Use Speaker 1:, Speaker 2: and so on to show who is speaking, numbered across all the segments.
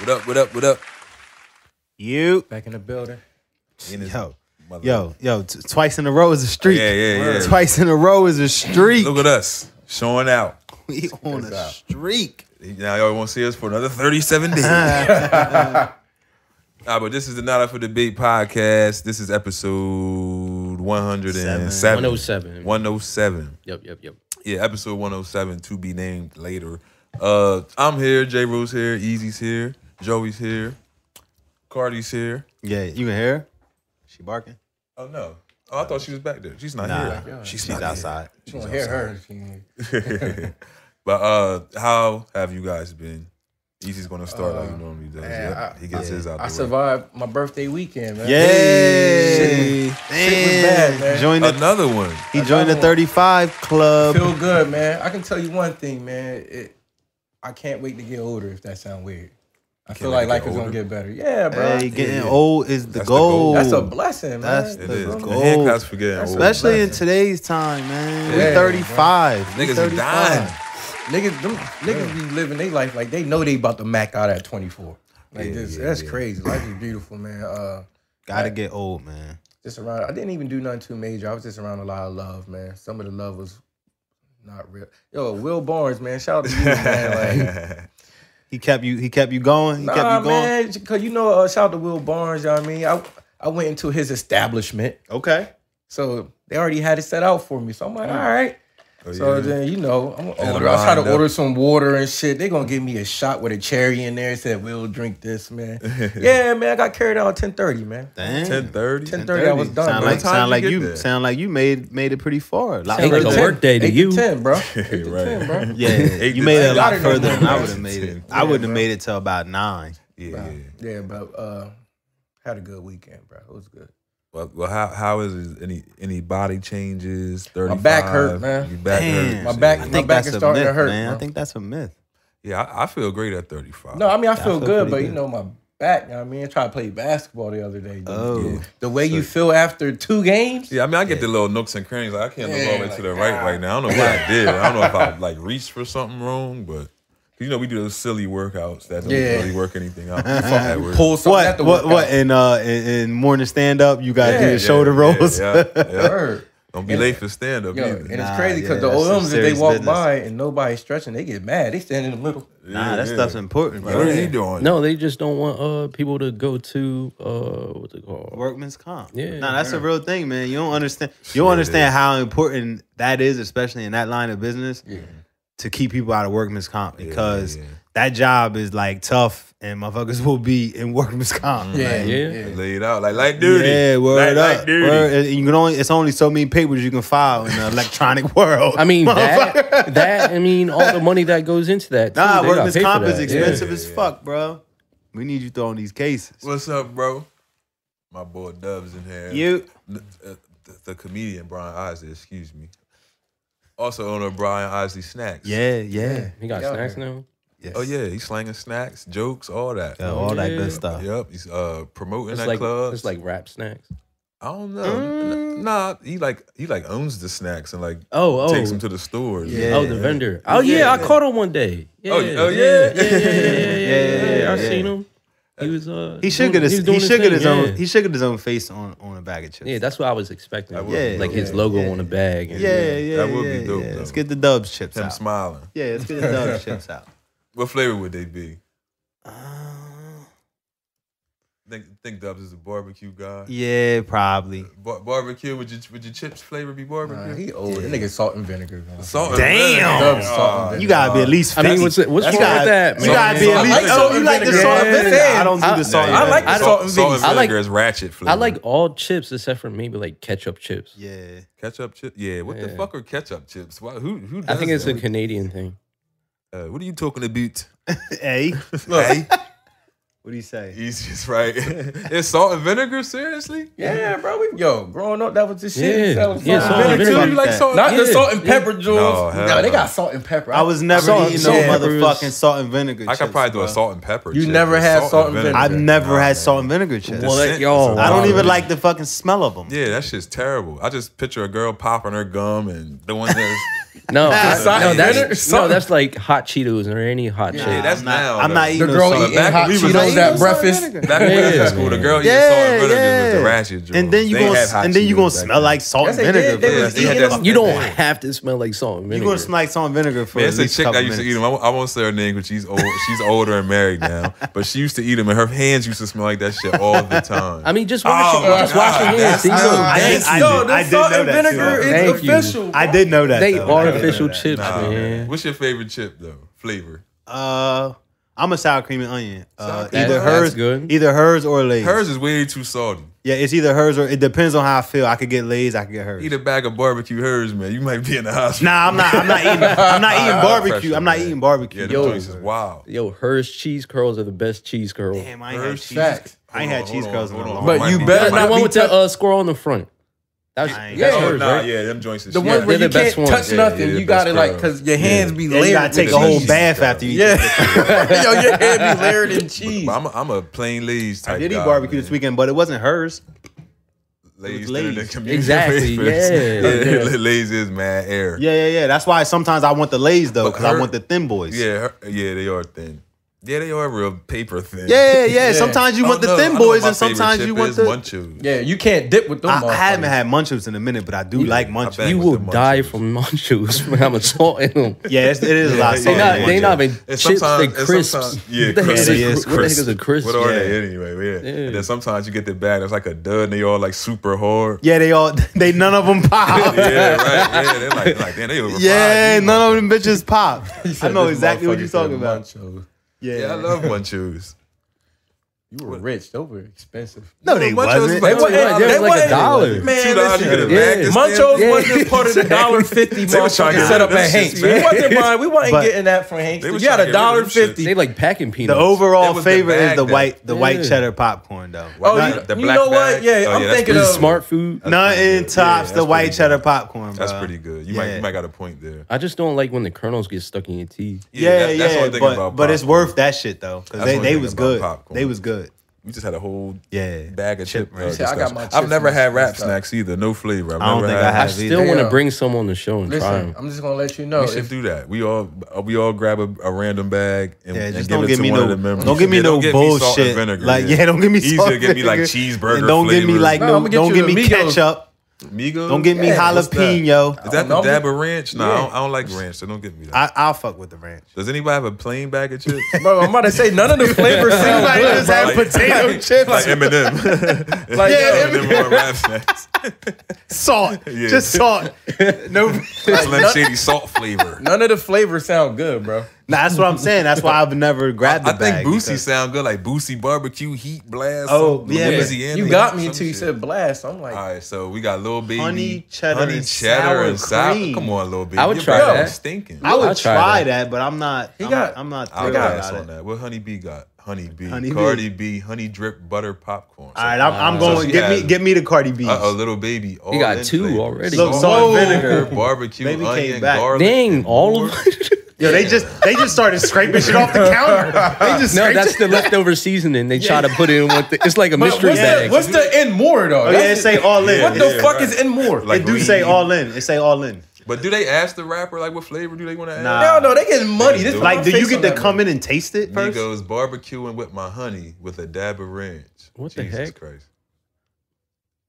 Speaker 1: What up, what up, what up?
Speaker 2: You.
Speaker 3: Back in the building.
Speaker 2: Yo. Yo, yo, t- twice in a row is a streak.
Speaker 1: Yeah, yeah, yeah.
Speaker 2: Twice in a row is a streak.
Speaker 1: Look at us showing out.
Speaker 2: we on a streak.
Speaker 1: Now y'all won't see us for another 37 days. nah, but this is the Not Up for Debate podcast. This is episode 107.
Speaker 3: 107.
Speaker 1: 107.
Speaker 3: Yep, yep, yep.
Speaker 1: Yeah, episode 107 to be named later. Uh, I'm here. J. Rose here. Easy's here. Joey's here. Cardi's here.
Speaker 2: Yeah, you can hear her? She barking?
Speaker 1: Oh, no. Oh, I thought she was back there. She's not here.
Speaker 2: Nah, she's,
Speaker 1: not here.
Speaker 2: outside.
Speaker 3: You gonna hear her. if you-
Speaker 1: But uh, how have you guys been? Easy's gonna start like he normally does.
Speaker 3: Uh, man,
Speaker 1: Yep.
Speaker 3: I-
Speaker 1: He gets his out.
Speaker 3: I
Speaker 1: the way.
Speaker 3: survived my birthday weekend, man.
Speaker 2: Yay!
Speaker 3: bad, man.
Speaker 2: Joined the,
Speaker 1: Another one.
Speaker 2: he joined the 35 club.
Speaker 3: Feel good, man. I can tell you one thing, man. It, I can't wait to get older. If that sounds weird, I feel
Speaker 1: wait to
Speaker 3: like life
Speaker 1: get
Speaker 3: is gonna
Speaker 1: older?
Speaker 3: get better. Yeah, bro.
Speaker 2: Hey, getting
Speaker 1: Yeah.
Speaker 2: old is the
Speaker 1: That's the
Speaker 2: goal.
Speaker 1: goal.
Speaker 3: That's a blessing, man.
Speaker 2: That's
Speaker 1: It
Speaker 2: the
Speaker 1: is. The
Speaker 2: goal.
Speaker 1: hand claps for getting old.
Speaker 2: Especially in
Speaker 3: blessing.
Speaker 2: today's time, man.
Speaker 3: Yeah,
Speaker 2: we 35. We
Speaker 1: Niggas is
Speaker 2: 35.
Speaker 1: dying.
Speaker 3: niggas, them, niggas be living their life like they know they about to mac out at 24. Like
Speaker 1: Yeah,
Speaker 3: this,
Speaker 1: yeah,
Speaker 3: that's
Speaker 1: yeah.
Speaker 3: crazy. Life is beautiful, man. Uh,
Speaker 2: Gotta get old, man.
Speaker 3: just around. I didn't even do nothing too major. I was just around a lot of love, man. Some of the love was not real. Yo, Will Barnes, man. Shout out to you, man. Like,
Speaker 2: He kept you. He kept you going. He kept
Speaker 3: nah,
Speaker 2: you going.
Speaker 3: man. Cause you know, uh, shout out to Will Barnes. You know what I mean, I I went into his establishment,
Speaker 2: Okay.
Speaker 3: so they already had it set out for me. So I'm like, all right.
Speaker 1: Hmm. Oh,
Speaker 3: So
Speaker 1: yeah.
Speaker 3: then you know, I'm
Speaker 1: Had
Speaker 3: gonna
Speaker 1: it
Speaker 3: order. I try
Speaker 1: lined
Speaker 3: to
Speaker 1: up.
Speaker 3: order some water and shit. They gonna give me a shot with a cherry in there. Said we'll drink this, man. yeah, man. I got carried out at ten thirty, man.
Speaker 2: Damn.
Speaker 1: 1030.
Speaker 3: 10:30, I was done.
Speaker 2: Sound
Speaker 3: bro.
Speaker 2: like
Speaker 1: What time
Speaker 2: sound like
Speaker 1: you get
Speaker 2: you
Speaker 1: there?
Speaker 2: sound like you made made it pretty far. A lot
Speaker 4: like
Speaker 3: Eight
Speaker 2: further.
Speaker 4: a
Speaker 3: ten.
Speaker 4: work day to
Speaker 3: Eight
Speaker 4: you.
Speaker 3: ten, bro. Eight to
Speaker 1: Right.
Speaker 3: ten, bro.
Speaker 2: Yeah,
Speaker 1: Eight
Speaker 2: you
Speaker 1: to
Speaker 2: made it
Speaker 1: ten.
Speaker 2: a
Speaker 3: Gotta
Speaker 2: lot
Speaker 3: go
Speaker 2: further than I
Speaker 3: ten.
Speaker 2: would have made it.
Speaker 1: Yeah,
Speaker 2: I would have
Speaker 3: bro.
Speaker 2: made it till about nine.
Speaker 1: Yeah, yeah.
Speaker 3: Yeah, but uh, had a good weekend, bro. It was good.
Speaker 1: Well, well, how how is it? any any body changes? Thirty.
Speaker 3: back hurt, man.
Speaker 1: Your back
Speaker 2: Damn.
Speaker 1: hurts.
Speaker 3: My back-
Speaker 1: Yeah,
Speaker 2: I
Speaker 3: my
Speaker 2: think
Speaker 3: back
Speaker 2: that's
Speaker 3: is
Speaker 2: a
Speaker 3: starting
Speaker 2: myth,
Speaker 3: to hurt,
Speaker 2: man.
Speaker 3: bro.
Speaker 2: I think that's a myth.
Speaker 1: Yeah, I, I feel great at thirty five.
Speaker 3: No, I mean I feel
Speaker 2: feel
Speaker 3: good,
Speaker 2: pretty
Speaker 3: but you
Speaker 2: good.
Speaker 3: know my back. You know what I mean, I tried to play basketball the other day. dude.
Speaker 2: Oh.
Speaker 3: the way you feel after two games.
Speaker 1: Yeah, I mean, I get the little nooks and crannies. Like, I can't look all the way
Speaker 3: Yeah,
Speaker 1: to the
Speaker 3: like,
Speaker 1: right
Speaker 3: ah.
Speaker 1: right now. I don't know what I did. I don't know if I like reached for something wrong, but you know, we do those silly workouts that don't
Speaker 3: Yeah.
Speaker 1: really work anything out. Afterwards.
Speaker 3: Pull something
Speaker 2: What
Speaker 3: after
Speaker 2: what what
Speaker 3: workout.
Speaker 2: in uh in, in morning stand up you gotta do
Speaker 3: Yeah,
Speaker 2: your shoulder
Speaker 1: yeah,
Speaker 2: rolls.
Speaker 1: Yeah, yeah.
Speaker 3: Word.
Speaker 1: Don't be late for stand up
Speaker 3: Yo,
Speaker 1: either.
Speaker 3: and it's
Speaker 2: Nah,
Speaker 3: crazy because
Speaker 2: yeah, that's
Speaker 3: the
Speaker 2: some
Speaker 3: OMs that they
Speaker 2: serious
Speaker 3: walk
Speaker 2: business.
Speaker 3: by and nobody's stretching, they get mad. They stand in the middle.
Speaker 2: nah, that
Speaker 1: Yeah,
Speaker 2: stuff's
Speaker 1: yeah.
Speaker 2: important,
Speaker 1: What are
Speaker 2: bro.
Speaker 1: you doing?
Speaker 4: No, they just don't want uh people to go to uh what's it called?
Speaker 2: Workman's comp.
Speaker 4: Yeah,
Speaker 2: nah, that's a real thing, man. You don't understand. You don't understand how important that is, especially in that line of business, to keep people out of workman's comp because
Speaker 1: yeah.
Speaker 2: that job is like tough, and motherfuckers will be in workman's
Speaker 4: Mm-hmm.
Speaker 2: comp.
Speaker 3: Yeah,
Speaker 2: like,
Speaker 4: Yeah.
Speaker 1: Laid out like light duty.
Speaker 2: Yeah,
Speaker 1: light,
Speaker 2: word up.
Speaker 1: Light duty.
Speaker 2: Word- and you can only it's only so many papers you can file in the electronic world.
Speaker 4: I mean that that I mean all the money that goes into that. Too,
Speaker 2: nah,
Speaker 4: They gotta
Speaker 2: workman's
Speaker 4: pay for
Speaker 2: comp is
Speaker 4: that.
Speaker 2: expensive as fuck, bro. We need you throwing these cases.
Speaker 1: What's up, bro? My boy Dubs in here.
Speaker 2: You-
Speaker 1: N- uh, the, the comedian Brian Isley. Excuse me. Also owner of Brian Isley Snacks.
Speaker 2: Yeah, yeah,
Speaker 4: He got
Speaker 3: Yeah.
Speaker 4: snacks now.
Speaker 2: yes.
Speaker 1: Oh yeah, he's slanging snacks, jokes, all that.
Speaker 2: Yeah, all that
Speaker 4: Yeah.
Speaker 2: good stuff.
Speaker 1: Yep, he's uh promoting
Speaker 4: It's
Speaker 1: that
Speaker 4: like
Speaker 1: club.
Speaker 4: it's like Mm. rap snacks.
Speaker 1: I don't know. N- Nah, he like he like owns the snacks and like
Speaker 4: Oh, oh.
Speaker 1: takes them to the stores.
Speaker 2: Yeah.
Speaker 4: Oh, the vendor. Oh yeah, I caught him one day. Yeah.
Speaker 1: Oh, oh, yeah.
Speaker 4: Yeah, yeah, yeah, yeah,
Speaker 2: Yeah,
Speaker 4: yeah,
Speaker 2: yeah,
Speaker 4: yeah, I
Speaker 2: yeah.
Speaker 4: seen him. He was uh
Speaker 2: He should
Speaker 4: doing-
Speaker 2: get his,
Speaker 4: was
Speaker 2: he
Speaker 4: doing
Speaker 2: should get
Speaker 4: thing,
Speaker 2: his
Speaker 4: yeah.
Speaker 2: own he should get his own face on on a bag of chips.
Speaker 4: Yeah, that's what I was expecting.
Speaker 1: would
Speaker 2: be
Speaker 4: Yeah, like his
Speaker 2: dope.
Speaker 4: logo
Speaker 2: Yeah.
Speaker 4: on the bag. And,
Speaker 2: yeah, yeah.
Speaker 1: That would be
Speaker 2: yeah,
Speaker 1: dope,
Speaker 2: yeah.
Speaker 1: though.
Speaker 2: Let's get the Dubs chips
Speaker 1: Him
Speaker 2: out.
Speaker 1: smiling.
Speaker 2: Yeah, let's get the Dubs chips out.
Speaker 1: What flavor would they be?
Speaker 2: Uh,
Speaker 1: Think think Dubs is a barbecue guy.
Speaker 2: yeah, probably.
Speaker 1: Bar- barbecue? Would your would your chips flavor be barbecue?
Speaker 3: Nah, he old. That nigga salt and vinegar. Man.
Speaker 1: Salt and
Speaker 2: Damn.
Speaker 1: vinegar.
Speaker 3: Dubs, salt and
Speaker 1: Oh,
Speaker 3: vinegar.
Speaker 2: You gotta be at least. 50.
Speaker 4: I mean, what's what's wrong
Speaker 2: You
Speaker 4: with
Speaker 2: gotta-
Speaker 4: that, man?
Speaker 2: You gotta be at
Speaker 1: I
Speaker 2: least.
Speaker 1: like
Speaker 2: oh,
Speaker 1: salt
Speaker 2: you
Speaker 1: and
Speaker 2: like the
Speaker 1: vinegar.
Speaker 2: salt and
Speaker 3: Yeah.
Speaker 2: vinegar? I don't do
Speaker 4: I-
Speaker 2: the salt.
Speaker 1: yeah,
Speaker 2: and
Speaker 3: I like
Speaker 1: yeah.
Speaker 3: the
Speaker 1: salt
Speaker 3: salt and
Speaker 1: Salt and
Speaker 4: vinegar. I like-
Speaker 1: vinegar is ratchet flavor.
Speaker 4: I like all chips except for maybe like ketchup chips.
Speaker 2: vinegar. Yeah.
Speaker 1: ketchup chips. Yeah, what the
Speaker 4: Yeah.
Speaker 1: fuck are ketchup chips? Why, who who?
Speaker 4: I
Speaker 1: Does
Speaker 4: think it's a
Speaker 1: that?
Speaker 4: Canadian thing.
Speaker 1: Uh, what are you talking about?
Speaker 2: Hey,
Speaker 1: Look, hey,
Speaker 2: what do you say?
Speaker 1: easiest right. it's salt and vinegar. Seriously?
Speaker 3: Yeah, bro. We, yo, growing up, that was the shit.
Speaker 4: Yeah.
Speaker 3: Selling
Speaker 4: Yeah,
Speaker 3: salt
Speaker 4: salt
Speaker 3: and
Speaker 4: and
Speaker 3: vinegar.
Speaker 2: vinegar.
Speaker 1: Too, you like
Speaker 2: Yeah.
Speaker 1: salt?
Speaker 3: Not the
Speaker 4: Yeah.
Speaker 3: salt and pepper jewels.
Speaker 1: No,
Speaker 3: No,
Speaker 1: hell
Speaker 3: they
Speaker 1: no.
Speaker 3: got salt and pepper.
Speaker 2: I was never
Speaker 4: Salt-
Speaker 2: eating
Speaker 4: salt
Speaker 2: no
Speaker 4: and
Speaker 2: motherfucking
Speaker 4: peppers.
Speaker 2: salt and vinegar.
Speaker 1: I
Speaker 2: chips,
Speaker 1: could probably do
Speaker 2: bro.
Speaker 1: a salt and pepper.
Speaker 3: You
Speaker 1: chip,
Speaker 3: never
Speaker 1: but
Speaker 3: had salt and
Speaker 2: I've
Speaker 3: vinegar.
Speaker 2: never
Speaker 1: Nah,
Speaker 2: had
Speaker 1: man.
Speaker 2: salt and vinegar chips.
Speaker 4: Well,
Speaker 1: The
Speaker 4: like,
Speaker 1: scent
Speaker 4: Oh, yo,
Speaker 1: is
Speaker 2: I don't
Speaker 1: wild.
Speaker 2: even like the fucking smell of them.
Speaker 1: Yeah, that shit's terrible. I just picture a girl popping her gum and the one that's
Speaker 4: No, I-
Speaker 1: Society
Speaker 4: no,
Speaker 1: dinner?
Speaker 4: that's no,
Speaker 1: Something.
Speaker 4: that's like hot Cheetos or any hot
Speaker 1: Yeah,
Speaker 4: shit.
Speaker 1: that's
Speaker 2: I'm not,
Speaker 1: now.
Speaker 2: I'm
Speaker 1: though.
Speaker 2: not eating
Speaker 5: The girl
Speaker 2: no
Speaker 1: So
Speaker 2: salt.
Speaker 5: eating
Speaker 1: back
Speaker 5: hot
Speaker 1: when we was-
Speaker 5: Cheetos
Speaker 3: Eating
Speaker 5: at
Speaker 3: no
Speaker 5: breakfast.
Speaker 3: salt and
Speaker 1: Back when we was in
Speaker 4: Yeah.
Speaker 1: school, the girl
Speaker 2: Yeah,
Speaker 1: yeah, salt and vinegar was the
Speaker 2: yeah.
Speaker 1: ratchet joint.
Speaker 2: And then you
Speaker 1: They
Speaker 2: gonna
Speaker 1: had hot
Speaker 2: and then you
Speaker 1: Cheetos
Speaker 2: gonna
Speaker 1: back
Speaker 2: smell
Speaker 1: then.
Speaker 2: like salt
Speaker 3: Yes,
Speaker 2: and
Speaker 3: they
Speaker 2: vinegar.
Speaker 3: did. They
Speaker 2: for-
Speaker 1: was
Speaker 2: you
Speaker 1: eating
Speaker 2: gonna-
Speaker 1: that-
Speaker 4: you don't
Speaker 1: Yeah.
Speaker 4: have to smell like salt and
Speaker 2: You
Speaker 4: vinegar.
Speaker 2: gonna smell like salt and vinegar for
Speaker 1: Man,
Speaker 2: at
Speaker 1: it's a
Speaker 2: least
Speaker 1: chick
Speaker 2: couple
Speaker 1: that used to eat
Speaker 2: minutes.
Speaker 1: them. I, won't- I won't say her name because she's old. She's older and married now, but she used to eat them, and her hands used to smell like that shit all the time.
Speaker 4: I mean, just wash,
Speaker 1: Oh,
Speaker 4: your, just wash your
Speaker 1: God, that's-
Speaker 4: hands. See, look,
Speaker 1: oh,
Speaker 2: I
Speaker 4: that's-
Speaker 2: did- I
Speaker 3: Yo,
Speaker 2: did-
Speaker 3: the
Speaker 2: I did
Speaker 3: salt
Speaker 2: know
Speaker 3: and
Speaker 2: that, too.
Speaker 3: vinegar is
Speaker 4: Thank you.
Speaker 3: official.
Speaker 2: I did know that.
Speaker 4: they
Speaker 2: though. I did know
Speaker 4: artificial
Speaker 2: that.
Speaker 4: chips,
Speaker 1: Nah,
Speaker 4: man.
Speaker 1: What's your favorite chip though? Flavor.
Speaker 2: Uh, I'm a sour cream and onion. Uh,
Speaker 3: Sour cream
Speaker 2: either
Speaker 3: and
Speaker 4: onion.
Speaker 2: hers,
Speaker 4: That's good.
Speaker 2: either hers or Lay's.
Speaker 1: Hers is way too salty.
Speaker 2: Yeah, it's either hers or it depends on how I feel. I could get Lay's, I could get hers.
Speaker 1: Eat a bag of barbecue hers, man. You might be in the hospital.
Speaker 2: Nah, I'm not. I'm not eating. I'm not eating
Speaker 1: High blood
Speaker 2: barbecue.
Speaker 1: pressure,
Speaker 2: I'm not
Speaker 1: man.
Speaker 2: eating
Speaker 1: Yeah,
Speaker 2: barbecue.
Speaker 1: the joints is wild.
Speaker 4: Yo, hers cheese curls are the best cheese curl.
Speaker 2: Damn, I ain't had
Speaker 1: Hers
Speaker 2: cheese.
Speaker 1: cheese.
Speaker 3: Facts.
Speaker 2: I ain't had cheese curls in a long
Speaker 5: But
Speaker 1: Might
Speaker 5: you
Speaker 1: be-
Speaker 5: better
Speaker 1: might
Speaker 4: The
Speaker 5: not
Speaker 1: be-
Speaker 4: one
Speaker 5: be
Speaker 4: with the
Speaker 5: touch-
Speaker 4: uh, squirrel on the front. That's,
Speaker 2: I ain't-
Speaker 4: that's
Speaker 1: Oh,
Speaker 4: hers,
Speaker 1: nah,
Speaker 4: right?
Speaker 1: Yeah, them joints is
Speaker 5: The
Speaker 1: shit.
Speaker 5: one where
Speaker 4: they're
Speaker 5: you
Speaker 4: the best
Speaker 5: can't
Speaker 4: ones.
Speaker 5: touch
Speaker 4: Yeah,
Speaker 5: nothing.
Speaker 1: yeah,
Speaker 5: you got
Speaker 1: best
Speaker 5: it like
Speaker 1: girl.
Speaker 5: because your hands be
Speaker 2: Yeah, you
Speaker 5: layered.
Speaker 2: gotta take
Speaker 1: with
Speaker 2: a whole
Speaker 1: cheese.
Speaker 2: bath after you.
Speaker 5: Yeah,
Speaker 2: eat this.
Speaker 5: yo, your head be layered in cheese.
Speaker 1: I'm a, I'm a plain Lay's type.
Speaker 2: I did eat
Speaker 1: guy,
Speaker 2: barbecue
Speaker 1: man.
Speaker 2: this weekend, but it wasn't hers.
Speaker 1: Lay's,
Speaker 2: Lay's.
Speaker 1: through the community
Speaker 4: Exactly,
Speaker 1: papers.
Speaker 4: yeah.
Speaker 1: Lay's is mad air.
Speaker 2: Yeah, yeah, yeah. That's why sometimes I want the Lay's though,
Speaker 1: But
Speaker 2: because I
Speaker 1: her-
Speaker 2: want the thin boys.
Speaker 1: Yeah, her- yeah, they are thin. Yeah, they are real paper thin.
Speaker 2: yeah, yeah. Sometimes you want the thin boys, and sometimes you want the.
Speaker 1: munchos.
Speaker 5: Yeah, you can't dip with them.
Speaker 2: I, I haven't
Speaker 5: motherfuckers.
Speaker 2: had munchos in a minute, but I do like munchos.
Speaker 1: bet.
Speaker 4: You
Speaker 1: with
Speaker 4: will
Speaker 1: the
Speaker 4: die
Speaker 1: munchos.
Speaker 4: from munchos from how much salt in them.
Speaker 2: Yeah, it's, it is a lot. of
Speaker 1: Yeah,
Speaker 2: salt
Speaker 4: They not,
Speaker 2: in
Speaker 4: they
Speaker 2: munchos.
Speaker 4: not even
Speaker 1: And
Speaker 4: chips. They
Speaker 1: sometimes- and
Speaker 4: crisps.
Speaker 1: sometimes- yeah,
Speaker 4: What the heck
Speaker 1: crisps.
Speaker 4: is
Speaker 2: Yeah,
Speaker 4: a
Speaker 2: they is
Speaker 4: cr- What the heck is a crisp?
Speaker 1: What are
Speaker 2: Yeah.
Speaker 1: they anyway? Yeah. And then sometimes you get the bag that's like a dud, and they all like super hard.
Speaker 2: Yeah, they all. They none of them pop.
Speaker 1: Yeah, right. Yeah, they're like, like damn, they over
Speaker 2: Yeah,
Speaker 1: five.
Speaker 2: none of them bitches pop.
Speaker 5: He said
Speaker 2: I know
Speaker 5: this
Speaker 2: exactly what
Speaker 5: motherfucker
Speaker 2: you're talking
Speaker 5: said
Speaker 2: about.
Speaker 5: Munchos.
Speaker 2: Yeah,
Speaker 1: Yeah, I love munchos.
Speaker 5: You were rich. They were expensive.
Speaker 2: No, they
Speaker 1: Munchos
Speaker 2: wasn't.
Speaker 1: was like-
Speaker 5: They wasn't-
Speaker 4: Yeah,
Speaker 5: they
Speaker 4: it was like a
Speaker 5: wasn't-
Speaker 4: dollar.
Speaker 5: Man,
Speaker 1: Two dollars, you get a
Speaker 5: listen.
Speaker 1: bag.
Speaker 4: Yeah.
Speaker 1: that's
Speaker 5: Munchos
Speaker 1: thin.
Speaker 5: wasn't part of the dollar fifty
Speaker 1: They was trying to
Speaker 5: motherfucking set up
Speaker 1: get rid
Speaker 5: at
Speaker 1: of
Speaker 5: Hanks.
Speaker 1: them
Speaker 5: We
Speaker 1: shits, man.
Speaker 5: wasn't buying. We wasn't
Speaker 2: But-
Speaker 5: getting that from Hanks.
Speaker 1: They was
Speaker 5: You had
Speaker 1: trying
Speaker 5: a
Speaker 1: to get rid
Speaker 5: dollar
Speaker 1: of them shits.
Speaker 5: fifty.
Speaker 4: They like packing
Speaker 2: The
Speaker 4: peanuts.
Speaker 1: That
Speaker 2: overall
Speaker 1: was the
Speaker 2: favorite is
Speaker 1: bag
Speaker 2: the
Speaker 1: that-
Speaker 2: white the white
Speaker 4: Yeah.
Speaker 2: cheddar popcorn though.
Speaker 1: Why
Speaker 3: Oh,
Speaker 1: not
Speaker 3: you-
Speaker 1: the
Speaker 3: you
Speaker 1: black
Speaker 3: know what?
Speaker 1: bag? Oh,
Speaker 3: Yeah, I'm
Speaker 1: that's
Speaker 3: thinking
Speaker 1: pretty
Speaker 3: of-
Speaker 1: good.
Speaker 4: smart food.
Speaker 2: Nothing
Speaker 1: pretty good. Yeah,
Speaker 2: tops
Speaker 1: that's
Speaker 2: the white
Speaker 1: pretty
Speaker 2: cheddar
Speaker 1: good.
Speaker 3: uh,
Speaker 2: popcorn.
Speaker 1: That's
Speaker 2: bruh.
Speaker 1: pretty good. You might
Speaker 2: Yeah.
Speaker 1: you might got a point there.
Speaker 4: I just don't like when the kernels get stuck in your teeth.
Speaker 2: Yeah, yeah,
Speaker 1: that- that's what I'm thinking
Speaker 2: but
Speaker 1: about
Speaker 2: but it's
Speaker 1: popcorn.
Speaker 2: worth that shit though because
Speaker 1: That's
Speaker 2: they,
Speaker 1: what I'm
Speaker 2: they
Speaker 1: thinking
Speaker 2: was
Speaker 1: about
Speaker 2: good.
Speaker 1: popcorn.
Speaker 2: They was good.
Speaker 1: We just had a whole
Speaker 2: Yeah,
Speaker 1: bag of chip. uh,
Speaker 2: Right.
Speaker 3: See, I got
Speaker 1: discussion.
Speaker 3: my
Speaker 1: I've
Speaker 3: chips
Speaker 1: never
Speaker 3: mixed
Speaker 1: had rap
Speaker 3: up.
Speaker 1: snacks either. No flavor. I've
Speaker 2: I don't
Speaker 1: never
Speaker 2: think
Speaker 1: had
Speaker 2: I
Speaker 4: I
Speaker 2: have either.
Speaker 4: still want to
Speaker 3: Damn.
Speaker 4: bring some on the show and try
Speaker 3: Listen,
Speaker 4: 'em.
Speaker 3: I'm just gonna let you know.
Speaker 1: We should
Speaker 3: If,
Speaker 1: do that. We all uh, we all grab a, a random bag and,
Speaker 2: Yeah,
Speaker 1: and
Speaker 2: just
Speaker 1: give
Speaker 2: don't
Speaker 1: it
Speaker 2: give
Speaker 1: to
Speaker 2: me
Speaker 1: one
Speaker 2: no
Speaker 1: of the members.
Speaker 2: don't give me
Speaker 1: Yeah,
Speaker 2: no
Speaker 1: salt and
Speaker 2: bullshit.
Speaker 1: vinegar,
Speaker 2: like yeah. don't give me
Speaker 1: Easier
Speaker 2: salt and
Speaker 1: give me like
Speaker 2: vinegar.
Speaker 1: cheeseburger.
Speaker 2: And don't give me
Speaker 1: flavor.
Speaker 2: like
Speaker 3: No,
Speaker 2: no,
Speaker 3: I'ma get
Speaker 2: don't
Speaker 3: you
Speaker 2: give
Speaker 3: the
Speaker 2: me
Speaker 3: Migos.
Speaker 2: ketchup.
Speaker 1: Migos?
Speaker 2: Don't give me
Speaker 1: Yeah, what's that?
Speaker 2: jalapeno.
Speaker 1: Is that the
Speaker 3: Don't get-
Speaker 1: dab of ranch? No, I, don't,
Speaker 3: Yeah.
Speaker 1: I don't like ranch. So don't give me that.
Speaker 2: I, I'll fuck with the ranch.
Speaker 1: Does anybody have a plain bag of chips?
Speaker 3: bro, I'm about to say none of the flavors sound
Speaker 2: Everybody
Speaker 3: good,
Speaker 2: just
Speaker 3: bro.
Speaker 2: had
Speaker 1: Like-
Speaker 2: potato chips,
Speaker 1: like Eminem.
Speaker 3: Like,
Speaker 2: Yeah,
Speaker 1: Eminem on rap snacks.
Speaker 2: salt,
Speaker 1: Yeah.
Speaker 2: just salt. No, nah,
Speaker 1: Slim Shady salt flavor.
Speaker 3: None of the flavors sound good, bro.
Speaker 2: that's what I'm saying. That's why I've never grabbed. The
Speaker 1: I think
Speaker 2: bag
Speaker 1: Boosie
Speaker 2: because-
Speaker 1: sound good, like Boosie barbecue heat blast.
Speaker 2: Oh,
Speaker 1: something,
Speaker 2: yeah, but
Speaker 1: Louisiana.
Speaker 3: You got me
Speaker 1: some
Speaker 3: until you
Speaker 1: shit. Ah,
Speaker 3: said blast. I'm like,
Speaker 1: All right, so we got little baby,
Speaker 2: Honey cheddar
Speaker 1: honey
Speaker 2: and
Speaker 1: cheddar
Speaker 2: sour
Speaker 1: and sour.
Speaker 2: cream.
Speaker 1: Come on, little baby,
Speaker 4: I would
Speaker 1: Your
Speaker 4: try
Speaker 1: breath
Speaker 4: that.
Speaker 1: is Stinking.
Speaker 2: I would
Speaker 4: I'll try
Speaker 2: try, that. but I'm not.
Speaker 3: He
Speaker 2: I'm,
Speaker 3: got-
Speaker 2: not I'm not
Speaker 1: I
Speaker 2: thrilled
Speaker 1: would ass
Speaker 2: about
Speaker 1: on
Speaker 2: it.
Speaker 1: that. What honey bee got? Honey bee,
Speaker 2: Honey Bee.
Speaker 1: Cardi B, honey drip butter popcorn.
Speaker 2: All right, I'm, I'm
Speaker 1: So
Speaker 2: going.
Speaker 1: she
Speaker 2: get
Speaker 1: has-
Speaker 2: me, get me the Cardi B.
Speaker 1: uh oh, little baby. all
Speaker 4: got
Speaker 1: in
Speaker 4: two
Speaker 1: flavors.
Speaker 4: already.
Speaker 2: Look, Oh, salt and vinegar.
Speaker 1: barbecue,
Speaker 2: Baby came
Speaker 1: onion,
Speaker 2: back.
Speaker 1: garlic.
Speaker 4: Dang,
Speaker 1: and
Speaker 4: all
Speaker 1: more.
Speaker 4: of them.
Speaker 2: Yo, they just they just started scraping shit off the counter. They just
Speaker 4: no,
Speaker 2: scraped
Speaker 4: that's
Speaker 2: it.
Speaker 4: the leftover seasoning. They try to put it in with the, it's like a
Speaker 3: but
Speaker 4: mystery
Speaker 3: what's,
Speaker 4: bag.
Speaker 3: the, what's the in more
Speaker 2: Oh,
Speaker 3: though?
Speaker 2: yeah, it
Speaker 3: That's-
Speaker 2: say all in.
Speaker 1: Yeah,
Speaker 3: what
Speaker 2: It-
Speaker 3: the
Speaker 1: yeah,
Speaker 3: fuck
Speaker 1: right.
Speaker 3: is in more?
Speaker 1: Like
Speaker 2: it do
Speaker 1: lean.
Speaker 2: say all in. It say all in.
Speaker 1: But do they ask the rapper like what flavor do they want to add?
Speaker 2: Nah.
Speaker 3: no, no, they getting money. This
Speaker 2: Like, do you get to come in and taste it
Speaker 1: He
Speaker 2: first?
Speaker 1: goes barbecuing with my honey with a dab of ranch.
Speaker 4: What the
Speaker 1: Jesus
Speaker 4: heck?
Speaker 1: Christ.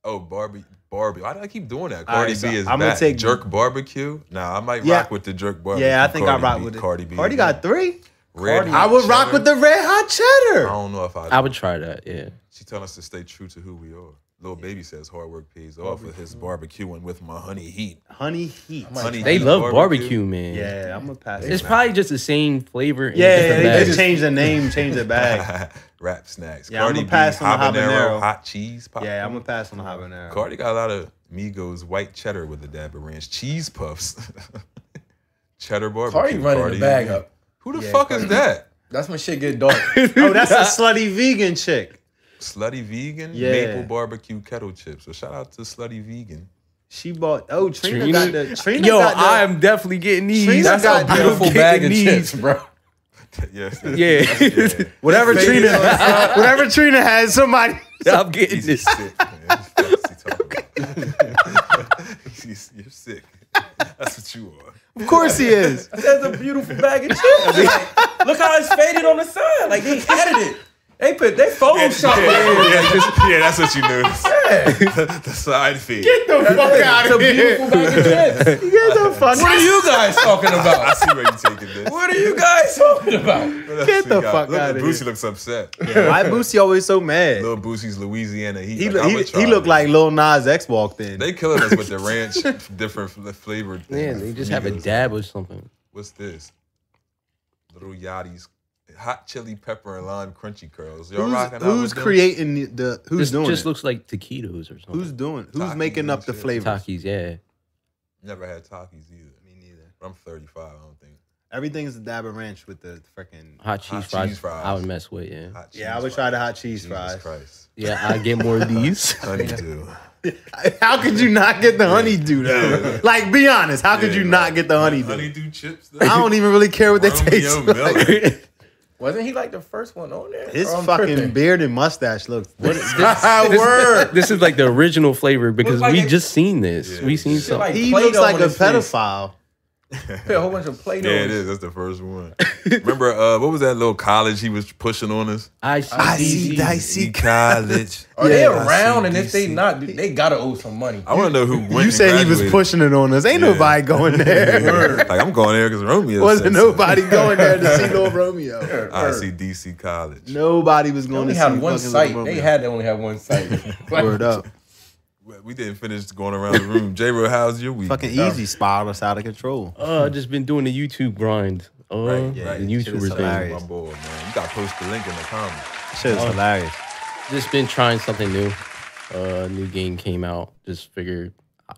Speaker 1: Oh, Barbie, Barbie. Why do I keep doing that?
Speaker 2: All
Speaker 1: Cardi
Speaker 2: right, so
Speaker 1: B is
Speaker 2: I'm gonna
Speaker 1: back.
Speaker 2: take-
Speaker 1: jerk barbecue. Nah, I might
Speaker 2: Yeah.
Speaker 1: rock with the jerk barbecue.
Speaker 2: Yeah, I think I
Speaker 1: Cardi
Speaker 2: rock
Speaker 1: B,
Speaker 2: with it.
Speaker 1: Cardi B.
Speaker 2: Cardi got three.
Speaker 1: Red
Speaker 3: Cardi-
Speaker 1: Hot
Speaker 2: I would rock
Speaker 1: Cheddar.
Speaker 2: with the red hot
Speaker 1: I
Speaker 2: cheddar.
Speaker 1: don't know if I.
Speaker 4: I would try that. Yeah.
Speaker 1: She telling us to stay true to who we are. Little baby says hard work pays off with his barbecuing with my honey heat.
Speaker 2: Honey heat.
Speaker 1: Honey
Speaker 4: They
Speaker 1: heat
Speaker 4: love barbecue, man.
Speaker 2: Yeah, I'm gonna pass.
Speaker 4: It's
Speaker 2: it.
Speaker 4: probably just the same flavor. In
Speaker 2: Yeah,
Speaker 4: different
Speaker 2: they
Speaker 4: bags.
Speaker 2: just changed the name, changed the bag.
Speaker 1: Rap snacks.
Speaker 2: Yeah,
Speaker 1: Cardi
Speaker 2: I'ma pass
Speaker 1: B,
Speaker 2: on the
Speaker 1: habanero,
Speaker 2: habanero.
Speaker 1: hot cheese popcorn.
Speaker 2: Yeah, I'm gonna pass on the habanero.
Speaker 1: Cardi got a lot of Migos white cheddar with a dab of ranch, cheese puffs, cheddar barbecue.
Speaker 3: Cardi running the bag up.
Speaker 1: Who the
Speaker 3: Yeah,
Speaker 1: fuck is that?
Speaker 3: That's when shit get dark.
Speaker 2: Oh, that's a slutty vegan chick.
Speaker 1: Slutty vegan
Speaker 2: Yeah.
Speaker 1: maple barbecue kettle chips. So shout out to Slutty Vegan.
Speaker 2: She bought. Oh, Trina,
Speaker 4: Trina?
Speaker 2: got the. Trina
Speaker 4: Yo,
Speaker 2: got the,
Speaker 4: I am definitely getting these.
Speaker 2: Trina
Speaker 3: That's a
Speaker 2: got the-
Speaker 3: beautiful
Speaker 4: I'm
Speaker 3: bag
Speaker 4: kicking
Speaker 3: of
Speaker 4: these.
Speaker 3: chips, bro.
Speaker 1: yes.
Speaker 4: Yeah.
Speaker 1: yeah.
Speaker 2: whatever Trina, whatever Trina has, somebody.
Speaker 4: I'm getting
Speaker 1: He's
Speaker 4: this.
Speaker 1: sick, man. He's- You're sick. That's what you are.
Speaker 2: Of course he is.
Speaker 5: That's a beautiful bag of chips. Like, look how it's faded on the side. Like they edited. They put they Photoshop.
Speaker 1: yeah, yeah, just- yeah, that's what you noticed. the, the side feed.
Speaker 5: It's a beautiful bag of chips.
Speaker 2: You guys are fucking.
Speaker 5: What are you guys talking about?
Speaker 1: I see where you're taking this.
Speaker 5: What are you guys talking about?
Speaker 1: Get
Speaker 2: the fuck outta here.
Speaker 1: Boosie looks upset.
Speaker 2: Why Boosie always so mad?
Speaker 1: Little Boosie's Louisiana heat.
Speaker 2: He
Speaker 1: like,
Speaker 2: look,
Speaker 1: I'ma
Speaker 2: he,
Speaker 1: try
Speaker 2: he looked
Speaker 1: it.
Speaker 2: like Lil Nas X walked in.
Speaker 1: They killing us with the ranch, different fl- flavored.
Speaker 4: Yeah,
Speaker 1: things.
Speaker 4: they just have a
Speaker 1: Migos.
Speaker 4: dab or something.
Speaker 1: What's this? Little Yachty's hot chili pepper and lime crunchy curls. Y'all
Speaker 2: who's
Speaker 1: rocking out
Speaker 2: who's
Speaker 1: with them?
Speaker 2: creating the, the who's
Speaker 4: This
Speaker 2: doing
Speaker 4: just
Speaker 2: it?
Speaker 4: looks like taquitos or something.
Speaker 2: who's doing? Who's
Speaker 1: Takis
Speaker 2: making
Speaker 1: and
Speaker 2: up the
Speaker 1: shit.
Speaker 2: flavors?
Speaker 4: Takis, yeah.
Speaker 1: Never had Takis either.
Speaker 2: Me neither.
Speaker 1: I'm 35. I don't think
Speaker 2: Everything's dab and ranch with the freaking.
Speaker 4: Hot cheese,
Speaker 1: Hot
Speaker 4: fries,
Speaker 1: cheese fries.
Speaker 4: I would mess with, yeah.
Speaker 1: hot. Cheese
Speaker 2: Yeah, I would
Speaker 1: fries.
Speaker 2: try the hot cheese
Speaker 1: Jesus
Speaker 2: fries.
Speaker 1: Christ.
Speaker 4: Yeah, I get more of these.
Speaker 1: Honeydew.
Speaker 2: How could you not get the honeydew though? Like, be honest. How could
Speaker 1: Yeah,
Speaker 2: you
Speaker 1: no.
Speaker 2: not get the honeydew?
Speaker 1: Honeydew chips. though?
Speaker 2: I don't even really care what they
Speaker 1: Romeo
Speaker 2: taste.
Speaker 1: Miller.
Speaker 2: Like.
Speaker 3: Wasn't he like the first one on there?
Speaker 2: His
Speaker 3: Or I'm
Speaker 2: fucking
Speaker 3: tripping?
Speaker 2: beard and mustache look.
Speaker 4: What is this,
Speaker 1: Word.
Speaker 4: this is like the original flavor because
Speaker 5: like
Speaker 4: we
Speaker 5: it-
Speaker 4: just seen this.
Speaker 1: Yeah.
Speaker 4: We seen
Speaker 1: Shit
Speaker 4: something.
Speaker 3: like-
Speaker 2: He
Speaker 3: Play-Doh
Speaker 2: looks like
Speaker 3: on
Speaker 2: a
Speaker 3: his face.
Speaker 2: pedophile.
Speaker 3: Put a whole bunch of play doh.
Speaker 1: Yeah, it is. That's the first one. Remember, uh, what was that little college he was pushing on us?
Speaker 4: I see. I
Speaker 1: See college.
Speaker 3: Are they
Speaker 2: Yeah, I
Speaker 3: around?
Speaker 1: see
Speaker 3: And if they not, they gotta owe some money.
Speaker 1: I want to know who went.
Speaker 2: You
Speaker 1: and
Speaker 2: said he was
Speaker 1: graduated.
Speaker 2: pushing it on us. Ain't
Speaker 1: Yeah.
Speaker 2: nobody going there.
Speaker 1: like I'm going there because Romeo
Speaker 2: Wasn't
Speaker 1: said so.
Speaker 2: nobody going there to see Lil Romeo.
Speaker 1: I see DC College.
Speaker 2: Nobody was
Speaker 3: They
Speaker 2: going
Speaker 3: only
Speaker 2: to see
Speaker 3: had one
Speaker 2: fucking Lil
Speaker 3: site.
Speaker 2: Romeo.
Speaker 3: They had to only have one site. Like,
Speaker 2: word up.
Speaker 1: We didn't finish going around the room. J. Ro, how's your week?
Speaker 2: Fucking easy spiraled us out of control.
Speaker 4: Uh, I just been doing the YouTube grind. Uh,
Speaker 1: Right, yeah,
Speaker 4: the
Speaker 2: shit is
Speaker 4: YouTuber
Speaker 2: hilarious.
Speaker 4: thing.
Speaker 1: My boy, man. You got to post the link in the comments.
Speaker 2: Shit is hilarious.
Speaker 4: Just been trying something new. Uh, new game came out. Just figured, uh,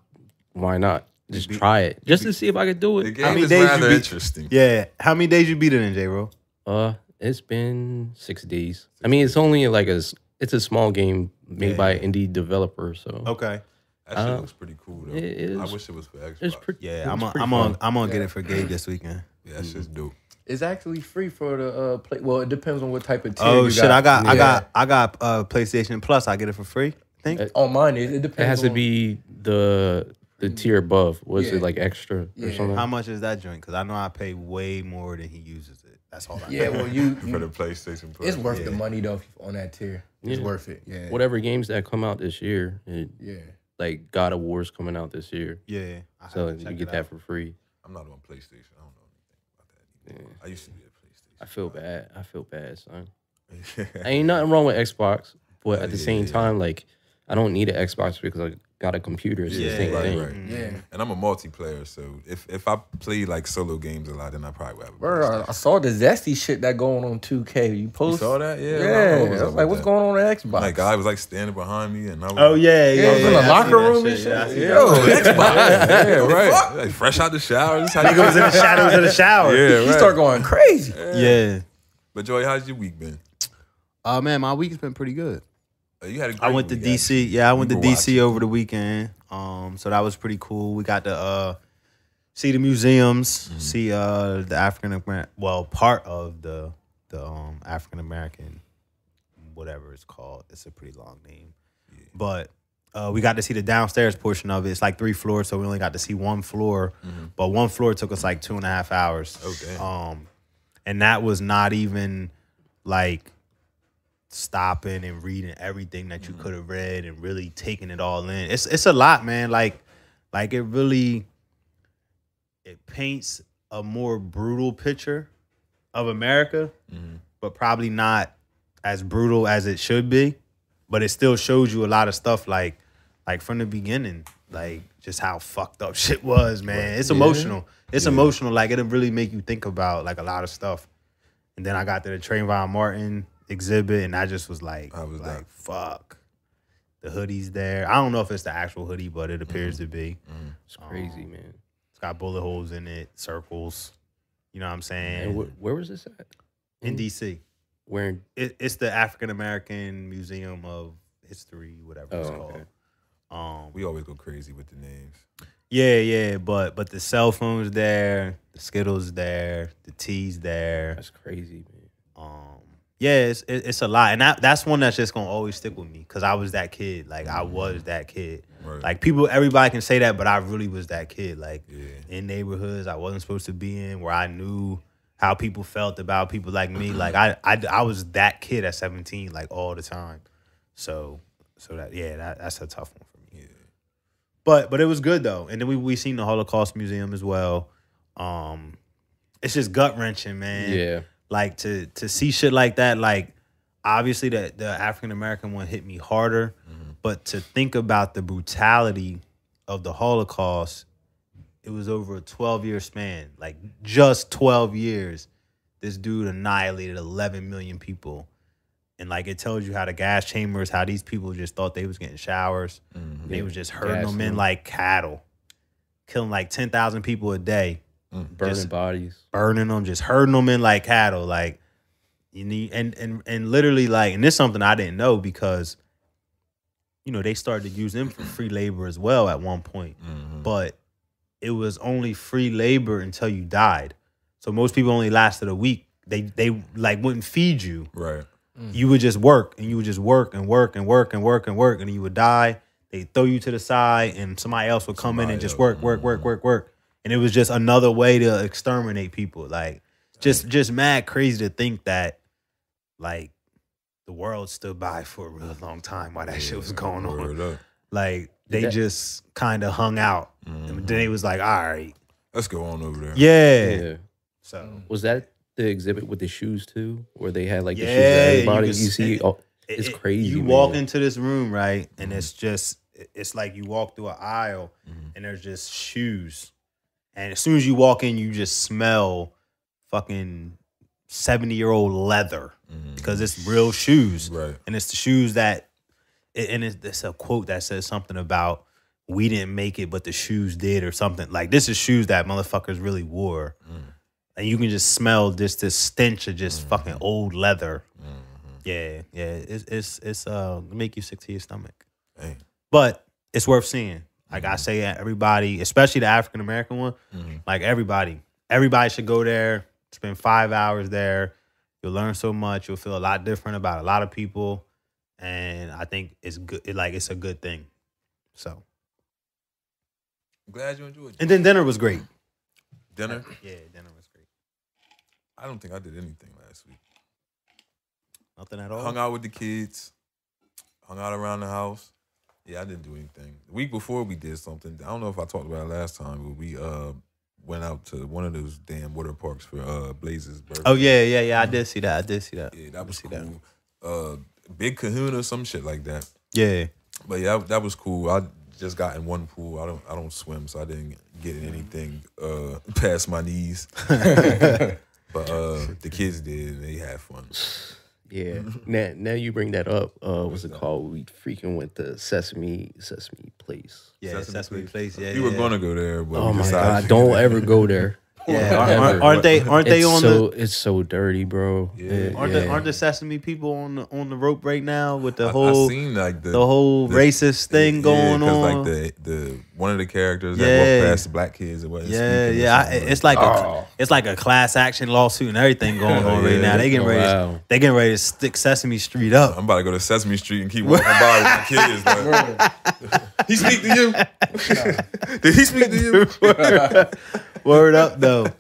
Speaker 4: why not? Just try it, just to see if I could do
Speaker 1: The
Speaker 4: it.
Speaker 1: game
Speaker 2: many
Speaker 1: is
Speaker 2: days you
Speaker 1: rather
Speaker 2: be-
Speaker 1: interesting.
Speaker 2: Yeah. How many days you beat it in, J Ro?
Speaker 4: Uh, it's been six days. I mean, it's only like a s- it's a small game made by an indie developer, so
Speaker 2: Okay.
Speaker 1: That shit
Speaker 4: Uh,
Speaker 1: looks pretty cool though.
Speaker 4: it is-
Speaker 1: I wish it was for Xbox.
Speaker 4: it's pretty.
Speaker 2: Yeah, I'm
Speaker 4: it's
Speaker 2: on.
Speaker 4: pretty
Speaker 2: I'm
Speaker 4: fun.
Speaker 2: on. I'm gonna get it for Gabe this weekend.
Speaker 1: yeah, that shit's dope.
Speaker 3: it's actually free for the uh, play. Well, it depends on what type of tier.
Speaker 2: Oh
Speaker 3: you
Speaker 2: shit! I got. I
Speaker 3: Yeah.
Speaker 2: got. I got uh, PlayStation Plus. I get it for free. I think.
Speaker 3: On mine, it, it depends.
Speaker 4: It has to
Speaker 3: on-
Speaker 4: be the the tier above. Was
Speaker 3: Yeah.
Speaker 4: it like extra or
Speaker 3: Yeah.
Speaker 4: something?
Speaker 2: How much is that joint? Because I know I pay way more than he uses it. That's all I
Speaker 3: Yeah, well, you.
Speaker 1: For the
Speaker 3: you
Speaker 1: PlayStation Plus.
Speaker 3: it's worth the money though if you- on that tier. It's
Speaker 4: Yeah.
Speaker 3: worth it. Yeah.
Speaker 4: Whatever games that come out this year, it,
Speaker 3: Yeah.
Speaker 4: like God of War's coming out this year,
Speaker 2: Yeah. I
Speaker 4: so
Speaker 2: have to
Speaker 4: you
Speaker 2: check
Speaker 4: get
Speaker 2: it
Speaker 4: that
Speaker 2: out.
Speaker 4: for free.
Speaker 1: I'm not on PlayStation. I don't know anything about that. anymore. I used to be at PlayStation.
Speaker 4: I feel bad. I feel bad, son. Ain't nothing wrong with Xbox, but at the same time, like I don't need an Xbox because I got a computer. It's the
Speaker 2: Yeah,
Speaker 4: same
Speaker 1: right,
Speaker 4: thing.
Speaker 1: right.
Speaker 3: Yeah.
Speaker 1: And I'm a multiplayer, so if if I play like solo games a lot, then I probably would have. A
Speaker 3: Bro, I- I saw the zesty shit that going on 2K. You
Speaker 1: you
Speaker 3: post
Speaker 1: saw that? Yeah.
Speaker 3: Yeah, I was
Speaker 1: up
Speaker 3: like,
Speaker 1: with
Speaker 3: what's
Speaker 1: that.
Speaker 3: going on at Xbox?
Speaker 1: Like guy was like standing behind me, and I was
Speaker 2: Oh yeah, yeah.
Speaker 3: yeah,
Speaker 2: yeah,
Speaker 3: in the
Speaker 2: I seen
Speaker 3: locker
Speaker 2: that
Speaker 3: room and
Speaker 2: shit,
Speaker 3: shit.
Speaker 2: yeah, I seen that.
Speaker 1: Yo, Xbox. yeah, right. Like fresh out the shower. This is how you
Speaker 2: It was in the shadows of the shower.
Speaker 1: Yeah,
Speaker 3: you
Speaker 1: right.
Speaker 3: start going crazy.
Speaker 2: Yeah.
Speaker 1: But Joy, how's your week been?
Speaker 2: Oh man, my week's been pretty good.
Speaker 1: Uh, You had a great
Speaker 2: I went to
Speaker 1: week,
Speaker 2: DC. Yeah, I went
Speaker 1: We
Speaker 2: to
Speaker 1: were
Speaker 2: DC
Speaker 1: watching.
Speaker 2: over the weekend. Um, so that was pretty cool. We got to uh see the museums,
Speaker 1: Mm-hmm.
Speaker 2: see uh the African American, well, part of the the um African American, whatever it's called. It's a pretty long name, but. Uh, we got to see the downstairs portion of it. It's like three floors, so we only got to see one floor. But one floor took us like two and a half hours.
Speaker 1: Okay.
Speaker 2: Um, and that was not even like stopping and reading everything that you could have read and really taking it all in. It's it's a lot, man. Like like it really it paints a more brutal picture of America, but probably not as brutal as it should be. But it still shows you a lot of stuff like like from the beginning, like just how fucked up shit was, man. It's emotional. It's emotional. Like it'll really make you think about like a lot of stuff. And then I got to the Train Von Martin exhibit, and I just was like,
Speaker 1: How was
Speaker 2: like,
Speaker 1: that?
Speaker 2: fuck. The hoodie's there. I don't know if it's the actual hoodie, but it appears to be.
Speaker 4: It's crazy, man.
Speaker 2: It's got bullet holes in it, circles. You know what I'm saying?
Speaker 4: And wh- where was this at?
Speaker 2: in DC,
Speaker 4: Where? in-
Speaker 2: it, it's the African American Museum of History, whatever it's
Speaker 4: Oh,
Speaker 2: called.
Speaker 4: okay.
Speaker 2: Um,
Speaker 1: We always go crazy with the names.
Speaker 2: yeah, yeah, but but the cell phones there, the Skittles there, the teas there.
Speaker 4: That's crazy, man.
Speaker 2: Um, yeah, it's it, it's a lot, and that, that's one that's just gonna always stick with me because I was that kid. Like I was that kid.
Speaker 1: Right.
Speaker 2: Like people, everybody can say that, but I really was that kid. Like in neighborhoods I wasn't supposed to be in, where I knew how people felt about people like me. Like I, I, I was that kid at seventeen, like all the time. So, so that yeah, that, that's a tough one for me. But but it was good though, and then we we seen the Holocaust Museum as well. Um, it's just gut wrenching, man
Speaker 4: Yeah.
Speaker 2: like to to see shit like that like obviously the, the african american one hit me harder but to think about the brutality of the holocaust it was over a 12 year span like just 12 years this dude annihilated 11 million people and like it tells you how the gas chambers how these people just thought they was getting showers
Speaker 1: Mm-hmm.
Speaker 2: they was just herding
Speaker 4: Gas
Speaker 2: them in
Speaker 4: them.
Speaker 2: like cattle killing like 10,000 people a day
Speaker 4: Burning
Speaker 2: Just-
Speaker 4: bodies.
Speaker 2: burning them, just herding them in like cattle. Like you need and and and literally like and this is something I didn't know because you know they started to use them for free labor as well at one point,
Speaker 1: Mm-hmm.
Speaker 2: but it was only free labor until you died. So most people only lasted a week. They they like wouldn't feed you.
Speaker 1: Right.
Speaker 2: You would just work and you would just work and work and work and work and work and you would die. They throw you to the side and somebody else would come in
Speaker 1: Somebody
Speaker 2: and just
Speaker 1: else.
Speaker 2: work, work, work, work, work. And it was just another way to exterminate people. Like just just mad crazy to think that like the world stood by for a real long time while that shit was going on.
Speaker 1: Word up.
Speaker 2: Like they
Speaker 4: That-
Speaker 2: just kind of hung out. And then it was like, all right.
Speaker 1: Mm-hmm. Let's go on over there.
Speaker 2: Yeah.
Speaker 4: Yeah.
Speaker 2: So
Speaker 4: Was that the exhibit with the shoes too, where they had like the shoes
Speaker 2: Yeah,
Speaker 4: of
Speaker 2: you
Speaker 4: everybody? You,
Speaker 2: could s-
Speaker 4: see, oh,
Speaker 2: it-
Speaker 4: it's
Speaker 2: it-
Speaker 4: crazy.
Speaker 2: You
Speaker 4: man.
Speaker 2: walk into this room, right? And it's just it- it's like you walk through an aisle
Speaker 1: Mm-hmm.
Speaker 2: and there's just shoes. And as soon as you walk in, you just smell fucking 70-year-old leather because it's real shoes.
Speaker 1: Mm-hmm. Right.
Speaker 2: And it's the shoes that it- and it's, it's a quote that says something about we didn't make it, but the shoes did or something. Like this is shoes that motherfuckers really wore.
Speaker 1: Mm-hmm.
Speaker 2: And you can just smell just this stench of just fucking old leather.
Speaker 1: Mm-hmm.
Speaker 2: Yeah, yeah. It's it's it's uh make you sick to your stomach.
Speaker 1: Dang.
Speaker 2: But it's worth seeing. Like I say, everybody, especially the African American one, like everybody, everybody should go there. Spend five hours there. You'll learn so much. You'll feel a lot different about a lot of people, and I think it's good. It, like it's a good thing. So,
Speaker 1: I'm glad you enjoyed
Speaker 2: and then dinner was great.
Speaker 1: dinner.
Speaker 2: Yeah, dinner was great.
Speaker 1: I don't think I did anything last week.
Speaker 2: Nothing at all.
Speaker 1: Hung out with the kids. Hung out around the house. Yeah, I didn't do anything. The week before we did something. I don't know if I talked about it last time, but we uh went out to one of those damn water parks for uh Blaze's birthday.
Speaker 2: Oh yeah, yeah, yeah. I did see that. I did see that.
Speaker 1: Yeah, that was cool. Uh, Big Kahuna, some shit like that.
Speaker 2: Yeah.
Speaker 1: But yeah, that, that was cool. I just got in one pool. I don't I don't swim, so I didn't get in anything uh, past my knees. but uh, the kids did, and they had fun.
Speaker 4: Yeah. now, now you bring that up. Uh, what's it called? We freaking went to Sesame Sesame Place.
Speaker 2: Yeah,
Speaker 1: Sesame
Speaker 2: Sesame, Place. Yeah,
Speaker 1: we
Speaker 2: yeah.
Speaker 1: were gonna go there, but
Speaker 4: Oh
Speaker 1: we
Speaker 4: my
Speaker 1: decided
Speaker 4: god! Don't ever go there.
Speaker 2: Yeah,
Speaker 4: Whatever.
Speaker 2: aren't, aren't they? Aren't they
Speaker 4: It's
Speaker 2: on
Speaker 4: so it's so dirty, bro. Yeah.
Speaker 2: the? Aren't, The, aren't the Sesame people on the on the rope right now with the
Speaker 1: I,
Speaker 2: whole
Speaker 1: I seen like the,
Speaker 2: the whole racist thing
Speaker 1: yeah,
Speaker 2: going
Speaker 1: 'cause,
Speaker 2: on?
Speaker 1: Like the the one of the characters that
Speaker 2: Yeah.
Speaker 1: walked past the black kids and wasn't
Speaker 2: yeah,
Speaker 1: speaking or
Speaker 2: yeah. I,
Speaker 1: something
Speaker 2: it's like
Speaker 4: Oh.
Speaker 2: a it's like a class action lawsuit and everything going on right
Speaker 1: Yeah.
Speaker 2: now. They getting ready.
Speaker 4: Oh,
Speaker 2: To,
Speaker 4: wow.
Speaker 2: they getting ready to stick Sesame Street up.
Speaker 1: I'm about to go to Sesame Street and keep walking by with my kids. Like, he speak to you? Did he speak to you?
Speaker 2: Word up though.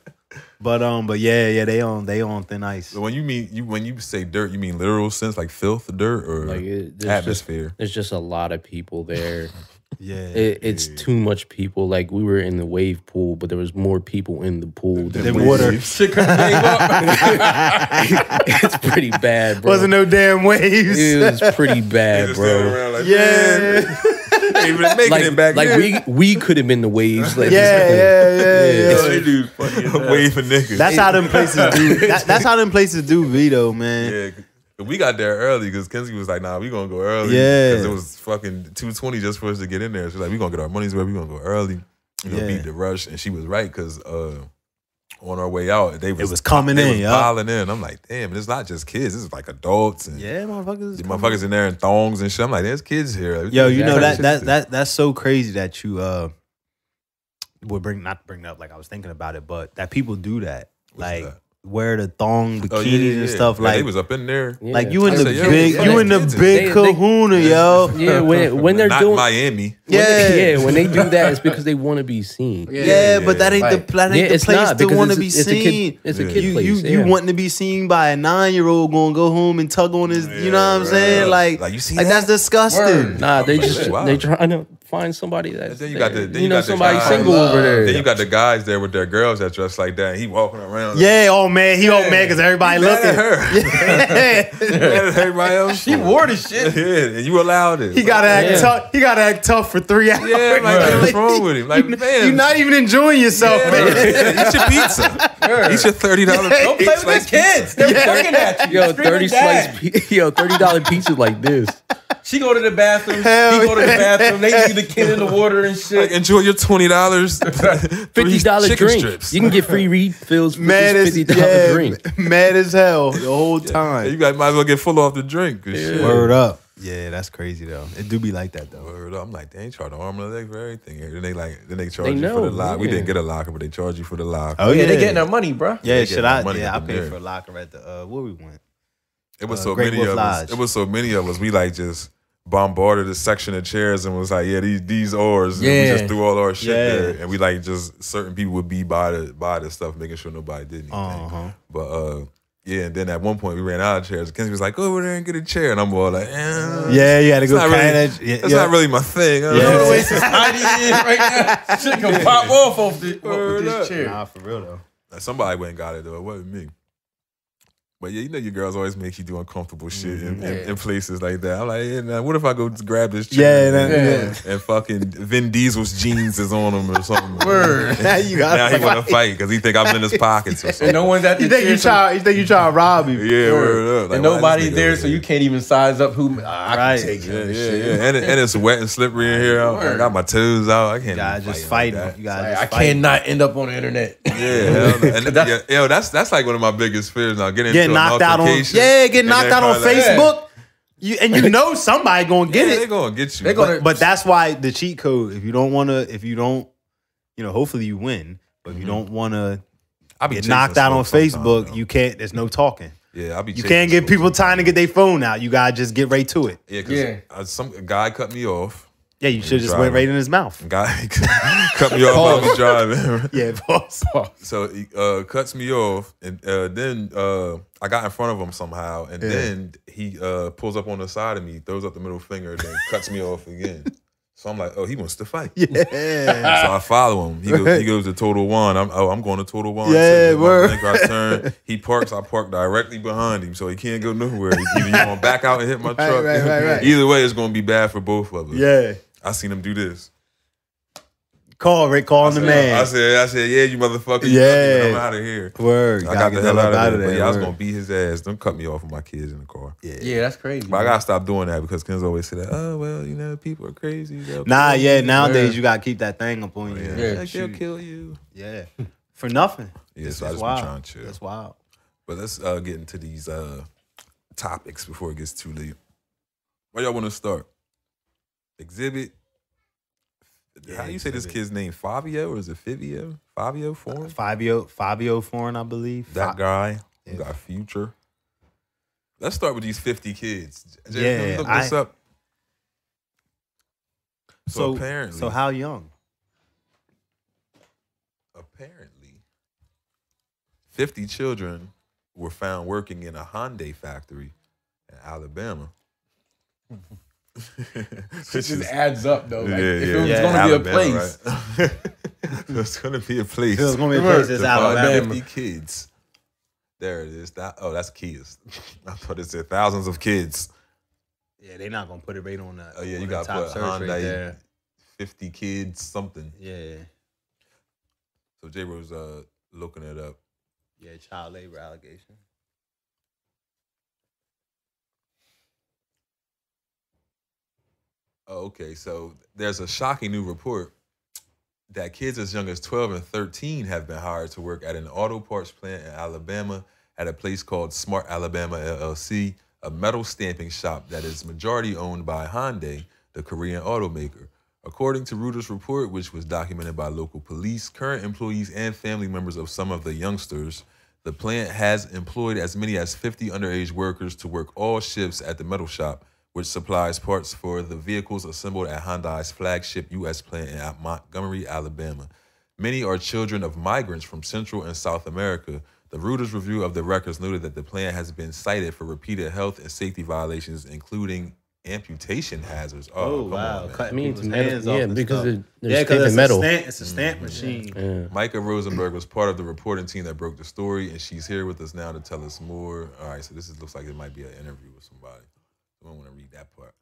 Speaker 2: But um, but yeah, yeah. They on they on thin ice.
Speaker 1: So when you mean you when you say dirt, you mean literal sense like filth, dirt, or
Speaker 4: Like it, there's
Speaker 1: atmosphere.
Speaker 4: Just, there's just a lot of people there.
Speaker 2: Yeah.
Speaker 4: It, it's too much people. Like we were in the wave pool, but there was more people in the pool than
Speaker 2: The
Speaker 4: we-
Speaker 2: water
Speaker 5: Shit couldn't save up.
Speaker 4: it's pretty bad, bro.
Speaker 2: wasn't no damn waves.
Speaker 4: it was pretty
Speaker 1: They
Speaker 4: bad,
Speaker 1: just standing
Speaker 4: bro.
Speaker 1: around like,
Speaker 2: Yeah.
Speaker 1: "Man, they even making it
Speaker 4: Like,
Speaker 1: back
Speaker 4: like
Speaker 1: then."
Speaker 4: we we could have been the waves. Like,
Speaker 2: yeah, yeah, yeah, yeah.
Speaker 1: Yo, they do funny as hell. Wave for niggas.
Speaker 2: That's how them places do. That, that's how them places do be though, man.
Speaker 1: yeah. 'cause We got there early because Kenzie was like, "Nah, we gonna go early."
Speaker 2: Yeah.
Speaker 1: because it was fucking two twenty just for us to get in there. She's like, "We gonna get our money's worth. We gonna go early. We gonna
Speaker 2: Yeah.
Speaker 1: beat the rush." And she was right because uh, on our way out, they
Speaker 2: It
Speaker 1: was,
Speaker 2: was coming
Speaker 1: they
Speaker 2: in,
Speaker 1: was
Speaker 2: yeah.
Speaker 1: piling in. I'm like, "Damn, it's not just kids. This is like adults and
Speaker 2: Yeah, motherfuckers.
Speaker 1: The motherfuckers in there in thongs and shit. I'm like, there's kids here.
Speaker 2: Yo, you know that that
Speaker 4: Exactly.
Speaker 2: that that's so crazy that you uh would bring not to bring it up like I was thinking about it, but that people do that.
Speaker 1: What's
Speaker 2: like
Speaker 1: that?
Speaker 2: wear the thong bikinis
Speaker 1: Oh, yeah, yeah,
Speaker 2: and
Speaker 1: yeah.
Speaker 2: stuff
Speaker 1: Yeah,
Speaker 2: like
Speaker 1: they was up in there.
Speaker 4: Yeah.
Speaker 2: like you in
Speaker 1: I
Speaker 2: the
Speaker 1: said, yo,
Speaker 2: big
Speaker 1: yeah,
Speaker 2: you in the
Speaker 1: kids is-
Speaker 2: big
Speaker 4: they- they-
Speaker 2: kahuna, yo.
Speaker 4: yeah, when when they're
Speaker 1: Not
Speaker 4: doing
Speaker 1: Miami.
Speaker 4: when they-
Speaker 2: Yeah.
Speaker 4: yeah, when they do that, it's because they want to be seen.
Speaker 2: Yeah,
Speaker 1: Yeah,
Speaker 2: but that ain't
Speaker 3: like-
Speaker 2: the that
Speaker 4: Yeah,
Speaker 2: ain't the
Speaker 4: it's
Speaker 2: place
Speaker 4: not
Speaker 2: to
Speaker 4: because
Speaker 2: want to
Speaker 4: it's-
Speaker 2: be
Speaker 4: it's a kid-
Speaker 2: seen.
Speaker 4: it's a
Speaker 1: Yeah.
Speaker 4: kid
Speaker 2: you
Speaker 4: place,
Speaker 2: you,
Speaker 4: yeah.
Speaker 2: you wanting to be seen by a nine year old going to go home and tug on his. you know what I'm
Speaker 1: Yeah,
Speaker 2: saying?
Speaker 1: right.
Speaker 2: Like,
Speaker 1: Like, you see
Speaker 2: like
Speaker 1: that?
Speaker 2: that's disgusting.
Speaker 3: Word.
Speaker 4: Nah, they just
Speaker 1: Wow.
Speaker 4: they trying to find somebody that's
Speaker 1: Then you got
Speaker 4: there.
Speaker 1: the- then
Speaker 4: you
Speaker 1: you
Speaker 4: know
Speaker 1: got the
Speaker 4: somebody
Speaker 1: guy.
Speaker 4: single over there.
Speaker 1: Then you got the guys there with their girls that dress like that. And he walking around.
Speaker 2: Yeah. Oh man, he old man because everybody
Speaker 1: Mad at
Speaker 2: looking.
Speaker 1: her. Mad at everybody else. She
Speaker 3: wore this shit.
Speaker 1: Yeah, and you allowed it.
Speaker 2: he gotta act
Speaker 4: Yeah.
Speaker 2: tough. He gotta act tough for three hours.
Speaker 1: Yeah, like, what's wrong with him? Like, man.
Speaker 2: You're not even enjoying yourself,
Speaker 1: Yeah,
Speaker 2: man.
Speaker 1: eat your pizza. Eat your thirty dollars.
Speaker 2: Don't
Speaker 3: Play with the kids. They're looking at you.
Speaker 4: Yo,
Speaker 3: screaming,
Speaker 4: thirty
Speaker 3: "Dad."
Speaker 4: slice, pi- yo, thirty dollar pizza like this.
Speaker 3: She go to the bathroom.
Speaker 2: Hell
Speaker 3: he go to the
Speaker 2: yeah.
Speaker 3: bathroom. They leave the kid in the water and shit.
Speaker 1: Like, enjoy your twenty dollars,
Speaker 4: Fifty
Speaker 1: fifty
Speaker 4: dollar drink.
Speaker 1: Strips.
Speaker 4: You can get free refills with
Speaker 2: Mad
Speaker 4: this
Speaker 2: as
Speaker 4: fifty dollar
Speaker 2: yeah,
Speaker 4: drink.
Speaker 2: mad as hell the whole
Speaker 1: And you
Speaker 2: time.
Speaker 1: guys might as well get full off the drink. and shit.
Speaker 2: Word up. Yeah, that's crazy though. It do be like that though.
Speaker 1: Word up. I'm like, they ain't charge an arm and a leg for everything. here. Then they like, then they charge
Speaker 4: They
Speaker 1: you for
Speaker 4: know,
Speaker 1: the locker. We
Speaker 4: yeah.
Speaker 1: didn't get a locker, but they charge you for the locker.
Speaker 2: Oh
Speaker 3: yeah, they getting their money, bro.
Speaker 2: Yeah,
Speaker 1: They
Speaker 2: should
Speaker 1: getting
Speaker 2: I?
Speaker 1: their money
Speaker 2: yeah, I
Speaker 1: up in
Speaker 2: paid
Speaker 1: there.
Speaker 2: for a locker at the uh, where we went.
Speaker 1: It was
Speaker 2: uh,
Speaker 1: so
Speaker 2: Great
Speaker 1: many
Speaker 2: Wolf
Speaker 1: of
Speaker 2: Lodge.
Speaker 1: us. It was so many of us. We like just bombarded the section of chairs and was like, yeah, these these ours. And we
Speaker 3: Yeah.
Speaker 1: just threw all our shit
Speaker 2: Yeah.
Speaker 1: there, and we like just certain people would be by the by the stuff, making sure nobody did anything.
Speaker 2: Uh-huh.
Speaker 1: But uh, yeah, and then at one point we ran out of chairs. Kenzie was like, go over there and get a chair, and I'm all like, eh,
Speaker 2: Yeah, you had to
Speaker 1: It's
Speaker 2: go
Speaker 1: not,
Speaker 2: kind
Speaker 1: really,
Speaker 2: of. Yeah,
Speaker 1: that's
Speaker 2: yeah.
Speaker 1: not really my thing. Uh,
Speaker 2: Yeah.
Speaker 3: The way society is right now, shit gonna pop off off the,
Speaker 1: Word
Speaker 3: with
Speaker 1: up.
Speaker 3: this chair.
Speaker 2: Nah, for real though.
Speaker 1: Like, Somebody went and got it though. It wasn't me. But yeah, you know your girls always make you do uncomfortable shit in, in-
Speaker 3: Yeah.
Speaker 1: in places like that. I'm like, yeah, nah, what if I go grab this
Speaker 2: Yeah,
Speaker 1: chair
Speaker 2: nah,
Speaker 1: and,
Speaker 3: yeah.
Speaker 1: and fucking Vin Diesel's jeans is on him or something?
Speaker 3: Word.
Speaker 2: Now you got.
Speaker 1: Now he
Speaker 2: to
Speaker 1: want to fight because he think I'm in his pockets or
Speaker 3: And
Speaker 1: something.
Speaker 3: no one's at the
Speaker 2: You think
Speaker 3: chair,
Speaker 2: you
Speaker 3: so-
Speaker 2: try? You think you try to rob me?
Speaker 1: yeah,
Speaker 3: Word.
Speaker 1: word up. Like,
Speaker 3: and
Speaker 1: why this
Speaker 3: nobody's
Speaker 1: nigga
Speaker 3: there,
Speaker 1: over
Speaker 3: so
Speaker 1: here?
Speaker 3: you can't even size up who I I
Speaker 2: Right.
Speaker 3: can take him.
Speaker 1: Yeah,
Speaker 3: and
Speaker 1: yeah,
Speaker 3: shit.
Speaker 1: yeah. And, it- and it's wet and slippery in here. I, I got my toes out. I
Speaker 2: You
Speaker 1: can't.
Speaker 2: gotta
Speaker 1: be
Speaker 2: just
Speaker 1: fighting
Speaker 2: fight him.
Speaker 1: like that.
Speaker 2: You gotta.
Speaker 3: Like,
Speaker 2: just
Speaker 3: I
Speaker 2: fight him.
Speaker 3: cannot end up on the internet.
Speaker 1: Yeah, hell no. and
Speaker 3: That's-
Speaker 1: yeah, yo, that's that's like one of my biggest fears now. Getting
Speaker 2: Get
Speaker 1: into
Speaker 2: knocked
Speaker 1: an
Speaker 2: out on.
Speaker 1: altercation
Speaker 2: Yeah, get
Speaker 1: and
Speaker 2: knocked
Speaker 1: then
Speaker 2: out on
Speaker 1: probably like,
Speaker 2: Facebook. You and you know somebody gonna get
Speaker 1: yeah,
Speaker 2: it.
Speaker 1: They're gonna get you.
Speaker 3: They gonna-
Speaker 2: But, but that's why the cheat code. If you don't want to, if you don't, you know, hopefully you win. But
Speaker 1: Mm-hmm.
Speaker 2: if you don't want to
Speaker 1: I be
Speaker 2: get
Speaker 1: chasing
Speaker 2: knocked out on
Speaker 1: smoke sometimes,
Speaker 2: Facebook,
Speaker 1: though.
Speaker 2: you can't. There's no talking.
Speaker 1: yeah, I be.
Speaker 2: You
Speaker 1: chasing
Speaker 2: can't give
Speaker 1: smoke
Speaker 2: people time
Speaker 1: sometimes.
Speaker 2: to get their phone out. You gotta just get right to it.
Speaker 1: Yeah, cause
Speaker 3: Yeah.
Speaker 1: uh, some a guy cut me off.
Speaker 2: Yeah, you should just
Speaker 1: drive
Speaker 2: went
Speaker 1: it.
Speaker 2: right in his mouth.
Speaker 1: Guy cut me off while I was driving.
Speaker 2: Yeah, boss.
Speaker 1: so he uh, cuts me off, and uh, then uh, I got in front of him somehow, and then he uh, pulls up on the side of me, throws up the middle finger, then cuts me off again. So I'm like, oh, he wants to fight.
Speaker 2: Yeah.
Speaker 1: So I follow him. He goes, he goes to Total One. I'm, oh, I'm going to Total One.
Speaker 2: Yeah,
Speaker 1: So my
Speaker 2: word.
Speaker 1: blinker, I turn. He parks. I park directly behind him, so he can't go nowhere. Either you going to back out and hit my truck.
Speaker 2: right, right, right.
Speaker 1: Either way, it's going to be bad for both of us.
Speaker 2: yeah.
Speaker 1: I seen him do this.
Speaker 2: Call Rick, call him the
Speaker 1: I
Speaker 2: man.
Speaker 1: said, I said, yeah, you motherfucker. You
Speaker 2: Yeah.
Speaker 1: yeah, I'm out of here.
Speaker 2: Word.
Speaker 1: I got
Speaker 2: Gotta
Speaker 1: the hell out of there. but yeah, I was
Speaker 2: word.
Speaker 1: gonna beat his ass. Don't cut me off with my kids in the car. Yeah.
Speaker 3: Yeah, that's crazy.
Speaker 1: But I gotta stop doing that because Ken's always say that. Oh well, you know, people are crazy. They'll
Speaker 2: Nah,
Speaker 1: kill
Speaker 2: yeah.
Speaker 1: you."
Speaker 2: Nowadays,
Speaker 3: Yeah.
Speaker 2: you gotta keep that thing up on you.
Speaker 1: Yeah.
Speaker 2: Yeah,
Speaker 1: Like, they'll kill you.
Speaker 2: for nothing.
Speaker 1: Yeah, so I
Speaker 2: That's
Speaker 1: just been
Speaker 2: wild.
Speaker 1: trying to chill.
Speaker 2: That's wild.
Speaker 1: But let's uh, get into these uh, topics before it gets too late. Where y'all want to start? Exhibit.
Speaker 2: Yeah,
Speaker 1: How do you say this
Speaker 2: Exhibit.
Speaker 1: kid's name? Fabio or is it Fivio? Fabio Foreign?
Speaker 2: Fabio, Fabio Foreign, I believe.
Speaker 1: That
Speaker 2: Fa-
Speaker 1: guy.
Speaker 2: Yeah.
Speaker 1: You got future. Let's start with these 50 kids. Jay,
Speaker 2: Yeah,
Speaker 1: can you look
Speaker 2: I-
Speaker 1: this up. So, apparently,
Speaker 2: so how young?
Speaker 1: apparently, 50 children were found working in a Hyundai factory in Alabama.
Speaker 3: it
Speaker 1: Which
Speaker 3: just
Speaker 1: is-
Speaker 3: adds up though. Like,
Speaker 1: yeah,
Speaker 3: if it
Speaker 1: yeah,
Speaker 3: was
Speaker 1: yeah.
Speaker 3: gonna be a
Speaker 1: Alabama,
Speaker 3: place,
Speaker 1: right? it's gonna be a place.
Speaker 2: It's gonna be a place that's
Speaker 1: To find
Speaker 2: Alabama.
Speaker 1: 50 kids. There it is. That oh, that's kids. I thought it said thousands of kids.
Speaker 2: Yeah, they're not gonna put it right on that.
Speaker 1: Oh yeah, you gotta put Hyundai fifty kids something.
Speaker 2: Yeah,
Speaker 1: So J Rose uh looking it up.
Speaker 2: yeah, child labor allegation.
Speaker 1: Oh, okay. So there's a shocking new report that kids as young as 12 and 13 have been hired to work at an auto parts plant in Alabama at a place called Smart Alabama LLC, a metal stamping shop that is majority owned by Hyundai, the Korean automaker. According to Reuters' report, which was documented by local police, current employees, and family members of some of the youngsters, The plant has employed as many as 50 underage workers to work all shifts at the metal shop, which supplies parts for the vehicles assembled at Hyundai's flagship U.S. plant in Montgomery, Alabama. Many are children of migrants from Central and South America. The Reuters review of the records noted that the plant has been cited for repeated health and safety violations, including amputation hazards. Oh, come on, man.
Speaker 2: Cutting
Speaker 4: I mean,
Speaker 2: people's
Speaker 4: metal-
Speaker 2: hands off
Speaker 4: yeah,
Speaker 2: and
Speaker 4: because
Speaker 2: stuff.
Speaker 4: it- they're
Speaker 2: yeah, 'cause
Speaker 4: stamping
Speaker 2: it's a
Speaker 4: metal.
Speaker 2: stamp- it's a stamp
Speaker 1: Mm-hmm.
Speaker 2: machine.
Speaker 1: Micah Rosenberg was part of the reporting team that broke the story, and she's here with us now to tell us more. All right, so this is, looks like it might be an interview with somebody. We don't want to read that part,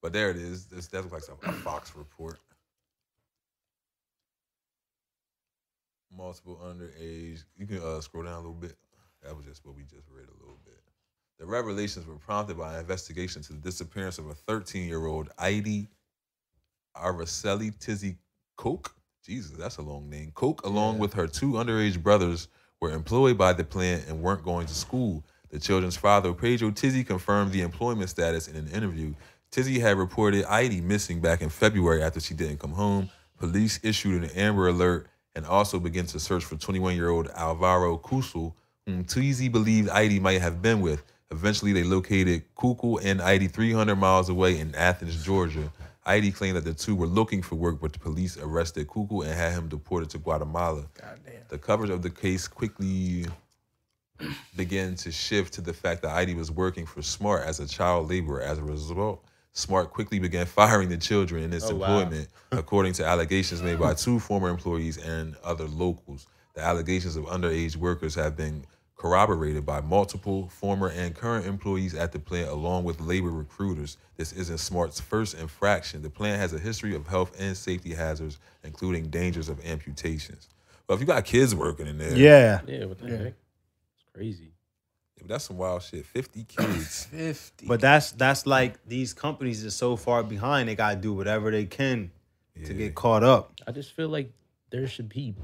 Speaker 1: but there it is. This, that looks like a Fox report. Multiple underage. You can uh, scroll down a little bit. That was just what we just read a little bit. The revelations were prompted by an investigation to the disappearance of a 13-year-old Heidi Araceli Tizzy Coke. Jesus, that's a long name. Coke, along with her two underage brothers, were employed by the plant and weren't going to school. The children's father, Pedro Tizzy, confirmed the employment status in an interview. Tizzy had reported Heidi missing back in February after she didn't come home. Police issued an Amber Alert and also began to search for 21-year-old Alvaro Kusel, whom Tizzy believed Heidi might have been with. Eventually, they located Kukul and E Heidi 300 miles away in Athens, Georgia. Heidi claimed that the two were looking for work, but the police arrested Kukul and had him deported to Guatemala. The coverage of the case quickly began to shift to the fact that Heidi was working for Smart as a child laborer. As a result, Smart quickly began firing the children in its employment, according to allegations made by two former employees and other locals. The allegations of underage workers have been corroborated by multiple former and current employees at the plant, along with labor recruiters. This isn't Smart's first infraction. The plant has a history of health and safety hazards, including dangers of amputations. Well, if you got kids working in there,
Speaker 2: Yeah.
Speaker 4: Yeah, what the heck? It's crazy.
Speaker 1: that's some wild shit. 50 kids.
Speaker 3: Fifty.
Speaker 2: But that's that's like these companies are so far behind. They gotta do whatever they can to get caught up.
Speaker 4: I just feel like there should be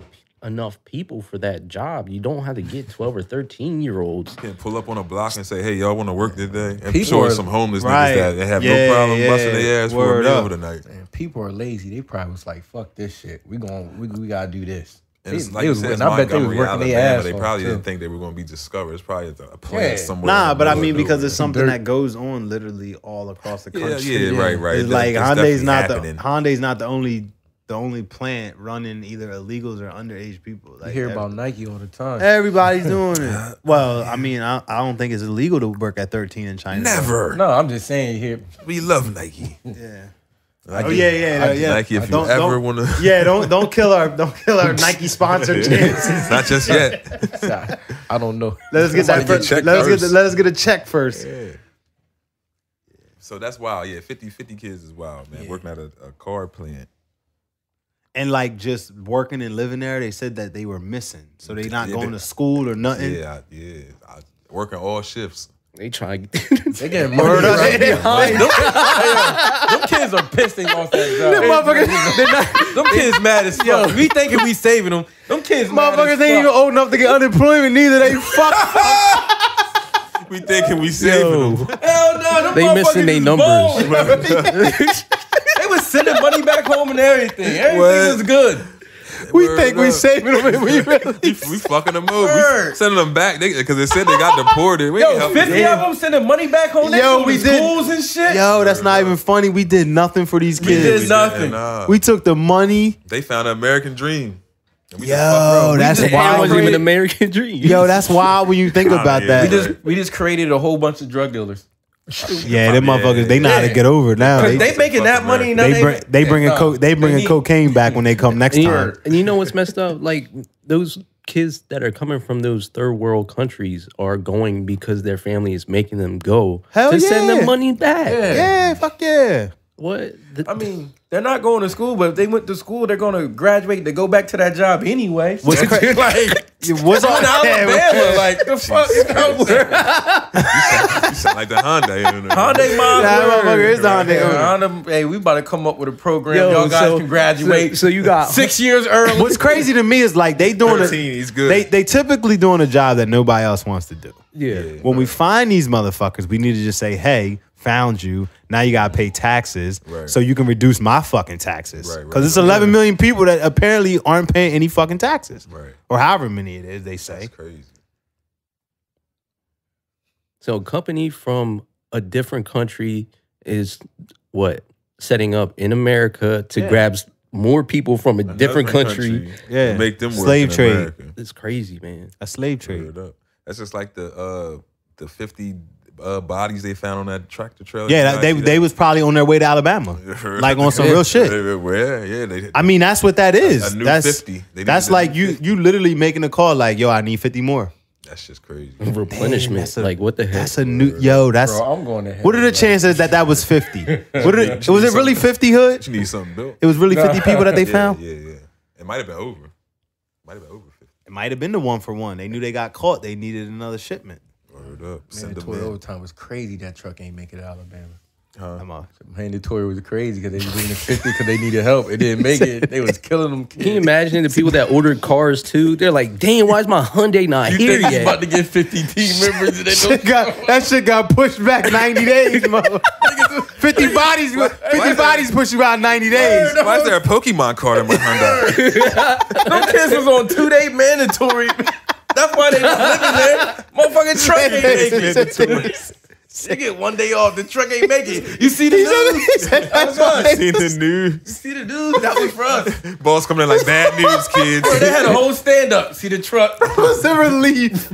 Speaker 4: enough people for that job. You don't have to get 12 or 13 year olds.
Speaker 1: can pull up on a block and say, "Hey, y'all want to work today?" And
Speaker 3: People
Speaker 1: sure,
Speaker 3: are-
Speaker 1: some homeless
Speaker 2: Right.
Speaker 1: niggas that they have
Speaker 2: Yeah,
Speaker 1: no problem
Speaker 2: yeah.
Speaker 1: busting their ass for a
Speaker 2: Word
Speaker 1: meal
Speaker 2: up.
Speaker 1: tonight.
Speaker 3: And people are lazy. They probably was like, "Fuck this shit. We going. We, we gotta do this."
Speaker 1: And
Speaker 3: They-
Speaker 1: it's like
Speaker 3: they
Speaker 1: you
Speaker 3: was
Speaker 1: said, it's
Speaker 3: working- I bet they was
Speaker 1: Montgomery,
Speaker 3: working their
Speaker 1: Alabama.
Speaker 3: ass
Speaker 1: They
Speaker 3: off,
Speaker 1: probably
Speaker 3: too.
Speaker 1: didn't think they were going to be discovered. It's probably a plant
Speaker 3: Yeah.
Speaker 1: somewhere.
Speaker 2: Nah,
Speaker 1: in
Speaker 2: but
Speaker 1: the
Speaker 2: I mean
Speaker 1: middle of
Speaker 2: because it's something
Speaker 3: Dirt.
Speaker 2: that goes on literally all across the
Speaker 1: nowhere.
Speaker 2: country.
Speaker 1: yeah, yeah, right, right.
Speaker 2: It's
Speaker 1: That-
Speaker 2: like
Speaker 1: that's
Speaker 2: Hyundai's
Speaker 1: definitely
Speaker 2: not the
Speaker 1: happening.
Speaker 2: Hyundai's not the only the only plant running either illegals or underage people. Like
Speaker 3: You hear
Speaker 2: ev-
Speaker 3: about Nike all the time.
Speaker 1: Eh.
Speaker 2: everybody's doing it. Well, I mean, I, I don't think it's illegal to work at 13 in China.
Speaker 1: Never.
Speaker 3: No, I'm just saying you hear
Speaker 1: We love Nike.
Speaker 2: Yeah.
Speaker 1: Nike
Speaker 2: Oh yeah, yeah, yeah. yeah.
Speaker 1: Nike, if you
Speaker 2: Don't-
Speaker 1: ever
Speaker 2: don't-
Speaker 1: want to,
Speaker 2: Yeah, don't don't kill our don't kill our Nike sponsor chances.
Speaker 1: not just yet.
Speaker 3: I, I don't know.
Speaker 2: Let us get that.
Speaker 1: Somebody get
Speaker 2: First,
Speaker 1: checked
Speaker 2: let us get the,
Speaker 1: first.
Speaker 2: let us get a check first.
Speaker 1: Yeah. So that's wild. Yeah, 50, 50 kids is wild, man. Working at a, a car plant.
Speaker 2: And like just working and living there, they said that they were missing, so they not
Speaker 1: Yeah,
Speaker 2: going
Speaker 1: they-
Speaker 2: to school or nothing.
Speaker 1: Yeah, I- yeah. I, working all shifts.
Speaker 4: They try to
Speaker 3: They getting money.
Speaker 2: up.
Speaker 3: right?
Speaker 2: They
Speaker 3: Them kids are pissed they lost that job.
Speaker 2: Motherfuckers, they're not,
Speaker 5: Them kids mad as fuck. We thinking we saving them. Them kids mad
Speaker 2: motherfuckers
Speaker 5: as
Speaker 2: ain't even
Speaker 5: fuck.
Speaker 2: old enough to get unemployment neither. They fuck.
Speaker 1: We thinking we saving them.
Speaker 5: Hell no, them
Speaker 4: They
Speaker 5: motherfuckers
Speaker 4: missing they
Speaker 5: is
Speaker 4: numbers.
Speaker 5: balling. they was sending money back home and everything. Everything
Speaker 1: What?
Speaker 5: was good.
Speaker 2: we
Speaker 1: Word
Speaker 2: think we
Speaker 1: up.
Speaker 2: saving them, and we really.
Speaker 1: we fucking them up. We
Speaker 5: Word.
Speaker 1: sending them back because they said they got deported. We ain't
Speaker 5: Yo,
Speaker 1: helping
Speaker 5: fifty
Speaker 1: them.
Speaker 5: of them sending money back home. They
Speaker 2: Yo,
Speaker 5: Yo,
Speaker 2: we
Speaker 5: we
Speaker 2: did-
Speaker 5: schools and shit.
Speaker 2: Yo, that's not even funny. We did nothing for these kids.
Speaker 5: did nothing.
Speaker 1: Nah,
Speaker 2: We took the money.
Speaker 1: they found an American dream. And we just fucked
Speaker 2: Yo,
Speaker 1: around.
Speaker 2: that's
Speaker 4: Everyone
Speaker 2: wild.
Speaker 4: dream an American dream.
Speaker 2: Yo, that's wild when you think
Speaker 1: Nah,
Speaker 2: about
Speaker 1: yeah.
Speaker 2: that.
Speaker 1: We
Speaker 5: we just we just created a whole bunch of drug dealers.
Speaker 2: yeah,
Speaker 1: Yeah.
Speaker 2: them motherfuckers, they know how to
Speaker 5: Yeah.
Speaker 2: get over it now.
Speaker 5: Cause
Speaker 2: They,
Speaker 5: they making that money. Now
Speaker 2: they,
Speaker 5: they,
Speaker 2: bring they bringing
Speaker 5: Yeah,
Speaker 2: co- they bringing
Speaker 5: need-
Speaker 2: cocaine back when they come next
Speaker 4: and, you-
Speaker 2: time.
Speaker 4: and you know what's messed up? Like those kids that are coming from those third world countries are going because their family is making them go
Speaker 2: Hell
Speaker 4: to send
Speaker 2: yeah.
Speaker 4: them money back.
Speaker 2: Yeah, fuck yeah.
Speaker 4: What? The-
Speaker 5: I mean, they're not going to school, but if they went to school, they're going to graduate to go back to that job anyway.
Speaker 2: What's cra-
Speaker 5: like
Speaker 2: What's all
Speaker 5: in Alabama? Like the fuck? You know,
Speaker 1: You sound like the Hyundai. you know?
Speaker 5: Hyundai mom.
Speaker 2: Nah, motherfucker, it's Hyundai.
Speaker 5: hey, we about to come up with a program.
Speaker 4: Yo,
Speaker 5: Y'all guys
Speaker 4: so-
Speaker 5: can graduate
Speaker 4: so- so you got-
Speaker 5: six years early.
Speaker 2: What's crazy to me is like they doing
Speaker 1: 13,
Speaker 2: a,
Speaker 1: he's good.
Speaker 2: they they typically doing a job that nobody else wants to do.
Speaker 4: yeah.
Speaker 2: When we find these motherfuckers, we need to just say, "Hey, found you. Now you gotta pay taxes,
Speaker 1: Right.
Speaker 2: so you can reduce my fucking taxes." Because
Speaker 1: Right, right,
Speaker 2: it's 11 million people that apparently aren't paying any fucking taxes,
Speaker 1: Right.
Speaker 2: or however many it is they say.
Speaker 1: That's crazy.
Speaker 4: So a company from a different country is what setting up in America to
Speaker 2: Yeah.
Speaker 4: grab s- more people from a different
Speaker 1: Another
Speaker 4: country.
Speaker 2: Yeah.
Speaker 1: to make them work
Speaker 2: Slave
Speaker 1: in
Speaker 2: trade.
Speaker 1: America.
Speaker 4: It's crazy, man.
Speaker 2: A slave trade.
Speaker 1: Straight up. That's just like the uh the fifty uh, bodies they found on that tractor trailer.
Speaker 2: Yeah, that, they they was probably on their way to Alabama. like on some real shit.
Speaker 1: Yeah, yeah. They,
Speaker 2: I mean, that's what that is.
Speaker 1: a new
Speaker 2: that's
Speaker 1: 50. They
Speaker 2: that's
Speaker 1: needed a
Speaker 2: like
Speaker 1: new
Speaker 2: you
Speaker 1: 50.
Speaker 2: you literally making a call like, yo, I need fifty more.
Speaker 1: that's just crazy.
Speaker 4: Replenishment.
Speaker 2: that's a-
Speaker 4: like what the heck?
Speaker 2: That's a new yo. That's
Speaker 3: Bro, I'm going to hell.
Speaker 2: what are the
Speaker 3: bro.
Speaker 2: chances that that was fifty? What are, the- was it really fifty hood?
Speaker 1: You need something built.
Speaker 2: It was really fifty people that they
Speaker 1: yeah,
Speaker 2: found.
Speaker 1: Yeah, yeah. It might have been over. Might have been over fifty.
Speaker 2: It might have been the one for one. They knew they got caught. They needed another shipment.
Speaker 1: Word up.
Speaker 3: Man,
Speaker 1: Send
Speaker 3: the
Speaker 1: them
Speaker 3: Tory
Speaker 1: in.
Speaker 3: overtime was crazy. That truck ain't make it to Alabama.
Speaker 2: I'm off.
Speaker 3: Man, the Tory was crazy because they was bringing the 50 because they needed help. It didn't make it. They was killing them
Speaker 4: Can you
Speaker 3: kids.
Speaker 4: imagine the people that ordered cars too? They're like, damn, why is my Hyundai not here
Speaker 3: He's
Speaker 4: yet?
Speaker 3: about to get 50 team members and they
Speaker 2: Shit got, that shit got pushed back 90 days, mother. 50 bodies, 50 bodies pushed you out 90 days.
Speaker 1: Why is there a Pokemon card in my Hyundai?
Speaker 5: Kids was on two day mandatory. That's why they not living there. Motherfucking truck ain't making it. You get one day off. The truck ain't making it. You see the news?
Speaker 1: Seen the
Speaker 5: You
Speaker 1: news.
Speaker 5: see the news? That was for us.
Speaker 1: Boss coming in like bad news, kids.
Speaker 5: They had a whole stand up. See the truck.
Speaker 2: That was a relief.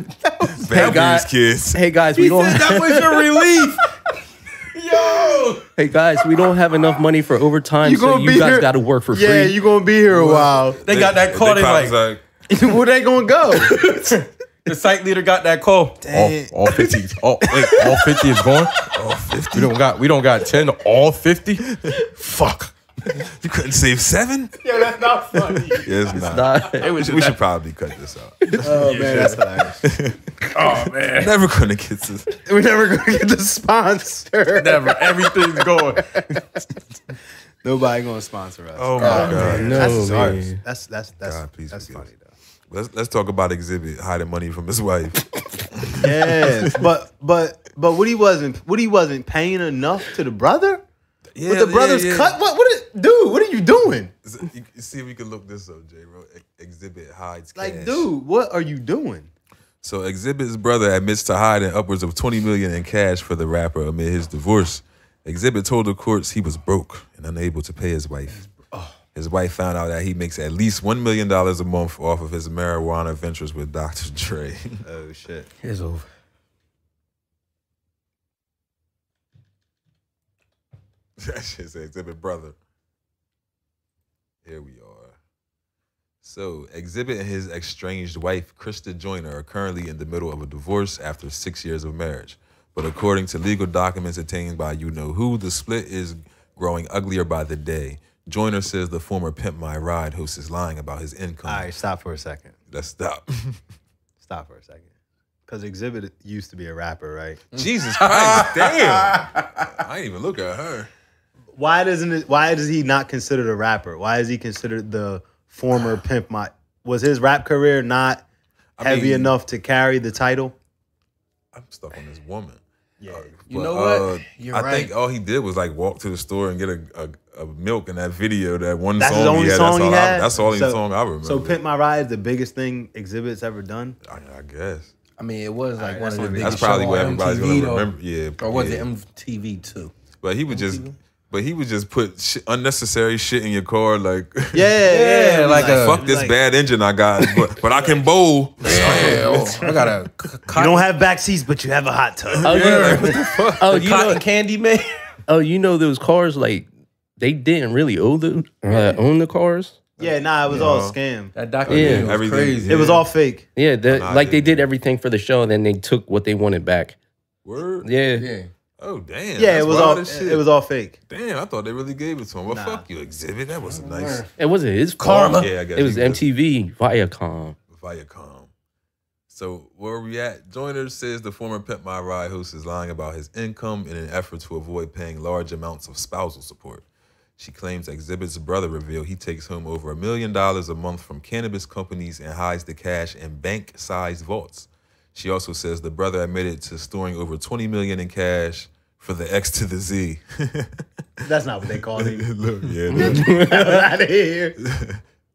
Speaker 1: bad
Speaker 4: God.
Speaker 1: news, kids.
Speaker 4: Hey guys, we don't.
Speaker 5: That was your relief. Yo.
Speaker 4: Hey guys, we don't have enough money for overtime,
Speaker 2: You
Speaker 4: so
Speaker 2: gonna
Speaker 4: you
Speaker 2: be
Speaker 4: guys
Speaker 2: here-
Speaker 4: got to work for
Speaker 2: Yeah,
Speaker 4: free.
Speaker 2: you gonna be here a while.
Speaker 5: They got that call. They
Speaker 1: probably
Speaker 5: like,
Speaker 1: was like
Speaker 2: Where they gonna go?
Speaker 5: the site leader got that call.
Speaker 2: Dang.
Speaker 5: All, all 50. All, wait, all 50 is gone? All 50. We don't got we don't got 10 all 50? Fuck.
Speaker 1: you couldn't save seven.
Speaker 2: Yo, that's not funny.
Speaker 1: Yeah, it's not.
Speaker 4: Nah.
Speaker 1: We should- we should probably cut this out.
Speaker 2: Oh man, that's hilarious.
Speaker 1: Never gonna get this.
Speaker 2: We're never gonna get the sponsor.
Speaker 5: Never. Everything's going.
Speaker 2: Nobody gonna sponsor us.
Speaker 1: Oh my god.
Speaker 2: that's
Speaker 4: No,
Speaker 2: ours.
Speaker 4: man.
Speaker 2: That's that's that's
Speaker 1: God, please
Speaker 2: that's
Speaker 1: forgive
Speaker 2: funny though.
Speaker 1: Let's let's talk about Exhibit hiding money from his wife.
Speaker 2: Yes, but but but what he wasn't what he wasn't paying enough to the brother.
Speaker 1: Yeah,
Speaker 2: With the
Speaker 1: yeah,
Speaker 2: brothers
Speaker 1: yeah.
Speaker 2: cut. What what is, dude? What are you doing?
Speaker 1: Is it- you- you see if we can look this up, J. Ro. Ex- Exhibit hides
Speaker 2: Like,
Speaker 1: cash.
Speaker 2: dude, what are you doing?
Speaker 1: So Exhibit's brother admits to hiding upwards of 20 million in cash for the rapper amid his divorce. Exhibit told the courts he was broke and unable to pay his wife.
Speaker 2: Oh.
Speaker 1: His wife found out that he makes at least $1 million a month off of his marijuana ventures with Dr. Dre.
Speaker 2: Oh shit.
Speaker 3: It's over.
Speaker 1: that shit said Exhibit brother. Here we are. So Exhibit and his estranged wife, Krista Joyner, are currently in the middle of a divorce after six years of marriage. But according to legal documents obtained by You Know Who, the split is growing uglier by the day. Joyner says the former Pimp My Ride host is lying about his income.
Speaker 2: All right, stop for a second.
Speaker 1: Let's stop.
Speaker 2: Stop for a second. Because Exhibit used to be a rapper, right?
Speaker 1: Jesus Christ, damn. I didn't even look at her.
Speaker 2: Why doesn't it, why is he not considered a rapper? Why is he considered the former pimp? My was his rap career not heavy
Speaker 1: mean-
Speaker 2: enough to carry the title?
Speaker 1: I'm stuck on this woman.
Speaker 2: Yeah.
Speaker 3: You
Speaker 1: But,
Speaker 3: know what?
Speaker 1: uh,
Speaker 3: You're
Speaker 1: I
Speaker 3: right.
Speaker 1: think all he did was like walk to the store and get a, a, a milk in that video. That one
Speaker 2: That's
Speaker 1: song.
Speaker 2: his only
Speaker 1: he had,
Speaker 2: song
Speaker 1: that's
Speaker 2: he
Speaker 1: all
Speaker 2: had.
Speaker 1: I, that's all
Speaker 2: So-
Speaker 1: the song I remember.
Speaker 2: So Pimp My Ride is the biggest thing Exhibit's ever done.
Speaker 1: I, I guess
Speaker 3: I mean, it was like one of the biggest
Speaker 1: that's probably
Speaker 3: show
Speaker 1: what
Speaker 3: on
Speaker 1: everybody's
Speaker 3: MTV,
Speaker 1: gonna
Speaker 3: though.
Speaker 1: remember. Yeah,
Speaker 3: Or was
Speaker 1: yeah.
Speaker 3: it MTV too?
Speaker 1: But he would just, but he would just put sh- unnecessary shit in your car. Like,
Speaker 2: Yeah, yeah,
Speaker 3: Yeah, like a-
Speaker 1: fuck this
Speaker 2: like-
Speaker 1: bad engine I got, but, but I can bowl.
Speaker 3: Hell, I got a c-
Speaker 2: You
Speaker 3: cotton,
Speaker 2: don't have back seats, but you have a hot tub.
Speaker 4: Oh, you, oh, you
Speaker 5: Cotton
Speaker 4: know,
Speaker 5: candy man.
Speaker 4: oh, you know those cars like they didn't really own the uh, own the cars.
Speaker 2: yeah, nah, it was all scam.
Speaker 3: That documentary
Speaker 4: Yeah.
Speaker 3: was
Speaker 1: Everything.
Speaker 3: crazy.
Speaker 2: It was all fake.
Speaker 4: Yeah, the,
Speaker 1: Nah, I
Speaker 4: like they
Speaker 1: didn't.
Speaker 4: did everything for the show, and then they took what they wanted back.
Speaker 1: Word.
Speaker 4: Yeah,
Speaker 3: Yeah.
Speaker 1: Oh damn.
Speaker 2: Yeah,
Speaker 1: that's
Speaker 2: it was
Speaker 1: wild
Speaker 2: all
Speaker 1: as shit.
Speaker 2: it was all fake.
Speaker 1: Damn, I thought they really gave it to him. Well, fuck you, exhibit. That wasn't nice.
Speaker 4: it wasn't his
Speaker 5: Karma.
Speaker 4: fault.
Speaker 1: Yeah, I guess
Speaker 4: It was
Speaker 1: you could-
Speaker 4: MTV, Viacom.
Speaker 1: Viacom. So where are we at? Joyner says the former Pimp My Ride host is lying about his income in an effort to avoid paying large amounts of spousal support. She claims Exhibit's brother revealed he takes home over a million dollars a month from cannabis companies and hides the cash in bank-sized vaults. She also says the brother admitted to storing over 20 million in cash for the X to the Z.
Speaker 2: That's not what they called it.
Speaker 1: Look, yeah, look.
Speaker 2: out of here.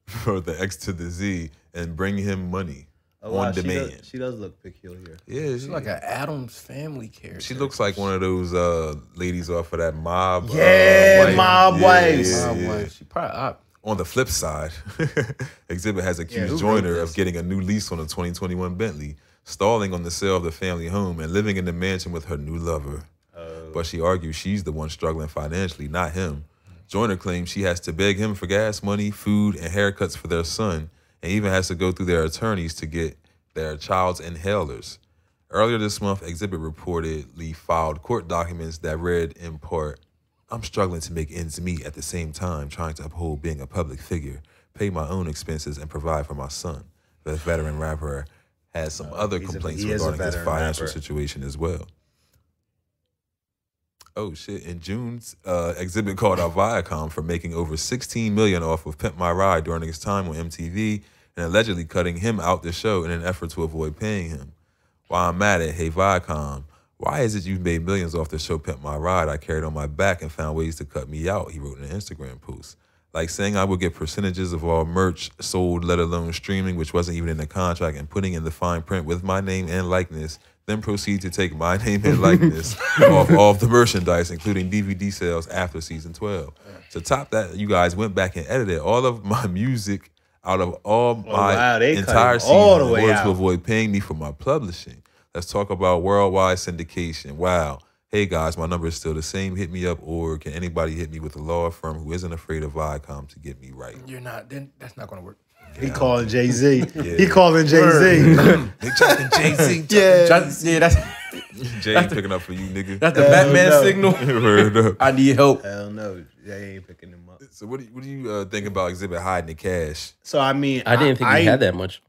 Speaker 1: for the X to the Z and bring him money.
Speaker 2: Oh,
Speaker 1: on
Speaker 2: wow, she
Speaker 1: demand.
Speaker 2: does- she does look peculiar.
Speaker 1: yeah, she,
Speaker 3: She's like an Adams family character.
Speaker 1: she looks like one of those uh, ladies off of that mob. uh,
Speaker 2: Yeah,
Speaker 1: wife.
Speaker 2: mob
Speaker 1: Yeah,
Speaker 2: wives.
Speaker 1: yeah,
Speaker 3: Mom
Speaker 1: yeah.
Speaker 3: was. She probably op-
Speaker 1: On the flip side, Exhibit has accused
Speaker 2: who wrote
Speaker 1: Joyner
Speaker 2: this?
Speaker 1: of getting a new lease on a 2021 Bentley, stalling on the sale of the family home, and living in the mansion with her new lover. But she argues she's the one struggling financially, not him. Joyner claims she has to beg him for gas money, food, and haircuts for their son, and even has to go through their attorneys to get their child's inhalers. Earlier this month, Exhibit reportedly filed court documents that read in part I'm struggling to make ends meet at the same time trying to uphold being a public figure, pay my own expenses, and provide for my son. The veteran rapper has some other
Speaker 2: Uh, he's a-
Speaker 1: complaints
Speaker 2: he is a
Speaker 1: regarding his
Speaker 2: veteran
Speaker 1: financial
Speaker 2: rapper.
Speaker 1: situation as well. Oh shit! In June's uh, exhibit called out Viacom for making over 16 million off of Pimp My Ride during his time on MTV and allegedly cutting him out the show in an effort to avoid paying him. While I'm at it, hey Viacom, why is it you've made millions off the show Pimp My Ride I carried on my back and found ways to cut me out? He wrote in an Instagram post. Like saying I would get percentages of all merch sold, let alone streaming, which wasn't even in the contract, and putting in the fine print with my name and likeness, then proceed to take my name and likeness off all of the merchandise, including DVD sales after season 12. To top that, you guys went back and edited all of my music out of all my
Speaker 2: Oh, wow, they cut
Speaker 1: entire
Speaker 2: it
Speaker 1: season
Speaker 2: all the
Speaker 1: in
Speaker 2: way
Speaker 1: order
Speaker 2: out.
Speaker 1: to avoid paying me for my publishing. Let's talk about worldwide syndication. Wow. Hey guys, my number is still the same. Hit me up, or can anybody hit me with a law firm who isn't afraid of Viacom to get me right?
Speaker 3: You're not. Then that's not gonna work.
Speaker 2: He calling Jay Z. He calling Jay Z.
Speaker 1: Big Chuck and Jay Z.
Speaker 3: John- yeah, that's
Speaker 1: Jay ain't picking up for you, nigga.
Speaker 3: that's the Batman
Speaker 2: no.
Speaker 3: signal.
Speaker 1: Word up.
Speaker 3: I need help.
Speaker 2: Hell no, Jay ain't picking him up.
Speaker 1: So what do you, what do you uh, think about Exhibit hiding the cash?
Speaker 2: So I mean,
Speaker 4: I didn't think he had that much.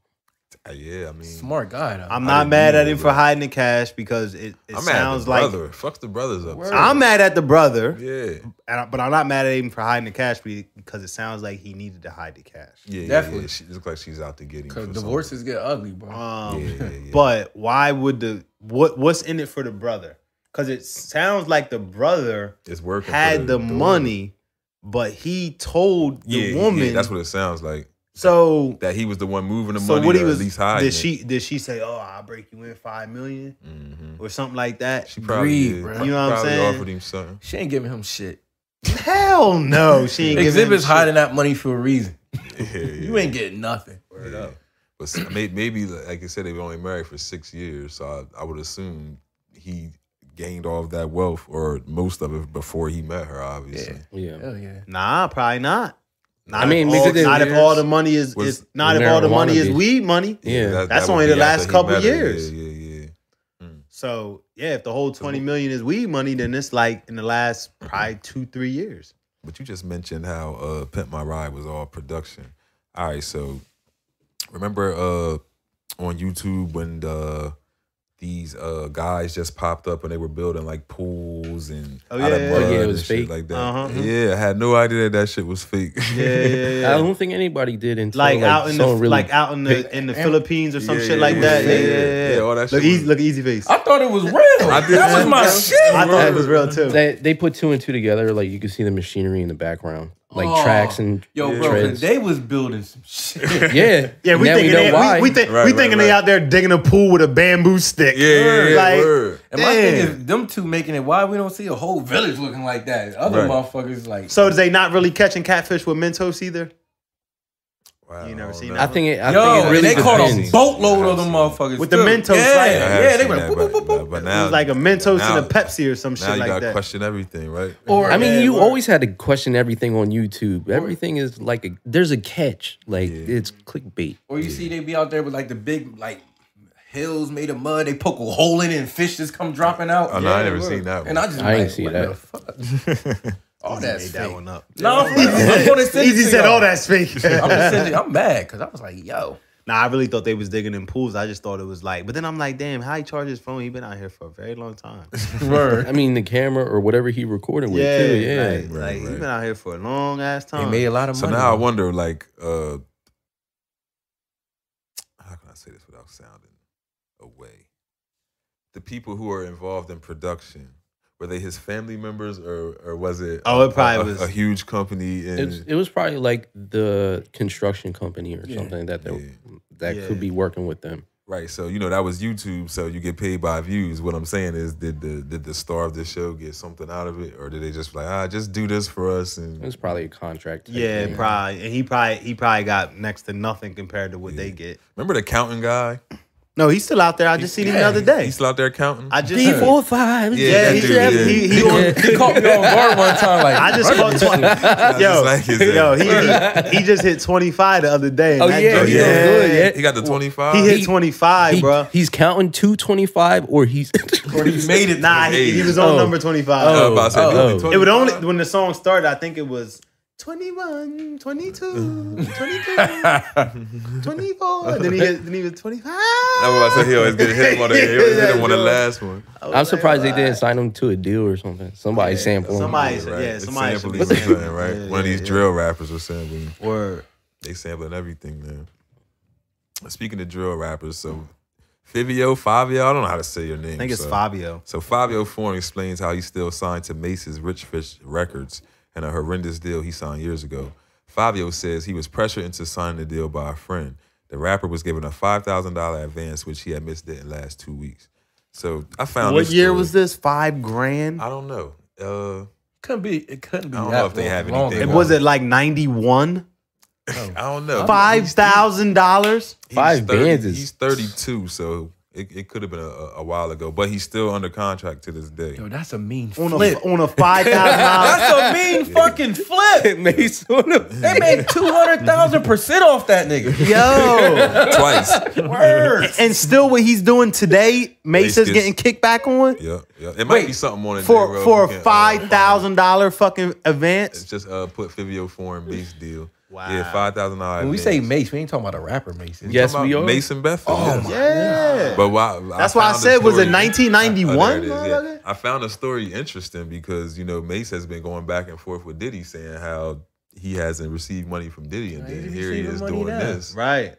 Speaker 1: Uh, yeah, I mean,
Speaker 3: Smart guy though.
Speaker 2: I'm
Speaker 1: I
Speaker 2: not
Speaker 1: didn't
Speaker 2: mad at
Speaker 1: either,
Speaker 2: him for
Speaker 1: bro.
Speaker 2: hiding the cash because it, it
Speaker 1: I'm
Speaker 2: sounds
Speaker 1: mad at the
Speaker 2: like
Speaker 1: brother. Fuck the brothers up.
Speaker 3: Word.
Speaker 2: I'm mad at the brother,
Speaker 1: Yeah,
Speaker 2: and I- but I'm not mad at him for hiding the cash be- because it sounds like he needed to hide the cash.
Speaker 1: yeah, definitely.
Speaker 3: Definitely.
Speaker 1: Yeah, She looks like she's out to get him.
Speaker 3: Cause
Speaker 1: for
Speaker 3: divorces get ugly, bro.
Speaker 2: Um,
Speaker 1: something. Yeah, yeah, yeah.
Speaker 2: But why would the what what's in it for the brother? Because it sounds like the brother
Speaker 1: it's working. for
Speaker 2: had the
Speaker 1: daughter.
Speaker 2: money, but he told the
Speaker 1: Yeah, yeah,
Speaker 2: woman.
Speaker 1: that's what it sounds like.
Speaker 2: so
Speaker 1: That he was the one moving the
Speaker 2: so
Speaker 1: money.
Speaker 2: what he
Speaker 1: or
Speaker 2: was
Speaker 1: at least hiding.
Speaker 2: did she did she say oh I'll break you in five million
Speaker 1: hmm
Speaker 2: or something like that?
Speaker 1: She probably
Speaker 3: Greed,
Speaker 1: did.
Speaker 3: bro.
Speaker 1: Pro-
Speaker 2: You know what I'm
Speaker 1: probably
Speaker 2: saying?
Speaker 1: offered him something.
Speaker 3: she ain't giving him shit.
Speaker 2: Hell no, she ain't giving him
Speaker 3: Exhibit's
Speaker 2: shit.
Speaker 3: hiding that money for a reason.
Speaker 1: Yeah, yeah.
Speaker 3: You ain't getting nothing.
Speaker 1: yeah. But s- may- maybe, like I said, they were only married for six years, so I, I would assume he gained all of that wealth or most of it before he met her. Obviously,
Speaker 4: Yeah.
Speaker 3: Hell yeah.
Speaker 2: Nah, probably not. Not
Speaker 4: I mean,
Speaker 2: if all,
Speaker 4: because
Speaker 2: not if
Speaker 4: there's-
Speaker 2: all the money is,
Speaker 1: was
Speaker 2: is not if all the
Speaker 4: marijuana
Speaker 2: money is
Speaker 4: be-
Speaker 2: weed money.
Speaker 4: Yeah.
Speaker 2: That's
Speaker 1: would
Speaker 2: only
Speaker 1: be
Speaker 2: the
Speaker 1: after
Speaker 2: last
Speaker 1: he
Speaker 2: couple
Speaker 1: met her.
Speaker 2: years.
Speaker 1: Yeah, yeah, yeah.
Speaker 2: So yeah, if the whole twenty million is weed money, then it's like in the last
Speaker 1: Mm-hmm.
Speaker 2: probably two three years.
Speaker 1: But you just mentioned how uh, Pimp My Ride was all production. All right, so remember uh, on YouTube when the these uh, guys just popped up and they were building like pools and
Speaker 2: Oh,
Speaker 1: out of
Speaker 2: yeah, yeah,
Speaker 1: mud
Speaker 4: yeah. Oh, yeah, it
Speaker 1: and
Speaker 4: was
Speaker 1: shit
Speaker 4: fake.
Speaker 1: like that.
Speaker 2: Uh-huh.
Speaker 1: Yeah, I had no idea that that shit was fake.
Speaker 2: Yeah, yeah, yeah.
Speaker 4: I don't think anybody did until
Speaker 2: like, out in the
Speaker 4: someone really
Speaker 2: like out in the in the Philippines or some
Speaker 1: Yeah,
Speaker 2: shit
Speaker 1: yeah,
Speaker 2: like
Speaker 1: yeah,
Speaker 2: that. Yeah,
Speaker 1: yeah,
Speaker 2: yeah, yeah.
Speaker 1: yeah. Yeah, all that
Speaker 2: look
Speaker 1: shit
Speaker 2: easy,
Speaker 1: was-
Speaker 2: look easy face.
Speaker 3: I thought it was real.
Speaker 1: I did
Speaker 3: that was
Speaker 1: too.
Speaker 3: my shit.
Speaker 2: I thought it
Speaker 4: bro.
Speaker 2: was real too.
Speaker 4: they they put two and two together. Like you could see the machinery in the background, like
Speaker 3: Oh.
Speaker 4: tracks and
Speaker 3: Yo, bro,
Speaker 4: treads.
Speaker 3: they was building some shit.
Speaker 4: yeah,
Speaker 2: yeah, we
Speaker 4: Now
Speaker 2: thinking
Speaker 4: know
Speaker 2: they,
Speaker 4: why.
Speaker 2: we, we think
Speaker 1: Right,
Speaker 2: we
Speaker 1: right,
Speaker 2: thinking they
Speaker 1: right.
Speaker 2: out there digging a pool with a bamboo stick.
Speaker 1: yeah, yeah, yeah,
Speaker 2: like
Speaker 1: word.
Speaker 3: And my thing
Speaker 2: Damn.
Speaker 3: is them two making it. Why we don't see a whole village looking like that? Other
Speaker 1: Right.
Speaker 3: motherfuckers like
Speaker 2: so is they not really catching catfish with Mentos either?
Speaker 1: Wow,
Speaker 2: You never
Speaker 1: I don't
Speaker 2: seen
Speaker 1: know.
Speaker 2: that?
Speaker 4: I think it. I
Speaker 3: yo,
Speaker 4: think it
Speaker 3: and
Speaker 4: really
Speaker 3: they caught a
Speaker 4: depends.
Speaker 3: boatload
Speaker 1: Yeah,
Speaker 3: of them
Speaker 1: I've
Speaker 3: motherfuckers
Speaker 2: With the
Speaker 3: too.
Speaker 2: Mentos,
Speaker 3: Yeah,
Speaker 2: right?
Speaker 1: I have
Speaker 3: yeah, they
Speaker 1: seen
Speaker 3: went
Speaker 1: that,
Speaker 3: boop, boop, boop,
Speaker 1: but-
Speaker 3: boop.
Speaker 1: But
Speaker 2: It
Speaker 1: now
Speaker 2: was like a Mentos
Speaker 1: now-
Speaker 2: and a Pepsi or some
Speaker 1: Now
Speaker 2: shit
Speaker 1: you
Speaker 2: like
Speaker 1: gotta
Speaker 2: that.
Speaker 1: question everything, right?
Speaker 3: Or
Speaker 4: I mean, you
Speaker 3: or-
Speaker 4: always had to question everything on YouTube. Everything is like a there's a catch. Like it's clickbait.
Speaker 3: or you see they be out there with like the big like hills made of mud. They poke a hole in it and fish just come dropping out.
Speaker 1: Oh, no, I never seen that
Speaker 3: And
Speaker 1: one.
Speaker 3: I just
Speaker 4: I
Speaker 3: like,
Speaker 4: ain't see
Speaker 3: what
Speaker 4: that.
Speaker 3: The fuck? all that's
Speaker 2: Made
Speaker 3: fake.
Speaker 2: that one up.
Speaker 3: No, for real, I'm gonna send it
Speaker 2: Easy
Speaker 3: to
Speaker 2: said
Speaker 3: y'all.
Speaker 2: all that's fake.
Speaker 3: I'm gonna send it. I'm mad because I was like, yo,
Speaker 2: Nah, I really thought they was digging in pools. I just thought it was like, but then I'm like, damn, how he charge his phone? He been out here for a very long time.
Speaker 4: I mean, the camera or whatever he recorded with too. Yeah,
Speaker 2: like, like, he been out here for a long ass
Speaker 3: they
Speaker 2: time.
Speaker 3: made a lot of
Speaker 1: So
Speaker 3: money.
Speaker 1: now I wonder, like, uh, how can I say this without sounding away? The people who are involved in production, Were they his family members or or was it?
Speaker 2: Oh, it probably
Speaker 1: a,
Speaker 2: was-
Speaker 1: a huge company. And
Speaker 4: It was, it was probably like the construction company or something that they,
Speaker 1: Yeah.
Speaker 4: that
Speaker 2: Yeah.
Speaker 4: could be working with them.
Speaker 1: right, so you know that was YouTube. So you get paid by views. What I'm saying is, did the did the star of the show get something out of it, or did they just like ah just do this for us
Speaker 4: It
Speaker 1: and
Speaker 4: was probably a contract. type
Speaker 2: Yeah,
Speaker 4: thing.
Speaker 2: probably. And he probably he probably got next to nothing compared to what they get.
Speaker 1: remember the counting guy?
Speaker 2: No, he's still out there. I just seen him the other day.
Speaker 1: He's still out there counting.
Speaker 2: I just
Speaker 4: Three, four, five.
Speaker 1: Yeah,
Speaker 2: yeah,
Speaker 1: that
Speaker 2: he,
Speaker 1: dude,
Speaker 2: should have-
Speaker 1: yeah.
Speaker 2: he, he on-
Speaker 4: Yeah.
Speaker 5: He caught me on guard one time. Like
Speaker 2: I just caught
Speaker 1: I
Speaker 2: twenty.
Speaker 1: just
Speaker 2: Yo,
Speaker 1: like his ass.
Speaker 2: yo, he, he just hit twenty five the other day. and
Speaker 4: Oh,
Speaker 2: that
Speaker 4: yeah,
Speaker 2: joint-
Speaker 1: he doing
Speaker 4: good, yeah.
Speaker 1: he got the 25.
Speaker 2: He hit
Speaker 4: He-
Speaker 2: twenty five,
Speaker 4: He-
Speaker 2: bro.
Speaker 4: He's counting two twenty five, or he's
Speaker 5: or he made it.
Speaker 2: Nah, he, he was on
Speaker 4: Oh.
Speaker 2: number twenty five.
Speaker 1: I was about to say,
Speaker 4: Oh,
Speaker 1: he hit
Speaker 4: oh.
Speaker 2: It would only
Speaker 1: 25.
Speaker 2: when the song started. I think it was 21, 22, 23, 24. Then he hit, then he was 25.
Speaker 1: I was about to say, he always get hit him on the, he always hit him on the
Speaker 2: Yeah,
Speaker 1: last one.
Speaker 2: I was
Speaker 4: I'm
Speaker 2: like,
Speaker 4: surprised they
Speaker 2: what?
Speaker 4: didn't sign him to a deal or something. Somebody sampled him.
Speaker 2: Somebody,
Speaker 1: Yeah,
Speaker 2: yeah,
Speaker 1: It's
Speaker 2: somebody should
Speaker 1: sampling
Speaker 2: be
Speaker 1: was
Speaker 2: sampling.
Speaker 1: saying, right?
Speaker 2: Yeah,
Speaker 1: One of
Speaker 2: yeah,
Speaker 1: these
Speaker 2: yeah.
Speaker 1: drill rappers was sampling.
Speaker 2: Word.
Speaker 1: They sampling everything, man. Speaking of drill rappers, so Fivio, Fabio, I don't know how to say your name.
Speaker 2: I think it's
Speaker 1: so.
Speaker 2: Fabio.
Speaker 1: So Fabio Foreign explains how he's still signed to Mace's Rich Fish Records and a horrendous deal he signed years ago. Fabio says he was pressured into signing the deal by a friend. The rapper was given a $5,000 advance, which he admits didn't last two weeks. So I found
Speaker 2: What
Speaker 1: this
Speaker 2: year
Speaker 1: story.
Speaker 2: was this? Five grand.
Speaker 1: I don't know. Uh,
Speaker 5: couldn't be. It couldn't be.
Speaker 1: I don't
Speaker 5: that
Speaker 1: know if they
Speaker 5: long-
Speaker 1: have
Speaker 5: long
Speaker 1: anything
Speaker 2: It
Speaker 5: ago.
Speaker 2: was it like ninety one?
Speaker 1: I don't know.
Speaker 2: Five thousand dollars.
Speaker 1: He's
Speaker 4: Five
Speaker 1: 30
Speaker 4: bands is-
Speaker 1: He's 32, so it, it could have been a, a a while ago, but he's still under contract to this day.
Speaker 5: Yo, that's a mean
Speaker 2: On a,
Speaker 5: flip.
Speaker 2: on a five thousand dollars.
Speaker 5: That's a mean fucking flip.
Speaker 4: Mace on him.
Speaker 5: They made two hundred thousand percent off that nigga.
Speaker 2: Yo,
Speaker 1: Twice.
Speaker 5: Word.
Speaker 2: and still what he's doing today, Mace is
Speaker 1: gets-
Speaker 2: getting kicked back on.
Speaker 1: yeah, yeah. It might
Speaker 5: Wait,
Speaker 1: be something more than
Speaker 2: for
Speaker 1: J. Rose.
Speaker 2: for
Speaker 1: We
Speaker 2: a
Speaker 1: can't, uh,
Speaker 2: five thousand dollar fucking
Speaker 1: It's
Speaker 2: advance.
Speaker 1: just uh put Fivio foreign base deal.
Speaker 2: Wow.
Speaker 1: Yeah, five thousand dollars.
Speaker 5: When we say Mace, we ain't talking about a rapper Mace.
Speaker 4: Yeah. Yes, we are.
Speaker 1: Mason Bedford. Oh yes.
Speaker 2: Yeah,
Speaker 1: But why?
Speaker 2: that's why I
Speaker 1: found
Speaker 2: said
Speaker 1: the
Speaker 2: was it
Speaker 1: story- Oh, there
Speaker 2: 1991.
Speaker 1: it is, yeah. I found the story interesting because you know Mace has been going back and forth with Diddy saying how he hasn't received money from Diddy, and
Speaker 5: Why
Speaker 1: then
Speaker 5: didn't he
Speaker 1: here he
Speaker 5: receive the
Speaker 1: is
Speaker 5: money
Speaker 1: doing
Speaker 5: now?
Speaker 1: this.
Speaker 2: Right.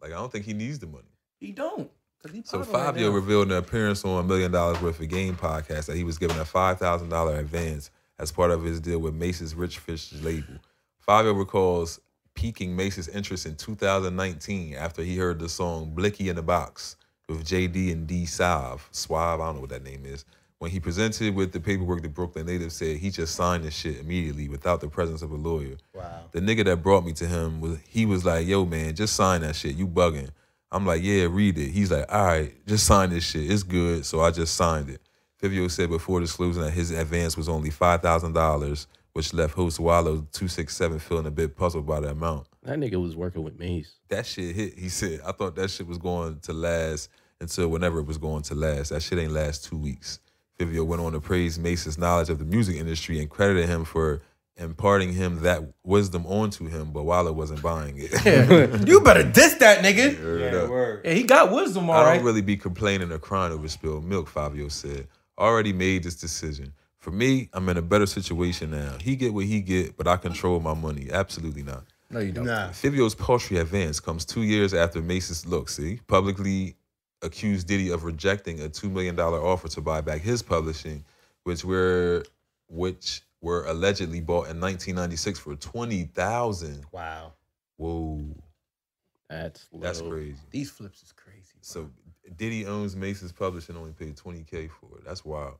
Speaker 1: Like I don't think he needs the money.
Speaker 5: He don't. 'cause he
Speaker 1: So
Speaker 5: popping right
Speaker 1: Fabio
Speaker 5: now.
Speaker 1: revealed in an appearance on a million dollars worth of game podcast that he was given a five thousand dollar advance as part of his deal with Mace's Rich Fish label. Fabio recalls piquing Mace's interest in 2019 after he heard the song Blicky in the Box with JD and D Sav. Suave, I don't know what that name is. When he presented with the paperwork, the Brooklyn native said he just signed this shit immediately without the presence of a lawyer. Wow. The nigga that brought me to him was he was like, yo man, just sign that shit. You bugging. I'm like, yeah, read it. He's like, all right, just sign this shit. It's good. So I just signed it. Fivio said before disclosing that his advance was only five thousand dollars, which left host Wallow two six seven feeling a bit puzzled by the amount.
Speaker 4: That nigga was working with Mace.
Speaker 1: That shit hit. He said, I thought that shit was going to last until whenever it was going to last. That shit ain't last two weeks. Fivio went on to praise Mace's knowledge of the music industry and credited him for imparting him that wisdom onto him, but Wallow wasn't buying it.
Speaker 5: You better diss that nigga.
Speaker 1: Word up.
Speaker 5: Yeah, he got wisdom, all
Speaker 1: I
Speaker 5: right.
Speaker 1: don't really be complaining or crying over spilled milk, Fabio said. Already made this decision. For me, I'm in a better situation now. He get what he get, but I control my money. Absolutely not.
Speaker 5: no, you don't.
Speaker 2: Nah.
Speaker 1: Fivio's paltry advance comes two years after Mace's look, see, publicly accused Diddy of rejecting a $2 million offer to buy back his publishing, which were which were allegedly bought in 1996 for 20000
Speaker 2: Wow.
Speaker 1: Whoa,
Speaker 4: That's
Speaker 1: that's
Speaker 4: low.
Speaker 1: crazy.
Speaker 5: These flips is crazy.
Speaker 1: So Diddy owns Mace's publishing, only paid 20K for it. That's wild.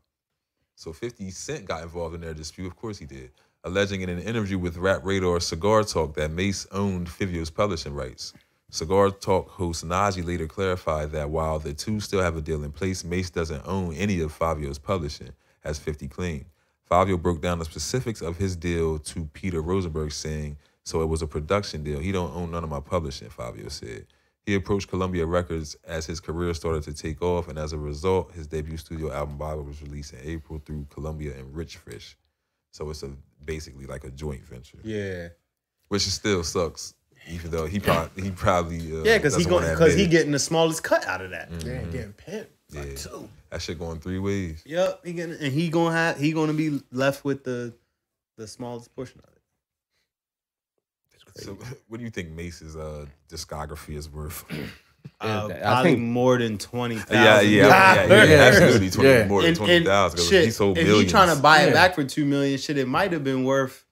Speaker 1: So 50 Cent got involved in their dispute. Of course he did. Alleging in an interview with Rap Radar Cigar Talk that Mace owned Fivio's publishing rights. Cigar Talk host Najee later clarified that while the two still have a deal in place, Mace doesn't own any of Fabio's publishing, as 50 claimed. Fabio broke down the specifics of his deal to Peter Rosenberg, saying, "So it was a production deal. He don't own none of my publishing." Fabio said. He approached Columbia Records as his career started to take off, and as a result, his debut studio album Bible was released in April through Columbia and Rich Fish. So it's a basically like a joint venture,
Speaker 2: Yeah.
Speaker 1: Uh, which is still sucks, even though he probably he probably uh,
Speaker 2: Yeah, because he
Speaker 1: doesn't wanna
Speaker 2: going because he
Speaker 1: admit it.
Speaker 2: getting the smallest cut out of that.
Speaker 5: Yeah, getting pimped. by
Speaker 1: Mm-hmm. Yeah.
Speaker 5: two.
Speaker 1: that shit going three ways.
Speaker 2: Yep. He getting, and he gonna have he gonna be left with the the smallest portion of it.
Speaker 1: So, what do you think Mace's uh, discography is worth?
Speaker 4: Yeah,
Speaker 2: Uh,
Speaker 4: I
Speaker 2: probably
Speaker 4: think-
Speaker 2: more than twenty thousand.
Speaker 1: Yeah, yeah, yeah, yeah, yeah,
Speaker 3: Yeah.
Speaker 1: Absolutely, twenty
Speaker 3: Yeah.
Speaker 1: more than
Speaker 2: And,
Speaker 1: twenty
Speaker 2: and
Speaker 1: thousand because
Speaker 2: shit,
Speaker 1: he sold
Speaker 2: if
Speaker 1: millions.
Speaker 2: he trying to buy
Speaker 3: Yeah.
Speaker 2: it back for two million, shit, it might have been worth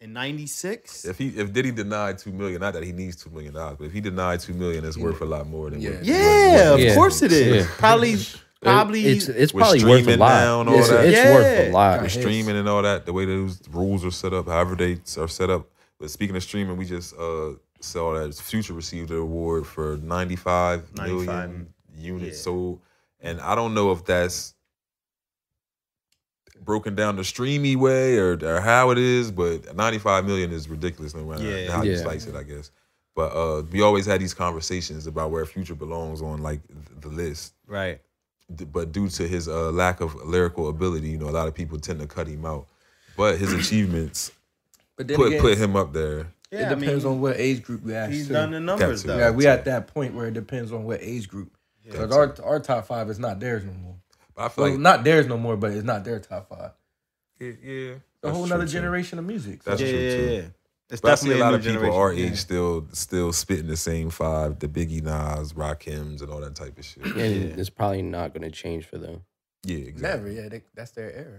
Speaker 2: in ninety six.
Speaker 1: If he if Diddy denied two million, not that he needs two million dollars, but if he denied two million, it's worth a lot more than
Speaker 3: Yeah.
Speaker 1: what-
Speaker 2: Yeah, of
Speaker 4: Yeah.
Speaker 2: course it is.
Speaker 4: Yeah.
Speaker 2: Probably, probably.
Speaker 4: it's it's
Speaker 1: With
Speaker 4: probably worth a
Speaker 1: streaming
Speaker 4: lot.
Speaker 1: now and all
Speaker 4: it's
Speaker 1: that.
Speaker 4: it's
Speaker 2: Yeah.
Speaker 4: worth a lot.
Speaker 1: with
Speaker 3: Yes.
Speaker 1: streaming and all that, the way those rules are set up, however they are set up. But speaking of streaming, we just uh, saw that Future received an award for 95 million
Speaker 2: 95,
Speaker 1: units
Speaker 2: yeah.
Speaker 1: sold. And I don't know if that's broken down the streamy way or, or how it is, but 95 million is ridiculous no matter
Speaker 2: Yeah.
Speaker 1: how you
Speaker 4: Yeah.
Speaker 1: slice it, I guess. But uh, we always had these conversations about where Future belongs on like th- the list
Speaker 2: right.
Speaker 1: d- but due to his uh, lack of lyrical ability, you know, a lot of people tend to cut him out. But his achievements
Speaker 3: But then
Speaker 1: put
Speaker 3: again,
Speaker 1: put him up there.
Speaker 3: it depends on what age group we ask.
Speaker 2: He's
Speaker 3: too.
Speaker 2: done the numbers
Speaker 1: to.
Speaker 2: though.
Speaker 3: Yeah, we at that point where it depends on what age group. Because our our top five is not theirs no more.
Speaker 1: But I feel
Speaker 3: Well,
Speaker 1: like
Speaker 3: not theirs no more, but it's not their top five.
Speaker 1: yeah, yeah,
Speaker 3: A
Speaker 1: that's
Speaker 3: whole
Speaker 1: true,
Speaker 3: nother
Speaker 1: too.
Speaker 3: generation of music. So
Speaker 1: That's
Speaker 2: yeah,
Speaker 1: true
Speaker 2: yeah,
Speaker 1: too.
Speaker 2: yeah. It's
Speaker 1: But I see a
Speaker 2: definitely
Speaker 1: lot
Speaker 2: new
Speaker 1: of people
Speaker 2: generation.
Speaker 1: our age still still spitting the same five, the Biggie, Nas, Rakims, and all that type of shit. Yeah,
Speaker 4: And it's probably not going to change for them.
Speaker 1: exactly.
Speaker 3: never, yeah, they, that's their era.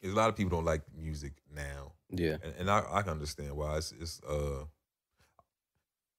Speaker 1: There's A lot of people don't like music now.
Speaker 4: Yeah.
Speaker 1: and, and I, I can understand why it's, it's uh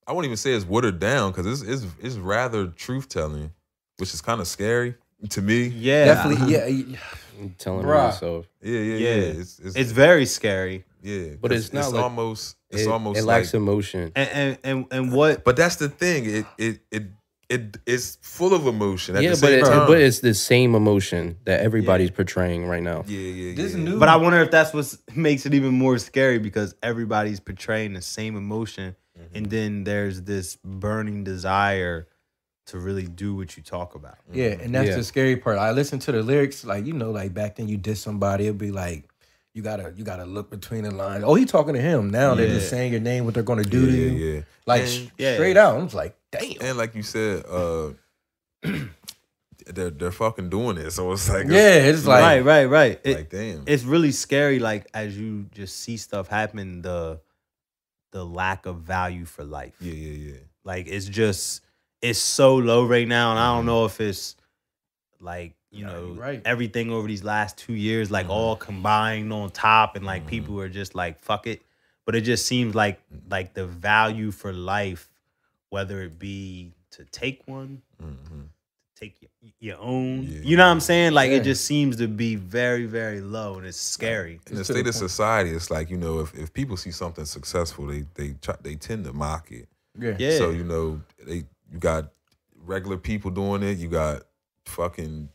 Speaker 1: I won't even say it's watered down because it's, it's it's rather truth telling, which is kind of scary to me.
Speaker 2: Yeah,
Speaker 3: Definitely, yeah, yeah.
Speaker 4: I'm telling
Speaker 3: Bruh.
Speaker 4: myself.
Speaker 1: Yeah, yeah, yeah.
Speaker 2: Yeah.
Speaker 1: It's, it's,
Speaker 2: It's very scary.
Speaker 1: yeah,
Speaker 4: but
Speaker 1: 'cause
Speaker 4: it's not like-
Speaker 1: almost it's
Speaker 4: it,
Speaker 1: almost
Speaker 4: it
Speaker 1: like,
Speaker 4: lacks emotion.
Speaker 2: And and and, and what?
Speaker 1: but that's the thing. It it it it it's full of emotion. At
Speaker 4: Yeah,
Speaker 1: the
Speaker 4: but
Speaker 1: same
Speaker 4: it's,
Speaker 1: time.
Speaker 4: but it's the same emotion that everybody's portraying right now.
Speaker 1: yeah, yeah,
Speaker 3: This
Speaker 1: yeah.
Speaker 3: new,
Speaker 2: But I wonder if that's what makes it even more scary because everybody's portraying the same emotion, and then there's this burning desire to really do what you talk about.
Speaker 1: Mm-hmm.
Speaker 3: yeah, and that's
Speaker 4: Yeah.
Speaker 3: the scary part. I listen to the lyrics, like you know, like back then you diss somebody, it'd be like. You gotta, you gotta look between the lines. Oh, he talking to him now. They're just
Speaker 2: Yeah.
Speaker 3: saying your name, what they're gonna do
Speaker 1: yeah,
Speaker 3: to you,
Speaker 1: yeah.
Speaker 3: like
Speaker 1: And-
Speaker 3: sh-
Speaker 2: yeah.
Speaker 3: straight out. I'm just like, damn.
Speaker 1: And like you said, uh, they're they're fucking doing it. So it's like
Speaker 3: yeah, it's like,
Speaker 2: right, right, right. It-
Speaker 1: like damn.
Speaker 2: it's really scary like as you just see stuff happen the the lack of value for life
Speaker 1: yeah, yeah, yeah.
Speaker 2: like it's just it's so low right now and i don't know if it's like you
Speaker 3: Yeah,
Speaker 2: know
Speaker 3: you're right.
Speaker 2: everything over these last two years
Speaker 1: Mm-hmm.
Speaker 2: like all combined on top and like people are just like fuck it but it just seems like like the value for life whether it be to take one
Speaker 1: Mm-hmm.
Speaker 2: take your, your own
Speaker 1: Yeah.
Speaker 2: you know what i'm saying like
Speaker 3: Yeah.
Speaker 2: it just seems to be very very low and it's scary
Speaker 1: in the
Speaker 3: It's to
Speaker 1: state
Speaker 3: the
Speaker 1: of
Speaker 3: point.
Speaker 1: society, it's like you know, if, if people see something successful, they they try, they tend to mock it.
Speaker 3: yeah,
Speaker 2: yeah
Speaker 1: So you know, they you got regular people doing it. You got fucking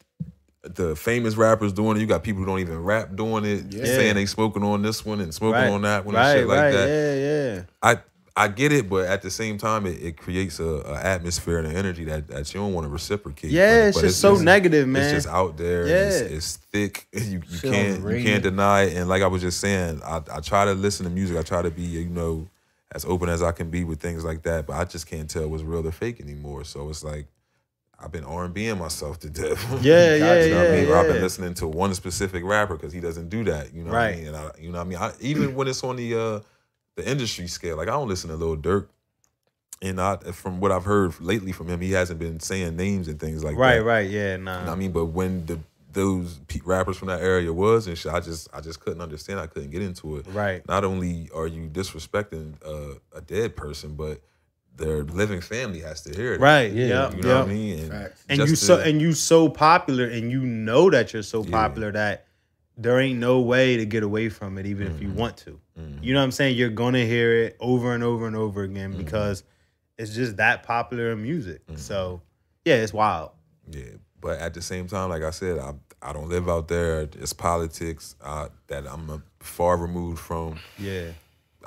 Speaker 1: the famous rappers doing it. You got people who don't even rap doing it,
Speaker 3: Yeah.
Speaker 1: saying they smoking on this one and smoking
Speaker 2: Right.
Speaker 1: on that one
Speaker 2: right,
Speaker 1: and shit like
Speaker 2: right,
Speaker 1: that.
Speaker 2: Yeah, yeah.
Speaker 1: I I get it, but at the same time, it, it creates a, a atmosphere and an energy that, that you don't want to reciprocate.
Speaker 2: Yeah,
Speaker 1: But-
Speaker 2: it's
Speaker 1: but
Speaker 2: just so negative, man.
Speaker 1: it's just out there. and It's,
Speaker 2: Yeah.
Speaker 1: it's thick. You, you
Speaker 3: Shit
Speaker 1: can't you
Speaker 3: overrated.
Speaker 1: can't deny it. And like I was just saying, I, I try to listen to music. I try to be you know as open as I can be with things like that. But I just can't tell what's real or fake anymore. So it's like I've been R and Bing myself to death.
Speaker 2: Yeah, yeah,
Speaker 1: You know what I
Speaker 2: yeah,
Speaker 1: mean? Or I've been
Speaker 2: yeah.
Speaker 1: listening to one specific rapper because he doesn't do that. You know what I
Speaker 2: Right.
Speaker 1: mean? And I, you know what I mean? I, even when it's on the uh, the industry scale, like I don't listen to Lil Durk. And I, from what I've heard lately from him, he hasn't been saying names and things like that.
Speaker 2: right, right. Yeah, nah.
Speaker 1: I mean, but when the those pe- rappers from that area was and shit, I just I just couldn't understand. I couldn't get into it.
Speaker 2: Right.
Speaker 1: Not only are you disrespecting uh, a dead person, but their living family has to hear it.
Speaker 2: Right.
Speaker 4: Yeah,
Speaker 2: Yeah.
Speaker 1: You
Speaker 2: Yep,
Speaker 1: know
Speaker 2: yep.
Speaker 1: what I mean? And,
Speaker 3: Facts.
Speaker 2: And
Speaker 1: just
Speaker 2: you so
Speaker 1: to-
Speaker 2: and you so popular and you know that you're so popular that there ain't no way to get away from it even if
Speaker 1: Mm-hmm.
Speaker 2: you want to. You know what I'm saying? You're going to hear it over and over and over again
Speaker 1: Mm-hmm.
Speaker 2: because it's just that popular in music. So, yeah, it's wild.
Speaker 1: Yeah, but at the same time, like I said, I I don't live out there. It's politics uh, that I'm uh, far removed from.
Speaker 2: Yeah.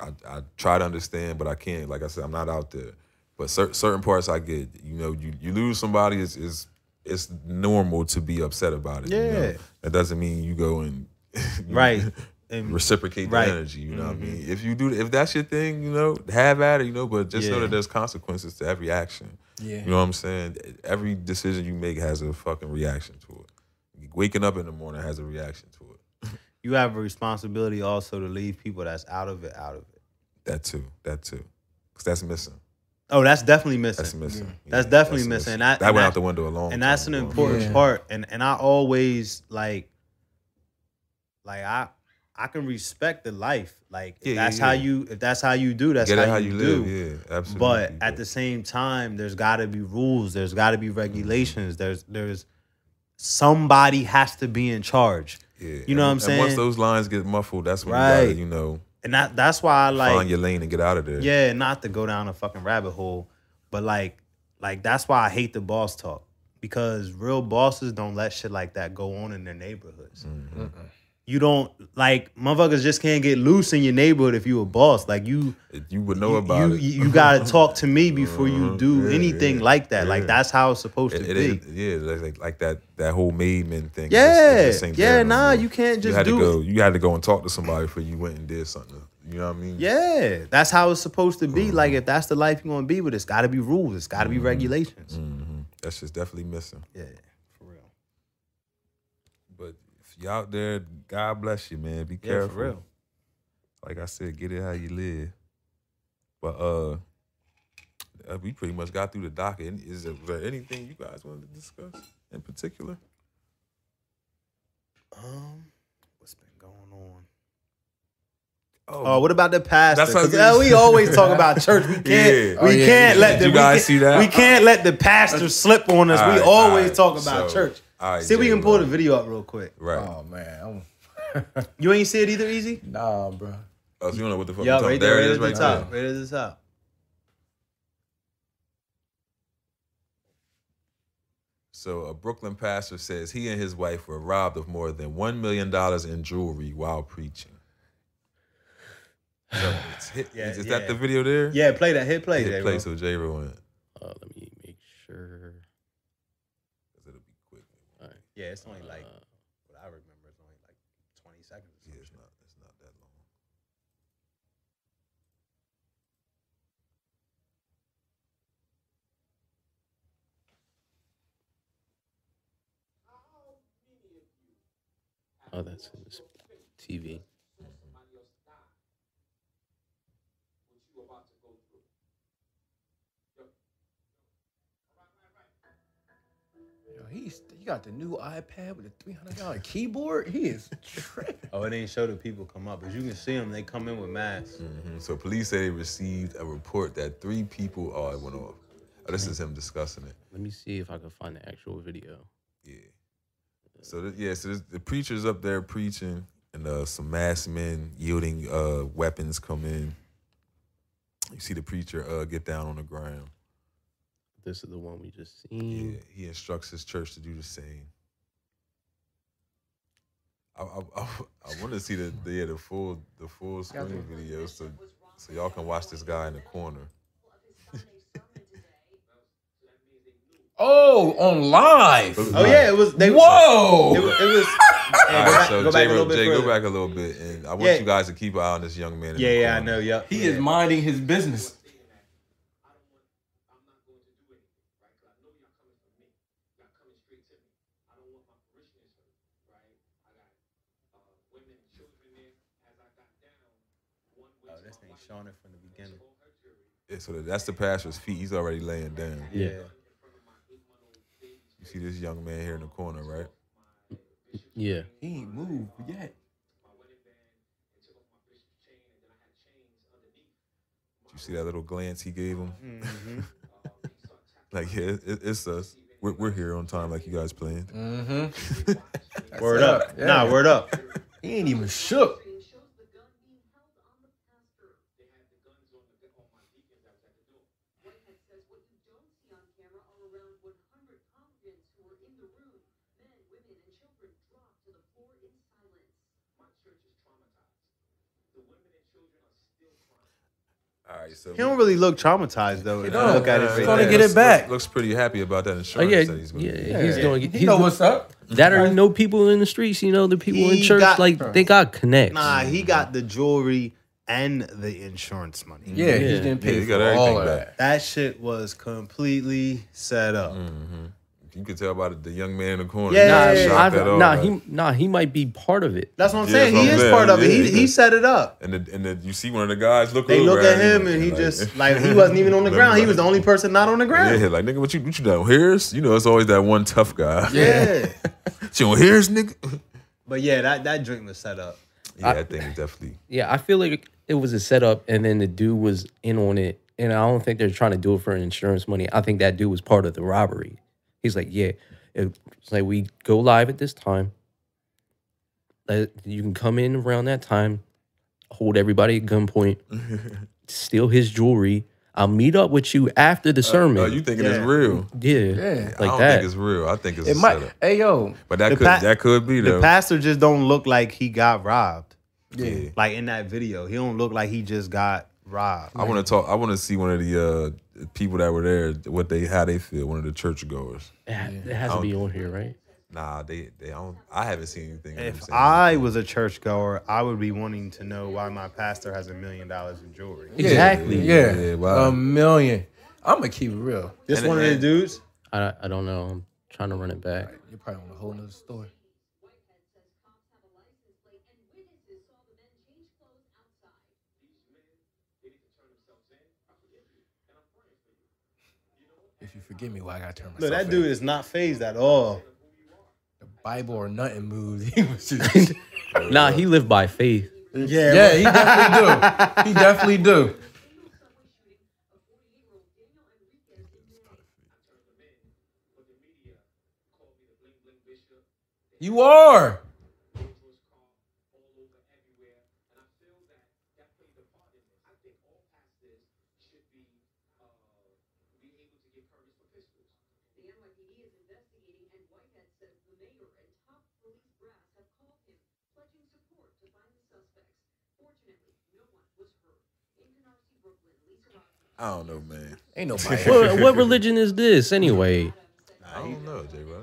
Speaker 1: I, I try to understand, but I can't. Like I said, I'm not out there. But cer- certain parts I get. You know, you, you lose somebody, it's, it's it's normal to be upset about it. you know?
Speaker 2: Yeah.
Speaker 1: that doesn't mean you go and you
Speaker 2: Right. And
Speaker 1: reciprocate the
Speaker 2: Right. Mm-hmm.
Speaker 1: energy. You know what I mean? If you do, if that's your thing, you know, have at it. You know, but just know
Speaker 2: Yeah.
Speaker 1: that there's consequences to every action.
Speaker 3: Yeah.
Speaker 1: You know what I'm saying? Every decision you make has a fucking reaction to it. Waking up in the morning has a reaction to it.
Speaker 2: you have a responsibility also to leave people that's out of it out of it.
Speaker 1: That too. That too. Cause that's missing.
Speaker 2: Oh, that's definitely missing.
Speaker 1: That's missing.
Speaker 2: That's definitely missing. And I-
Speaker 1: that
Speaker 2: and
Speaker 1: went
Speaker 2: I-
Speaker 1: out the window alone.
Speaker 2: and that's an important
Speaker 3: Yeah.
Speaker 2: part. And and I always like, like I I can respect the life. Like if
Speaker 1: Yeah, yeah,
Speaker 2: that's
Speaker 1: yeah.
Speaker 2: how you if that's how you do. That's
Speaker 1: Get
Speaker 2: how,
Speaker 1: it how
Speaker 2: you,
Speaker 1: you
Speaker 2: do.
Speaker 1: live. Yeah, absolutely.
Speaker 2: But at
Speaker 1: bro.
Speaker 2: the same time, there's got to be rules. There's got to be regulations. There's there's somebody has to be in charge.
Speaker 1: yeah.
Speaker 2: you know what I'm
Speaker 1: and, And once
Speaker 2: saying?
Speaker 1: those lines get muffled, that's when you
Speaker 2: Right.
Speaker 1: gotta, you know,
Speaker 2: And that that's why I like
Speaker 1: find your lane and get out of there.
Speaker 2: yeah, not to go down a fucking rabbit hole, but like, like that's why I hate the boss talk because real bosses don't let shit like that go on in their neighborhoods.
Speaker 1: Mm-hmm.
Speaker 2: You don't like motherfuckers just can't get loose in your neighborhood if you a boss. Like you,
Speaker 1: You would know
Speaker 2: you,
Speaker 1: about
Speaker 2: you,
Speaker 1: it. Mm-hmm.
Speaker 2: you gotta talk to me before you do
Speaker 1: Yeah,
Speaker 2: anything
Speaker 1: yeah,
Speaker 2: like that. Like
Speaker 1: yeah.
Speaker 2: that's how it's supposed
Speaker 1: It-
Speaker 2: to
Speaker 1: it
Speaker 2: be.
Speaker 1: is- yeah, like, like, like that that whole made men thing. It
Speaker 2: Yeah,
Speaker 1: just- it just ain't
Speaker 2: yeah,
Speaker 1: there no
Speaker 2: nah,
Speaker 1: more.
Speaker 2: you can't just
Speaker 1: you had
Speaker 2: do
Speaker 1: to go. You had to go and talk to somebody before you went and did something. You know what I mean?
Speaker 2: Yeah, that's how it's supposed to be.
Speaker 1: Mm-hmm.
Speaker 2: Like if that's the life you're gonna be with, it's gotta be rules. It's gotta be regulations.
Speaker 1: Mm-hmm. That's just definitely missing.
Speaker 2: Yeah, for real.
Speaker 1: But if you out there, God bless you, man. Be
Speaker 2: Yeah,
Speaker 1: careful.
Speaker 2: for real.
Speaker 1: Like I said, get it how you live. But uh, uh, we pretty much got through the docket. Any- Is there, was there anything you guys wanted to discuss in particular?
Speaker 2: Um, what's been going on?
Speaker 1: Oh,
Speaker 2: Oh, what about the pastor?
Speaker 1: That's what I
Speaker 2: 'Cause,
Speaker 1: was gonna
Speaker 2: uh, we
Speaker 1: say.
Speaker 2: always talk about church. We can't.
Speaker 1: Yeah.
Speaker 2: We
Speaker 3: Oh, yeah,
Speaker 2: can't
Speaker 3: yeah.
Speaker 2: let
Speaker 1: Did
Speaker 2: the,
Speaker 1: you
Speaker 2: we
Speaker 1: guys
Speaker 2: can't-
Speaker 1: see that?
Speaker 2: We can't let the pastor slip on us.
Speaker 1: All
Speaker 2: we
Speaker 1: right,
Speaker 2: always
Speaker 1: all right.
Speaker 2: talk about
Speaker 1: So,
Speaker 2: church.
Speaker 1: all right,
Speaker 2: see, if we
Speaker 1: Jay,
Speaker 2: can pull
Speaker 1: bro.
Speaker 2: the video up real quick.
Speaker 1: right.
Speaker 3: Oh man, I'm,
Speaker 2: You ain't see it either, Easy.
Speaker 3: nah, bro.
Speaker 1: Oh, so you don't know what the fuck.
Speaker 2: Yeah,
Speaker 1: I'm talking-
Speaker 2: right
Speaker 1: it
Speaker 2: there, right
Speaker 1: is
Speaker 2: at the
Speaker 1: right there.
Speaker 2: top, right at the top.
Speaker 1: So, a Brooklyn pastor says he and his wife were robbed of more than $1 million in jewelry while preaching. So it's hit,
Speaker 2: Yeah,
Speaker 1: is
Speaker 2: yeah.
Speaker 1: that the video there?
Speaker 2: Yeah, play that. Hit play.
Speaker 1: Hit
Speaker 2: there,
Speaker 1: play
Speaker 2: bro.
Speaker 1: so J ruined.
Speaker 4: Uh, let me make sure.
Speaker 1: It'll be quick.
Speaker 4: All right.
Speaker 2: Yeah, it's only like
Speaker 4: Uh,
Speaker 2: what I remember is only like twenty seconds.
Speaker 1: Yeah, it's not, it's not that long.
Speaker 4: oh, that's in this TV.
Speaker 3: Yo, he's he got the new iPad with a three hundred dollar keyboard. He is tripping.
Speaker 2: Oh, it ain't show the people come up, but you can see them. They come in with masks.
Speaker 1: Mhm. So, police say they received a report that three people. Oh, it went off. Oh, this is him discussing it.
Speaker 4: Let me see if I can find the actual video.
Speaker 1: Yeah. So th- yeah, so this, the preacher's up there preaching, and uh, some masked men yielding uh, weapons come in. You see the preacher uh, get down on the ground.
Speaker 4: This is the one we just
Speaker 1: Yeah,
Speaker 4: seen.
Speaker 1: he instructs his church to do the same. I I, I, want to see the the, yeah, the full the full screen video, so so y'all can watch this guy in the corner.
Speaker 3: Oh, on live.
Speaker 2: Oh yeah, it was. They,
Speaker 3: Whoa.
Speaker 2: It, was- it was. Yeah,
Speaker 1: All
Speaker 2: go
Speaker 1: right,
Speaker 2: back,
Speaker 1: so
Speaker 2: go back
Speaker 1: Jay,
Speaker 2: a little bit
Speaker 1: Jay, go
Speaker 2: further.
Speaker 1: back a little bit, and I want
Speaker 2: Yeah.
Speaker 1: you guys to keep an eye on this young man. in the
Speaker 2: Yeah, yeah, I
Speaker 1: corner.
Speaker 2: know. Yep.
Speaker 3: he
Speaker 2: yeah.
Speaker 3: is minding his business.
Speaker 2: Oh, this thing showing it from the beginning.
Speaker 1: Yeah, so that's the pastor's feet. He's already laying down.
Speaker 4: Yeah.
Speaker 1: You see this young man here in the corner, right?
Speaker 4: Yeah.
Speaker 3: He ain't moved yet.
Speaker 1: You see that little glance he gave him?
Speaker 2: Mm.
Speaker 1: like, yeah, it, it's us. We're, we're here on time, like you guys planned.
Speaker 3: Mm-hmm.
Speaker 2: Word up.
Speaker 3: Yeah.
Speaker 2: Nah, word up.
Speaker 3: He ain't even shook.
Speaker 1: All right, so
Speaker 2: He don't really look traumatized though. If you
Speaker 3: don't.
Speaker 2: look at it
Speaker 3: He's
Speaker 2: right
Speaker 3: gonna
Speaker 2: there.
Speaker 3: get it back.
Speaker 1: Looks pretty happy about that
Speaker 4: Oh,
Speaker 1: insurance
Speaker 4: yeah,
Speaker 1: that he's going
Speaker 4: yeah,
Speaker 1: to
Speaker 4: he's doing.
Speaker 3: He
Speaker 4: he's
Speaker 3: know what's up.
Speaker 4: that are no people in the streets. You know the people in
Speaker 2: He
Speaker 4: church.
Speaker 2: got-
Speaker 4: like they got connects.
Speaker 2: Nah, he got the jewelry and the insurance money.
Speaker 3: Yeah,
Speaker 4: Yeah.
Speaker 3: he didn't
Speaker 1: Yeah,
Speaker 3: pay
Speaker 1: he got
Speaker 3: for all
Speaker 1: everything
Speaker 3: of
Speaker 1: back.
Speaker 3: that.
Speaker 2: That shit was completely set up.
Speaker 1: You could tell by the, the young man in the corner.
Speaker 2: Yeah,
Speaker 4: Nah,
Speaker 1: he
Speaker 2: yeah,
Speaker 1: shot
Speaker 4: I-
Speaker 1: that off,
Speaker 4: nah,
Speaker 1: right?
Speaker 4: he nah, he might be part of it.
Speaker 2: That's what I'm
Speaker 1: Yeah,
Speaker 2: saying.
Speaker 1: that's
Speaker 2: He
Speaker 1: what I'm
Speaker 2: is
Speaker 1: saying.
Speaker 2: part of it.
Speaker 1: Yeah,
Speaker 2: He, he
Speaker 1: yeah.
Speaker 2: set it up.
Speaker 1: And the, and the, you see one of the guys look.
Speaker 2: They
Speaker 1: over
Speaker 2: look at him and he
Speaker 1: like-
Speaker 2: just like he wasn't even on the ground. He was the only person not on the ground.
Speaker 1: Yeah, like nigga, what you what you down here's? You know, it's always that one tough guy.
Speaker 2: Yeah.
Speaker 1: you don't here's nigga.
Speaker 2: but yeah, that, that drink was set up.
Speaker 1: Yeah, I, think it's definitely.
Speaker 4: Yeah, I feel like it was a setup, and then the dude was in on it. And I don't think they're trying to do it for insurance money. I think that dude was part of the robbery. He's like, yeah, it's like we go live at this time. Uh, You can come in around that time, hold everybody at gunpoint, steal his jewelry. I'll meet up with you after the sermon.
Speaker 1: Oh, you thinking
Speaker 2: Yeah.
Speaker 1: it's real?
Speaker 4: yeah,
Speaker 1: I
Speaker 4: like
Speaker 1: don't
Speaker 4: that.
Speaker 1: think it's real. I think it's
Speaker 3: It
Speaker 1: a
Speaker 3: might.
Speaker 1: setup.
Speaker 3: Hey yo,
Speaker 1: But that
Speaker 2: The
Speaker 1: could
Speaker 2: pa-
Speaker 1: that could be
Speaker 2: The
Speaker 1: though.
Speaker 2: pastor just don't look like he got robbed.
Speaker 1: yeah.
Speaker 2: Like in that video, he don't look like he just got robbed.
Speaker 1: I want to talk. I want to see one of the uh, people that were there. What they how they feel. One of the churchgoers.
Speaker 4: It ha- it has to be on here, right?
Speaker 1: Nah, they they don't. I haven't seen anything. of them
Speaker 2: If
Speaker 1: saying
Speaker 2: I was a churchgoer, I would be wanting to know why my pastor has a million dollars in jewelry.
Speaker 4: Exactly.
Speaker 3: yeah,
Speaker 1: yeah, wow.
Speaker 3: a million. I'm gonna keep it real.
Speaker 2: This
Speaker 1: And-
Speaker 2: one of the
Speaker 1: and-
Speaker 2: dudes.
Speaker 4: I, I don't know. I'm trying to run it back.
Speaker 3: You're probably on a whole nother story. If you forgive me, why I gotta turn myself?
Speaker 2: Look, that
Speaker 3: in?
Speaker 2: dude is not phased at all.
Speaker 3: The Bible or nothing moves. He was just,
Speaker 4: Nah, he lived by faith.
Speaker 2: Yeah,
Speaker 3: yeah, he definitely do. He definitely do. You are.
Speaker 1: I don't know, man.
Speaker 3: Ain't nobody.
Speaker 4: what, what religion is this anyway?
Speaker 1: I don't know, J. Rod.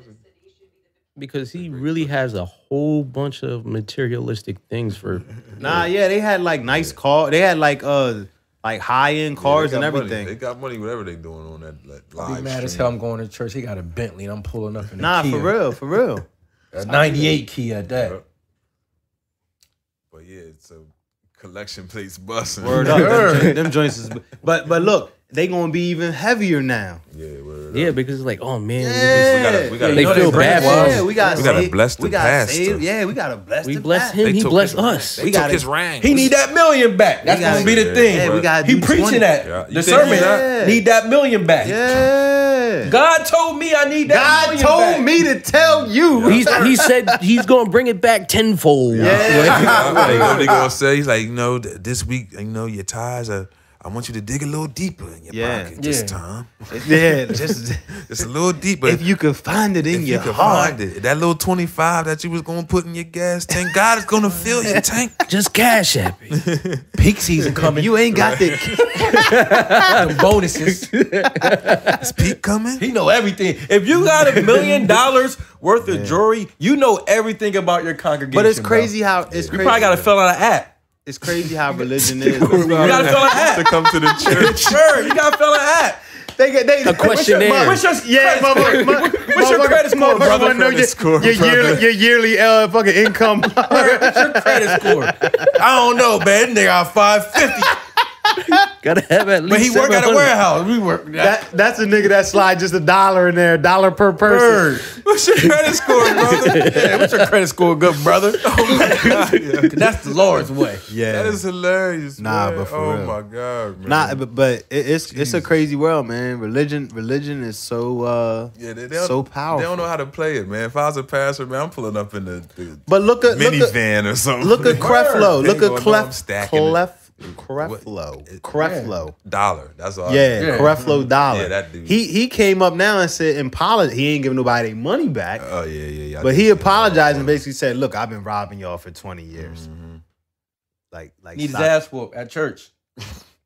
Speaker 4: Because he really has a whole bunch of materialistic things for.
Speaker 2: Nah, yeah, they had like nice car. They had like uh like high end cars
Speaker 1: They
Speaker 2: and
Speaker 1: got money.
Speaker 2: everything.
Speaker 1: They got money. Whatever they doing on that like, live.
Speaker 3: Be mad as
Speaker 1: stream.
Speaker 3: hell. I'm going to church. He got a Bentley and I'm pulling up in a
Speaker 2: Nah,
Speaker 3: Kia.
Speaker 2: for real, for real.
Speaker 3: A 98 Kia at that.
Speaker 1: But yeah, it's a collection place busting.
Speaker 2: Word up, them, jo- them joints is. But but look, they gonna be even heavier now.
Speaker 1: Yeah, word
Speaker 4: Yeah,
Speaker 1: up.
Speaker 4: because it's like, oh man,
Speaker 2: Yeah.
Speaker 1: We gotta, we gotta,
Speaker 4: They feel bad for us.
Speaker 2: Yeah, we got
Speaker 1: We gotta
Speaker 2: saved-
Speaker 1: bless the
Speaker 2: we got
Speaker 1: pastor.
Speaker 2: saved- Yeah, we gotta bless.
Speaker 4: we, we
Speaker 2: the
Speaker 4: bless
Speaker 2: pastor.
Speaker 4: him,
Speaker 1: They
Speaker 4: he
Speaker 1: took
Speaker 4: bless
Speaker 1: his-
Speaker 4: us.
Speaker 1: They took
Speaker 2: gotta-
Speaker 1: his ring.
Speaker 5: He need that million back. That's
Speaker 2: gotta-
Speaker 5: gonna be the
Speaker 1: Yeah,
Speaker 5: thing.
Speaker 2: Yeah, we gotta
Speaker 5: He
Speaker 2: do
Speaker 5: preaching
Speaker 2: 20.
Speaker 5: that.
Speaker 1: Yeah, you
Speaker 5: the
Speaker 1: think
Speaker 5: sermon.
Speaker 2: that?
Speaker 5: Need that million back.
Speaker 2: Yeah.
Speaker 5: God told me I need that.
Speaker 2: God
Speaker 5: million
Speaker 2: told
Speaker 5: back.
Speaker 2: me to tell you.
Speaker 4: He's, he said he's gonna bring it back tenfold.
Speaker 1: Yeah, they, gonna- they gonna say he's like, you know, th- this week, you know, your ties are. I want you to dig a little deeper in your
Speaker 2: Yeah.
Speaker 1: pocket this
Speaker 3: Yeah.
Speaker 1: time.
Speaker 2: yeah, just
Speaker 1: It's a little deeper.
Speaker 2: if you can find it in
Speaker 1: If
Speaker 2: your
Speaker 1: you can
Speaker 2: heart.
Speaker 1: find it, that little twenty five that you was gonna put in your gas tank, God is gonna fill your tank.
Speaker 4: Just cash app it.
Speaker 3: Peak season coming.
Speaker 2: You ain't got the
Speaker 3: them bonuses.
Speaker 1: It's peak coming.
Speaker 5: He know everything. If you got a million dollars worth of jewelry, you know everything about your congregation.
Speaker 2: But it's
Speaker 5: bro.
Speaker 2: crazy how it's
Speaker 5: You
Speaker 2: crazy.
Speaker 5: probably got to fill out an app.
Speaker 2: it's crazy how religion
Speaker 5: You
Speaker 2: is.
Speaker 5: got to fill out an app.
Speaker 1: come to the church.
Speaker 5: Sure, you got to fill out an app.
Speaker 2: They get they a
Speaker 4: questionnaire.
Speaker 5: What's your
Speaker 2: Yeah,
Speaker 5: credit score?
Speaker 2: motherfucker. my-
Speaker 5: What's your
Speaker 2: motherfucker-
Speaker 5: credit score,
Speaker 2: motherfucker
Speaker 5: brother?
Speaker 2: wanna know
Speaker 1: Credit
Speaker 2: your-
Speaker 1: score,
Speaker 2: your
Speaker 1: brother.
Speaker 2: yearly- Your yearly uh fucking income.
Speaker 5: What's your credit score? I don't know, man. They got 550.
Speaker 4: Gotta have at least.
Speaker 5: But he work at a
Speaker 4: 700.
Speaker 5: warehouse. We work. That,
Speaker 2: That that's a nigga that slide just a dollar in there, dollar per person.
Speaker 5: Word. What's your credit score, brother? Yeah, what's your credit score, good brother? That's the Lord's way.
Speaker 2: Yeah.
Speaker 1: That is hilarious.
Speaker 2: Nah,
Speaker 1: man.
Speaker 2: but for
Speaker 1: oh
Speaker 2: real.
Speaker 1: my god, man.
Speaker 2: Nah, but, but it, it's it's a crazy world, man. Religion religion is so uh
Speaker 1: yeah, they, they don't,
Speaker 2: so
Speaker 1: They don't
Speaker 2: powerful.
Speaker 1: know how to play it, man. If I was a pastor, man, I'm pulling up in the, the
Speaker 2: But look at look at,
Speaker 1: minivan or something.
Speaker 2: look at Creflo,
Speaker 1: They
Speaker 2: look
Speaker 1: gonna
Speaker 2: at
Speaker 1: know I'm
Speaker 2: Clef
Speaker 1: stacking it.
Speaker 2: Clef Creflo Creflo.
Speaker 1: dollar. That's all. I
Speaker 2: Yeah,
Speaker 1: know.
Speaker 2: Creflo Dollar.
Speaker 1: Oh, Yeah, that dude.
Speaker 2: He he came up now and said in poli- he ain't giving nobody their money back.
Speaker 1: Oh yeah, yeah, yeah. I
Speaker 2: But
Speaker 1: did
Speaker 2: he
Speaker 1: see that.
Speaker 2: apologized and basically said, "Look, I've been robbing y'all for twenty years.
Speaker 1: Mm-hmm.
Speaker 2: Like, like
Speaker 5: Need his
Speaker 2: stop.
Speaker 5: ass whooped at church.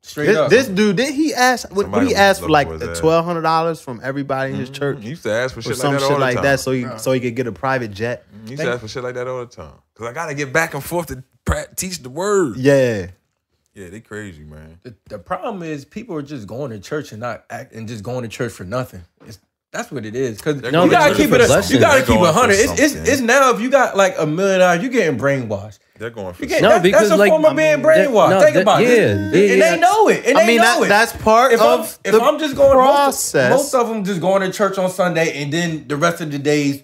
Speaker 5: Straight
Speaker 2: This,
Speaker 5: up.
Speaker 2: this dude did he ask? What,
Speaker 1: Somebody
Speaker 2: he
Speaker 1: was
Speaker 2: asked for like
Speaker 1: looking for
Speaker 2: the
Speaker 1: his ass.
Speaker 2: twelve hundred dollars from everybody in his church
Speaker 1: He used to ask for
Speaker 2: or
Speaker 1: shit
Speaker 2: some
Speaker 1: like that all
Speaker 2: shit
Speaker 1: the
Speaker 2: like
Speaker 1: time.
Speaker 2: that, so he so he could get a private jet.
Speaker 1: He used to ask for shit like that all the time. Cause I gotta get back and forth to pra- teach the word. Yeah.
Speaker 2: Yeah,
Speaker 1: they crazy, man.
Speaker 5: the, the problem is people are just going to church and not act, and just going to church for nothing. It's
Speaker 3: That's what it is. Cause
Speaker 4: No,
Speaker 3: you
Speaker 4: they're
Speaker 3: gotta
Speaker 4: looking
Speaker 3: keep
Speaker 4: for
Speaker 3: it. A, you
Speaker 4: blessings.
Speaker 3: gotta
Speaker 1: They're
Speaker 3: keep
Speaker 1: going
Speaker 3: a
Speaker 1: for
Speaker 3: hundred. It's, it's
Speaker 1: something.
Speaker 3: it's now. If you got like a million dollars, you getting brainwashed.
Speaker 1: They're going for
Speaker 3: You can't,
Speaker 4: No,
Speaker 3: that-
Speaker 4: because,
Speaker 3: that's a
Speaker 4: like,
Speaker 3: form of
Speaker 4: I
Speaker 3: being
Speaker 4: mean, that-
Speaker 3: brainwashed.
Speaker 4: no,
Speaker 3: Think
Speaker 4: that-
Speaker 3: about it.
Speaker 4: yeah, yeah,
Speaker 3: and
Speaker 4: yeah.
Speaker 3: they know it. And
Speaker 2: I
Speaker 3: they
Speaker 2: mean,
Speaker 3: know
Speaker 2: that-
Speaker 3: it.
Speaker 2: that's part
Speaker 3: if
Speaker 2: of
Speaker 3: I'm,
Speaker 2: the
Speaker 3: if I'm just going
Speaker 2: process.
Speaker 3: Most, most of them just going to church on Sunday, and then the rest of the days,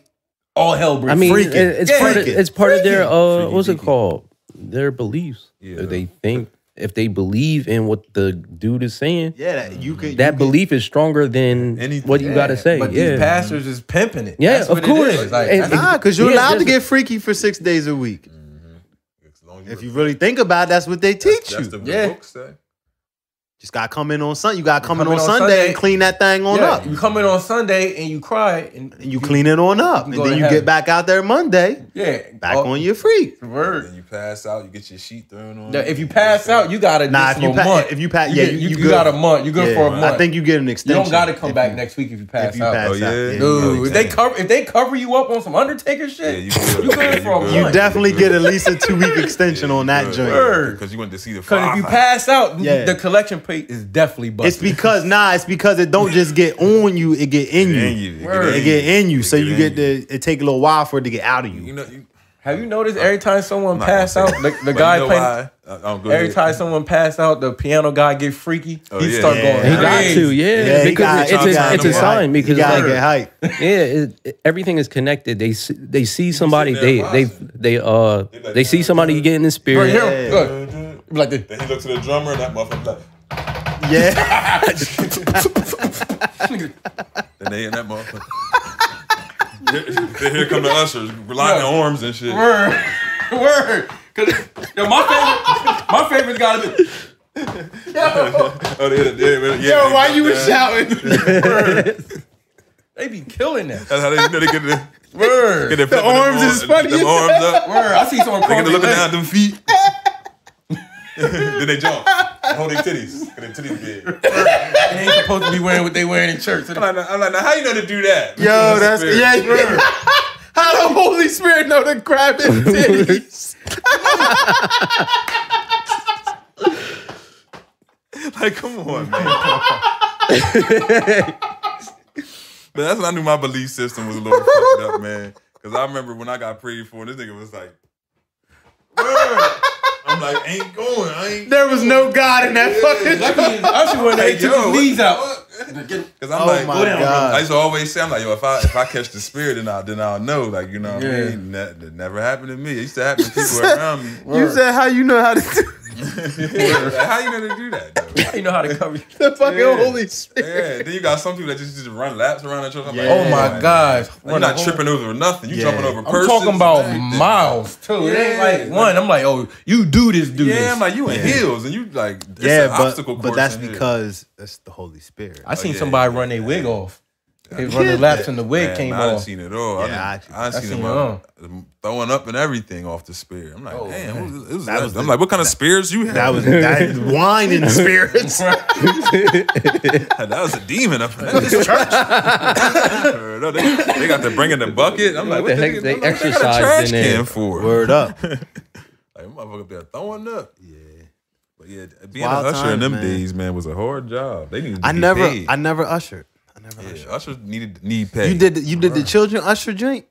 Speaker 3: all hell breaks.
Speaker 4: I mean,
Speaker 2: freaking.
Speaker 4: it- it's
Speaker 3: Yeah,
Speaker 4: part of
Speaker 3: freaking.
Speaker 4: it's part of their uh,
Speaker 1: Freaky
Speaker 4: what's it
Speaker 1: deaky.
Speaker 4: called? Their beliefs.
Speaker 1: Yeah.
Speaker 4: If they think if they believe in what the dude is saying,
Speaker 2: Yeah, that
Speaker 1: Mm-hmm.
Speaker 2: you can.
Speaker 4: that
Speaker 2: you can-
Speaker 4: belief is stronger than
Speaker 1: Anything.
Speaker 4: what you got to say.
Speaker 3: But
Speaker 4: yeah,
Speaker 3: these pastors is pimping it.
Speaker 4: Yeah,
Speaker 3: That's
Speaker 4: of
Speaker 3: what it
Speaker 4: course.
Speaker 3: is. Like,
Speaker 4: And-
Speaker 3: that's-
Speaker 4: and-
Speaker 2: Nah, because you're
Speaker 4: Yeah,
Speaker 2: allowed to
Speaker 4: there's
Speaker 2: get freaky for six days a week.
Speaker 1: As long as
Speaker 2: If you really think about, it, that's what they teach
Speaker 1: that's the
Speaker 2: you.
Speaker 3: Yeah.
Speaker 1: book say.
Speaker 2: Just gotta come in on Sunday. You gotta come,
Speaker 3: come
Speaker 2: in on, Sunday, and clean that thing on
Speaker 3: yeah,
Speaker 2: up.
Speaker 3: You come in on Sunday and you cry, and
Speaker 2: And you clean it on up,
Speaker 3: you
Speaker 2: and
Speaker 3: go
Speaker 2: then
Speaker 3: to
Speaker 2: you
Speaker 3: heaven.
Speaker 2: get back out there Monday,
Speaker 3: Yeah,
Speaker 2: back
Speaker 3: oh,
Speaker 2: on your freak.
Speaker 3: word.
Speaker 1: Then you pass out, you get your sheet thrown on.
Speaker 3: Now, if you pass out, you got a
Speaker 2: Nah, if you
Speaker 3: additional
Speaker 2: pa-
Speaker 3: month.
Speaker 2: if you pa- yeah,
Speaker 3: get-
Speaker 2: you-
Speaker 3: you,
Speaker 2: you
Speaker 3: you
Speaker 2: good.
Speaker 3: got a month. You good
Speaker 2: Yeah,
Speaker 3: for a month.
Speaker 2: I think you get an
Speaker 3: you
Speaker 2: extension.
Speaker 3: don't got to come
Speaker 2: if
Speaker 3: back
Speaker 2: you-
Speaker 3: next week if you pass
Speaker 2: If you
Speaker 3: out.
Speaker 2: pass
Speaker 1: Oh, yeah?
Speaker 2: out,
Speaker 1: Yeah,
Speaker 2: you
Speaker 1: you
Speaker 2: go.
Speaker 3: Dude, if they cover if they cover you up on some Undertaker
Speaker 1: yeah,
Speaker 3: shit,
Speaker 1: you
Speaker 3: you,
Speaker 1: good,
Speaker 3: good for a month.
Speaker 1: You
Speaker 2: You definitely get at least a two week extension on that joint.
Speaker 3: Word.
Speaker 1: because you went to see the.
Speaker 3: Because if you
Speaker 1: Five.
Speaker 3: pass out,
Speaker 2: Yeah.
Speaker 3: the collection plate is definitely
Speaker 2: It's
Speaker 3: busted.
Speaker 2: because nah, it's because it don't just get on you, it get in
Speaker 1: It in you.
Speaker 2: you.
Speaker 1: It
Speaker 3: Word.
Speaker 2: It get in you, so
Speaker 1: It
Speaker 2: you
Speaker 1: in
Speaker 2: get the. It take a little while for it to get out of
Speaker 1: You
Speaker 2: you.
Speaker 1: know, you,
Speaker 3: Have you noticed every time someone
Speaker 1: I'm not gonna
Speaker 3: pass
Speaker 1: say
Speaker 3: out,
Speaker 1: it,
Speaker 3: the, the
Speaker 1: but
Speaker 3: guy
Speaker 1: you know
Speaker 3: playing,
Speaker 1: why? Uh, oh, I, I'm good.
Speaker 3: every time someone pass out, the piano guy get freaky.
Speaker 1: Oh,
Speaker 3: he
Speaker 1: yeah.
Speaker 3: start
Speaker 1: Yeah.
Speaker 3: going.
Speaker 4: He got
Speaker 3: crazy.
Speaker 4: to, yeah,
Speaker 2: he
Speaker 4: because
Speaker 2: gotta-
Speaker 4: it's,
Speaker 2: he
Speaker 4: a,
Speaker 2: gotta
Speaker 4: it's a
Speaker 2: get
Speaker 4: sign.
Speaker 2: hype.
Speaker 4: Because
Speaker 2: he gotta
Speaker 4: like,
Speaker 2: get hype.
Speaker 4: yeah, it, it- everything is connected. They see, they see somebody,
Speaker 1: there
Speaker 4: they they
Speaker 1: rising.
Speaker 4: they uh they see somebody getting in
Speaker 3: Bro,
Speaker 4: spirit.
Speaker 3: hear him, look, like this.
Speaker 1: Then he looked to the drummer, and that motherfucker. Like,
Speaker 2: Yeah,
Speaker 1: and they and that motherfucker. then here come the ushers, lining arms and shit.
Speaker 3: Word. Word. 'Cause- yo, my favorite, my favorite's gotta be.
Speaker 1: Oh, they, they, they, yeah, they got that.
Speaker 2: shouting?
Speaker 3: They be killing that.
Speaker 1: That's how they, you know, they get the,
Speaker 3: Word.
Speaker 1: get the, the
Speaker 2: arms is funny
Speaker 1: Them
Speaker 2: as
Speaker 1: arms up.
Speaker 3: Word. I see someone
Speaker 1: They
Speaker 3: cross
Speaker 1: get to
Speaker 3: their
Speaker 1: looking
Speaker 3: legs.
Speaker 1: down at them feet. then they jump. Hold their titties. Get their titties big.
Speaker 3: They ain't supposed to be wearing what they wearing in church.
Speaker 1: I'm like, I'm like, now how you know to do that?
Speaker 2: Yo, that's
Speaker 1: Spirit.
Speaker 2: yeah. How the Holy Spirit know to grab his titties?
Speaker 1: Like, come on, man. but that's when I knew my belief system was a little fucked up, man. Because I remember when I got prayed for, and this nigga was like, "Word." I'm like, ain't going. I ain't.
Speaker 2: There was no God in that fucking.
Speaker 3: I should wear
Speaker 1: Like,
Speaker 3: that.
Speaker 1: yo,
Speaker 3: took
Speaker 1: what
Speaker 3: his knees
Speaker 1: the
Speaker 3: out.
Speaker 1: fuck? Cause I'm
Speaker 2: Oh
Speaker 1: like,
Speaker 2: my
Speaker 1: "Go down, bro."
Speaker 2: God.
Speaker 1: I used to always say, I'm like, yo, if I if I catch the spirit, then I then I'll know, like, you know what
Speaker 3: Yeah.
Speaker 1: I mean? That, that never happened to me. It used to happen to people around me.
Speaker 2: You said how you know how to do
Speaker 1: Like, how you gonna do that? Though?
Speaker 3: You know how to cover. you.
Speaker 2: the fucking Holy Spirit?
Speaker 1: Yeah, then you got some people that just, just run laps around the church. I'm
Speaker 2: Yeah.
Speaker 1: like,
Speaker 3: Oh my gosh.
Speaker 1: You're not tripping over nothing. You
Speaker 2: Yeah.
Speaker 1: jumping over
Speaker 3: I'm
Speaker 1: persons.
Speaker 3: talking about
Speaker 1: everything.
Speaker 3: miles too. It
Speaker 1: Yeah.
Speaker 3: ain't like one. I'm like, oh, you do this, do this.
Speaker 1: Yeah, I'm like you in heels and you like it's
Speaker 2: Yeah,
Speaker 1: an obstacle
Speaker 2: but
Speaker 1: course
Speaker 2: but that's
Speaker 1: in here.
Speaker 2: because that's the Holy Spirit.
Speaker 3: I seen
Speaker 1: Oh, yeah,
Speaker 3: somebody run their wig off. They run their laps and the wig
Speaker 1: Man,
Speaker 3: came
Speaker 1: I done
Speaker 3: off.
Speaker 1: seen it all. I
Speaker 2: Yeah, I
Speaker 1: done,
Speaker 2: actually-
Speaker 1: I done
Speaker 3: I
Speaker 1: seen,
Speaker 3: seen
Speaker 1: them
Speaker 3: it all.
Speaker 1: all. throwing up and everything off the spirit. I'm like, damn,
Speaker 3: man.
Speaker 1: who- who was
Speaker 2: That
Speaker 1: that?
Speaker 2: was
Speaker 1: I'm
Speaker 2: the-
Speaker 1: like, what kind of spirits you had?
Speaker 2: That was that wine in spirits.
Speaker 1: that was a demon up in this church. No, they, they got to bring in the bucket. I'm like,
Speaker 4: What the heck
Speaker 1: nigga-
Speaker 4: they
Speaker 1: I'm like, what got
Speaker 4: exercised
Speaker 1: a trash
Speaker 4: in there?
Speaker 1: can for?
Speaker 2: Word up.
Speaker 1: Like, motherfucker be throwing up. Yeah. But yeah, being
Speaker 2: wild
Speaker 1: an usher in
Speaker 2: times,
Speaker 1: them
Speaker 2: man.
Speaker 1: days, man, was a hard job. They needed to
Speaker 2: I
Speaker 1: be
Speaker 2: never
Speaker 1: paid.
Speaker 2: I never ushered. I never
Speaker 1: Yeah,
Speaker 2: ushered.
Speaker 1: ushers needed need pay.
Speaker 2: You did the, you did the children usher joint.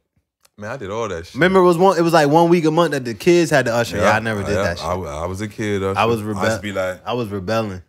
Speaker 1: man. I did all that shit.
Speaker 2: Remember, it was one. It was like one week a month that the kids had to usher.
Speaker 1: Yeah,
Speaker 2: Yeah, I never did
Speaker 1: I,
Speaker 2: that shit.
Speaker 1: I, I was a kid. Usher.
Speaker 2: I was
Speaker 1: I used to
Speaker 2: rebel.
Speaker 1: be like,
Speaker 2: I was rebelling.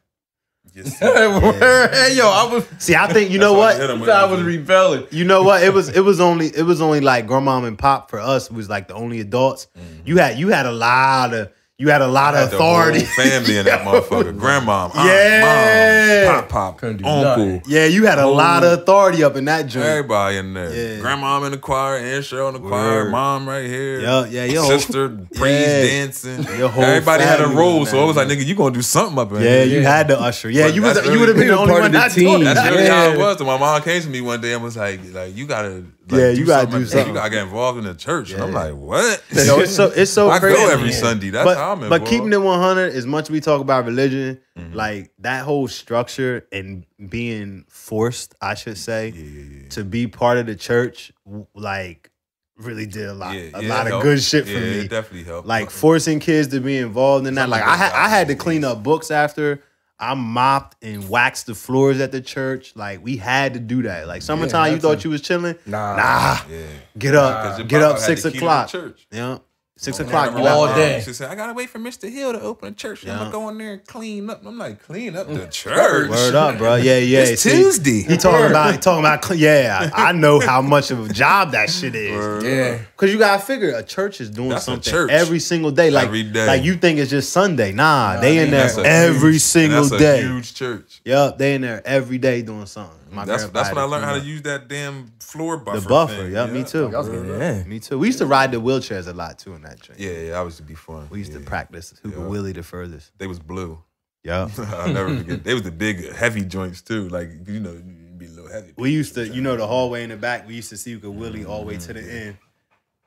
Speaker 1: just,
Speaker 3: hey, yo, I was,
Speaker 2: See, I think you know
Speaker 1: That's why you hit
Speaker 2: what.
Speaker 1: 'em with
Speaker 3: I
Speaker 1: it.
Speaker 3: was rebelling.
Speaker 2: You know what? It was it was only it was only like grandmom and pop for us was like the only adults. You had you had a lot of you had a lot
Speaker 1: Mm-hmm. had
Speaker 2: of
Speaker 1: the whole
Speaker 2: authority.
Speaker 1: family in that motherfucker. Grandma, aunt,
Speaker 2: Yeah.
Speaker 1: mom, pop, pop,
Speaker 3: Couldn't do
Speaker 1: uncle.
Speaker 3: nothing.
Speaker 2: yeah, you had a lot of authority up in that joint.
Speaker 1: Everybody in there.
Speaker 2: Yeah.
Speaker 1: Grandma in the choir, Aunt Cheryl in the choir,
Speaker 2: Word.
Speaker 1: mom right here.
Speaker 2: Yeah, yeah, your whole-
Speaker 1: Sister praise
Speaker 2: Yeah.
Speaker 1: dancing.
Speaker 2: Your whole
Speaker 1: Everybody had a
Speaker 2: family
Speaker 1: role,
Speaker 2: was
Speaker 1: so it was
Speaker 2: there.
Speaker 1: like, nigga, you gonna do something up in
Speaker 2: Yeah,
Speaker 1: here.
Speaker 2: you had to usher. Yeah,
Speaker 1: But
Speaker 2: you was
Speaker 1: that's
Speaker 2: you would have been
Speaker 4: really
Speaker 2: the only
Speaker 4: part
Speaker 2: one
Speaker 4: of the
Speaker 2: not doing
Speaker 4: team.
Speaker 2: that.
Speaker 1: That's really how
Speaker 2: Yeah.
Speaker 1: it was. So my mom came to me one day and was like, like you gotta, like,
Speaker 2: Yeah, you gotta do
Speaker 1: like-
Speaker 2: something.
Speaker 1: You gotta get involved in the church. And I'm like, what?
Speaker 2: Yo, it's so it's so
Speaker 1: I
Speaker 2: crazy.
Speaker 1: go every Sunday. That's
Speaker 2: but,
Speaker 1: how I'm involved. Mm-hmm.
Speaker 2: but keeping it 100 as much we talk about religion like that whole structure and being forced i should say to be part of the church w- like really did a lot
Speaker 1: Yeah,
Speaker 2: a
Speaker 1: yeah,
Speaker 2: lot
Speaker 1: it
Speaker 2: of
Speaker 1: helped.
Speaker 2: good shit for
Speaker 1: yeah,
Speaker 2: me
Speaker 1: It definitely helped.
Speaker 2: like forcing kids to be involved in that
Speaker 1: Something
Speaker 2: like
Speaker 1: like
Speaker 2: i had
Speaker 1: that.
Speaker 2: i had to clean up books after I mopped and waxed the floors at the church. Like we had to do that. Like summertime, you thought you was chilling.
Speaker 3: Nah.
Speaker 2: nah.
Speaker 1: Yeah.
Speaker 2: Get up,
Speaker 1: your
Speaker 2: uh, get
Speaker 1: mama
Speaker 2: up
Speaker 1: had
Speaker 2: six
Speaker 1: the key to the
Speaker 2: o'clock.
Speaker 1: church.
Speaker 2: Yeah, six o'clock. You
Speaker 3: all
Speaker 2: out.
Speaker 3: day.
Speaker 1: She said, I gotta wait for Mr. Hill to open a church. I'm
Speaker 2: Yeah.
Speaker 1: gonna go in there and clean up. I'm like, clean up the church.
Speaker 2: Word up, bro. Yeah, yeah.
Speaker 1: It's
Speaker 2: See,
Speaker 1: Tuesday.
Speaker 2: He talking about he talking about. cl- Yeah, I know how much of a job that shit is.
Speaker 3: Yeah.
Speaker 2: Cause you gotta figure a church is doing
Speaker 1: That's a
Speaker 2: something
Speaker 1: church.
Speaker 2: every single day. Like
Speaker 1: Every day.
Speaker 2: like you think it's just Sunday. Nah, they in there
Speaker 1: That's a
Speaker 2: every
Speaker 1: huge-
Speaker 2: single
Speaker 1: that's
Speaker 2: day.
Speaker 1: A huge church.
Speaker 2: Yup, they in there every day doing something. My
Speaker 1: That's that's
Speaker 2: grandpa
Speaker 1: when I
Speaker 2: had to
Speaker 1: learned how to
Speaker 2: clean
Speaker 1: use that damn floor buffer.
Speaker 2: up. the buffer.
Speaker 1: thing.
Speaker 2: Yeah, me too.
Speaker 3: Y'all was getting it in.
Speaker 2: Me too. We used to ride the wheelchairs a lot too in that train.
Speaker 1: Yeah, yeah, that was to be fun.
Speaker 2: We used to
Speaker 1: Yeah.
Speaker 2: practice who could
Speaker 1: Yeah.
Speaker 2: wheelie the furthest.
Speaker 1: They was blue.
Speaker 2: Yeah.
Speaker 1: I'll never forget. They was the big heavy joints too. Like you know, you'd be a little heavy.
Speaker 2: We used to, you know, the hallway in the back. We used to see you could wheelie all the way to the
Speaker 1: Mm-hmm.
Speaker 2: end,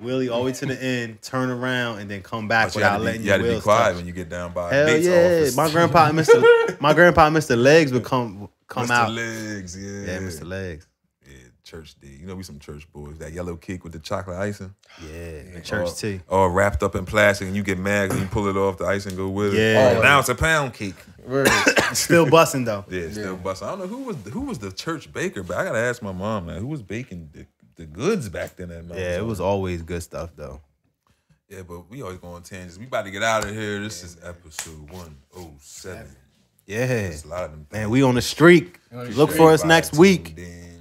Speaker 2: wheelie all the way to the end, turn around, and then come back
Speaker 1: But you had
Speaker 2: without
Speaker 1: to be,
Speaker 2: letting
Speaker 1: you had
Speaker 2: your
Speaker 1: to be
Speaker 2: wheels
Speaker 1: quiet
Speaker 2: touch.
Speaker 1: when you get down by a
Speaker 2: Hell
Speaker 1: mate's
Speaker 2: yeah!
Speaker 1: office.
Speaker 2: My grandpa, and Mister, my grandpa, and Mister Legs would come come
Speaker 1: Mr.
Speaker 2: out.
Speaker 1: Legs, yeah,
Speaker 2: Yeah, Mister Legs.
Speaker 1: Yeah, church D. You know we some church boys. That yellow cake with the chocolate icing,
Speaker 2: Yeah, in the church
Speaker 1: all,
Speaker 2: tee.
Speaker 1: all wrapped up in plastic, and you get mad when you pull it off the ice and go with it.
Speaker 2: Yeah.
Speaker 1: now it's a pound cake.
Speaker 3: Word.
Speaker 2: Still busting though.
Speaker 1: Yeah, it's still busting. I don't know who was who was the church baker, but I gotta ask my mom now. Who was baking the, the goods back then? At
Speaker 2: Yeah, it was always good stuff though.
Speaker 1: Yeah, but we always go on tangents. We about to get out of here. This is episode one oh seven.
Speaker 2: Yeah,
Speaker 1: It's a lot of them.
Speaker 2: man, we on the streak. Look for us next week.
Speaker 1: Then.